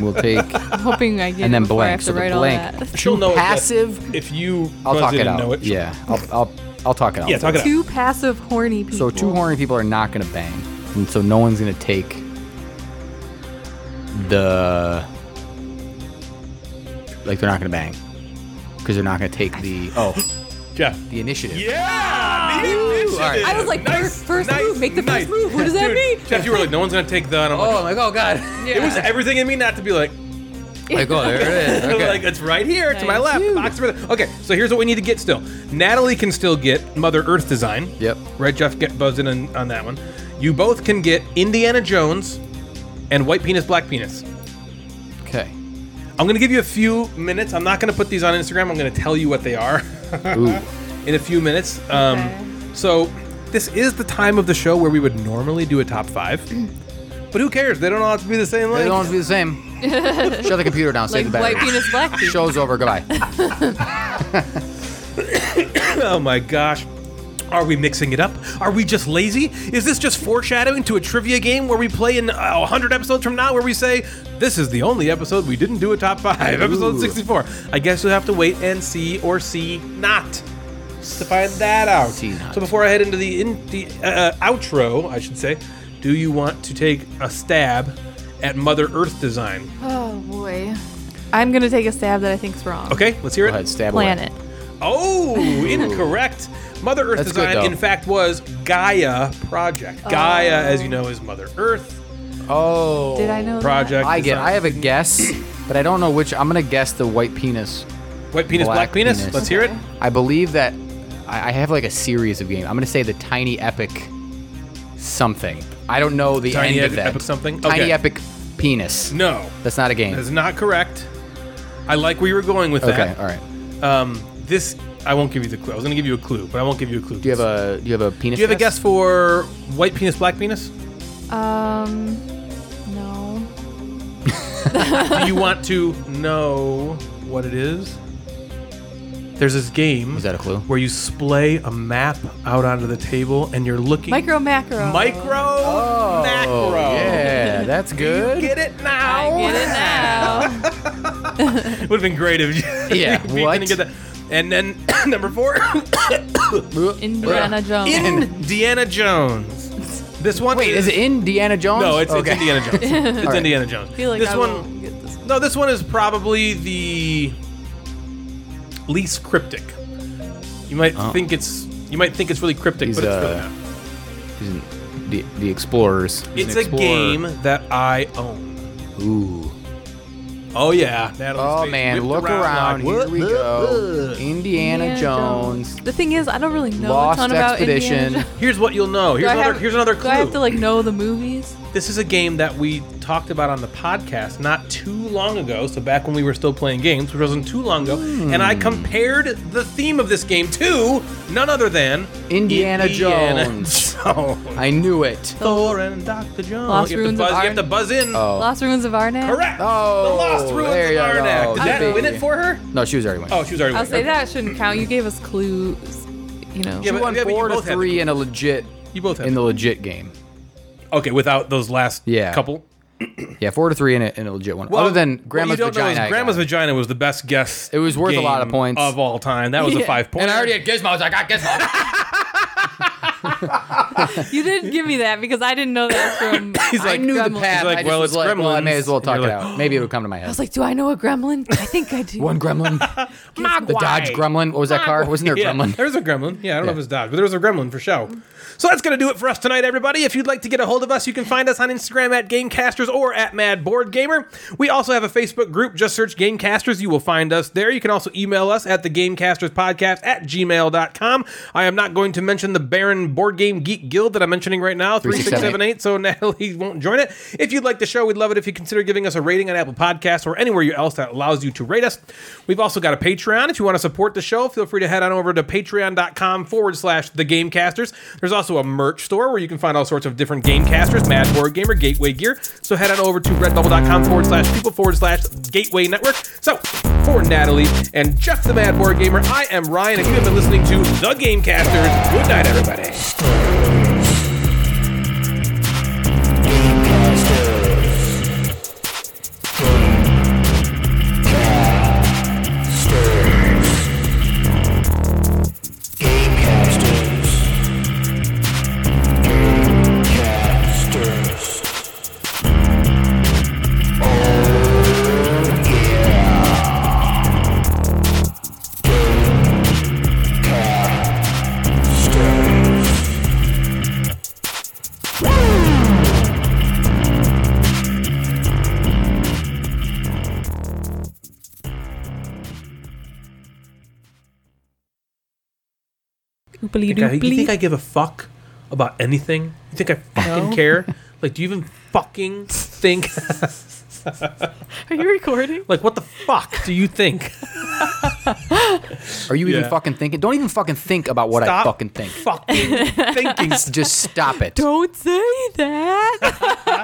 we'll take.
I'm hoping I get
And then
it before I
blank.
have
So
to
the
write
blank.
all that.
She'll know it, but
passive.
if you
I'll
Buzz
talk
in
it
and
out.
know it.
Yeah. I'll, I'll I'll talk it out.
Yeah, talk it out.
Two passive horny people.
So two horny people are not gonna bang, and so no one's gonna take the like they're not gonna bang because they're not gonna take the oh
Jeff.
the initiative.
Yeah!
right.
I was like, first, first move, make the first move. What does that
Dude,
mean?
Jeff, you were like, no one's going to take the. And I'm like,
Oh my oh god.
it was everything in me not to be like,
Like oh there it is. Okay.
like, it's right here to my
Nice.
left. Box for the- Okay, so here's what we need to get still. Natalie can still get Mother Earth design.
Yep.
Right, Jeff, get buzzed in on, on that one. You both can get Indiana Jones and White Penis, Black Penis.
Okay.
I'm going to give you a few minutes. I'm not going to put these on Instagram. I'm going to tell you what they are
Ooh.
in a few minutes. Um,
Okay.
So, this is the time of the show where we would normally do a top five. But who cares? They don't all have to be the same length.
They don't want to be the same. Shut the computer down. Save
Like
the battery.
white penis, black penis.
Show's over. Goodbye.
Oh my gosh. Are we mixing it up? Are we just lazy? Is this just foreshadowing to a trivia game where we play in uh, 100 episodes from now where we say, this is the only episode we didn't do a top five, episode
Ooh.
64? I guess you'll have to wait and see or see not to find that out.
See not.
So before I head into the, in, the uh, outro, I should say, do you want to take a stab at Mother Earth design?
Oh boy. I'm gonna take a stab that I think's wrong.
Okay, let's hear
Go
it.
ahead. Stab away.
Planet.
Oh, incorrect. Mother Earth
That's good,
design,
though.
in fact, was Gaia Project. Gaia, as you know, is Mother Earth
Oh.
Did I know that?
Project.
I get.
design.
I have a guess, but I don't know which. I'm gonna guess the white penis
white penis, black,
black
penis.
penis.
Let's hear it.
Okay.
I believe that I I have like a series of games. I'm gonna say the Tiny Epic something. I don't know the
Tiny
end of
Ep-
that.
Epic something?
Tiny
Okay.
Epic Penis.
No,
That's not a game.
that is not correct. I like where you were going with
okay.
that.
All right.
Um, this I won't give you the clue. I was going to give you a clue, but I won't give you a clue.
Do you have a Do you have a penis?
Do you have a guess for white penis, black penis?
Um, no.
Do you want to know what it is? There's this game.
Is that a clue?
Where you splay a map out onto the table and you're looking.
Micro macro.
Micro.
Oh,
macro.
yeah, that's good.
Get it now.
I get it now.
Would have been great if you.
Yeah,
if you
what? Oh,
didn't Get that. And then number four,
Indiana Jones.
Indiana Jones. This one.
Wait, is it Indiana Jones?
No, it's,
Okay.
it's Indiana Jones. It's
right.
Indiana Jones.
I feel like
this
I
one.
won't get this.
No, this one is probably the least cryptic. You might think it's you might think it's really cryptic,
Oh. He's,
but it's
uh,
really not.
Isn't The, the Explorers. He's
It's
an
a
explorer.
game that I own.
Ooh.
Oh yeah, Natalie's
Oh
face
man,
whipped
look around.
around. like,
Here we go.
"What?"
Indiana, Jones.
The thing is, I don't really know
Lost
a ton about
Expedition.
Indiana Jones.
Here's what you'll know.
Do
Here's
I
another,
have-
here's another clue.
Do I have to like know the movies?
this is a game that we talked about on the podcast not too long ago. So back when we were still playing games, which wasn't too long ago, and
Hmm.
I compared the theme of this game to none other than
Indiana Jones.
Jones.
I knew it.
Thor and Doctor Jones.
Lost
you, have to
Ruins of
buzz, you
Ar-
have to buzz in.
Oh.
Lost Ruins of Arnak.
Correct.
Oh,
the Lost Ruins
there
of
you go.
Arnak. Did that
Yippee.
win it for her?
No, she was already winning.
Oh, she was already
I'll
winning.
say
Okay.
that shouldn't count. You gave us clues. You know.
Yeah,
she
but-
won
yeah, but you
four to
both had the
three in a legit.
You both had
in
the
the legit game.
Okay, without those last
Yeah.
couple.
Yeah, four to three in a, in a legit one.
Well,
Other than
what
Grandma's
you don't know is
vagina. I
Grandma's
got.
vagina was the best guess.
It was worth a lot of
game
points.
of all time. That was a
Yeah.
five point.
And I already had gizmos. I got gizmos.
You didn't give me that because I didn't know that from.
He's
I
like-
knew the
Gremlins.
path.
He's like,
I just
well,
was
it's
like, well, I may
Gremlins.
as well
And
talk
you're
it
like,
out. Maybe it'll come to my head.
I was like, do I know a gremlin? I think I do.
one gremlin. the Dodge gremlin. What was that car? Wasn't there a
Yeah,
gremlin?
there was a gremlin. Yeah, I don't know if it was Dodge, but there was a gremlin for show. So that's going to do it for us tonight, everybody. If you'd like to get a hold of us, you can find us on Instagram at Gamecasters or at Mad Board Gamer. We also have a Facebook group. Just search Gamecasters. You will find us there. You can also email us at the Podcast at gmail.com. I am not going to mention the Baron Board Game Geek Guild that I'm mentioning right now, 3678, so Natalie won't join it. If you'd like the show, we'd love it if you consider giving us a rating on Apple Podcasts or anywhere you- else that allows you to rate us. We've also got a Patreon. If you want to support the show, feel free to head on over to patreon.com forward slash the Gamecasters. There's also a merch store where you can find all sorts of different Gamecasters, Mad Board Gamer, Gateway Gear. So head on over to redbubble.com forward slash people forward slash Gateway Network. So for Natalie and Jeff the Mad Board Gamer, I am Ryan, and you have been listening to the Gamecasters. Good night, everybody.
Ooply
Yeah, you think
dooply.
I give a fuck about anything? You think I fucking care? Like, do you even fucking think?
Are you recording?
like, what the fuck do you think?
Are you even
Yeah.
fucking thinking? Don't even fucking think about what I
Stop
fucking think.
Fucking thinking.
Just stop it.
Don't say that.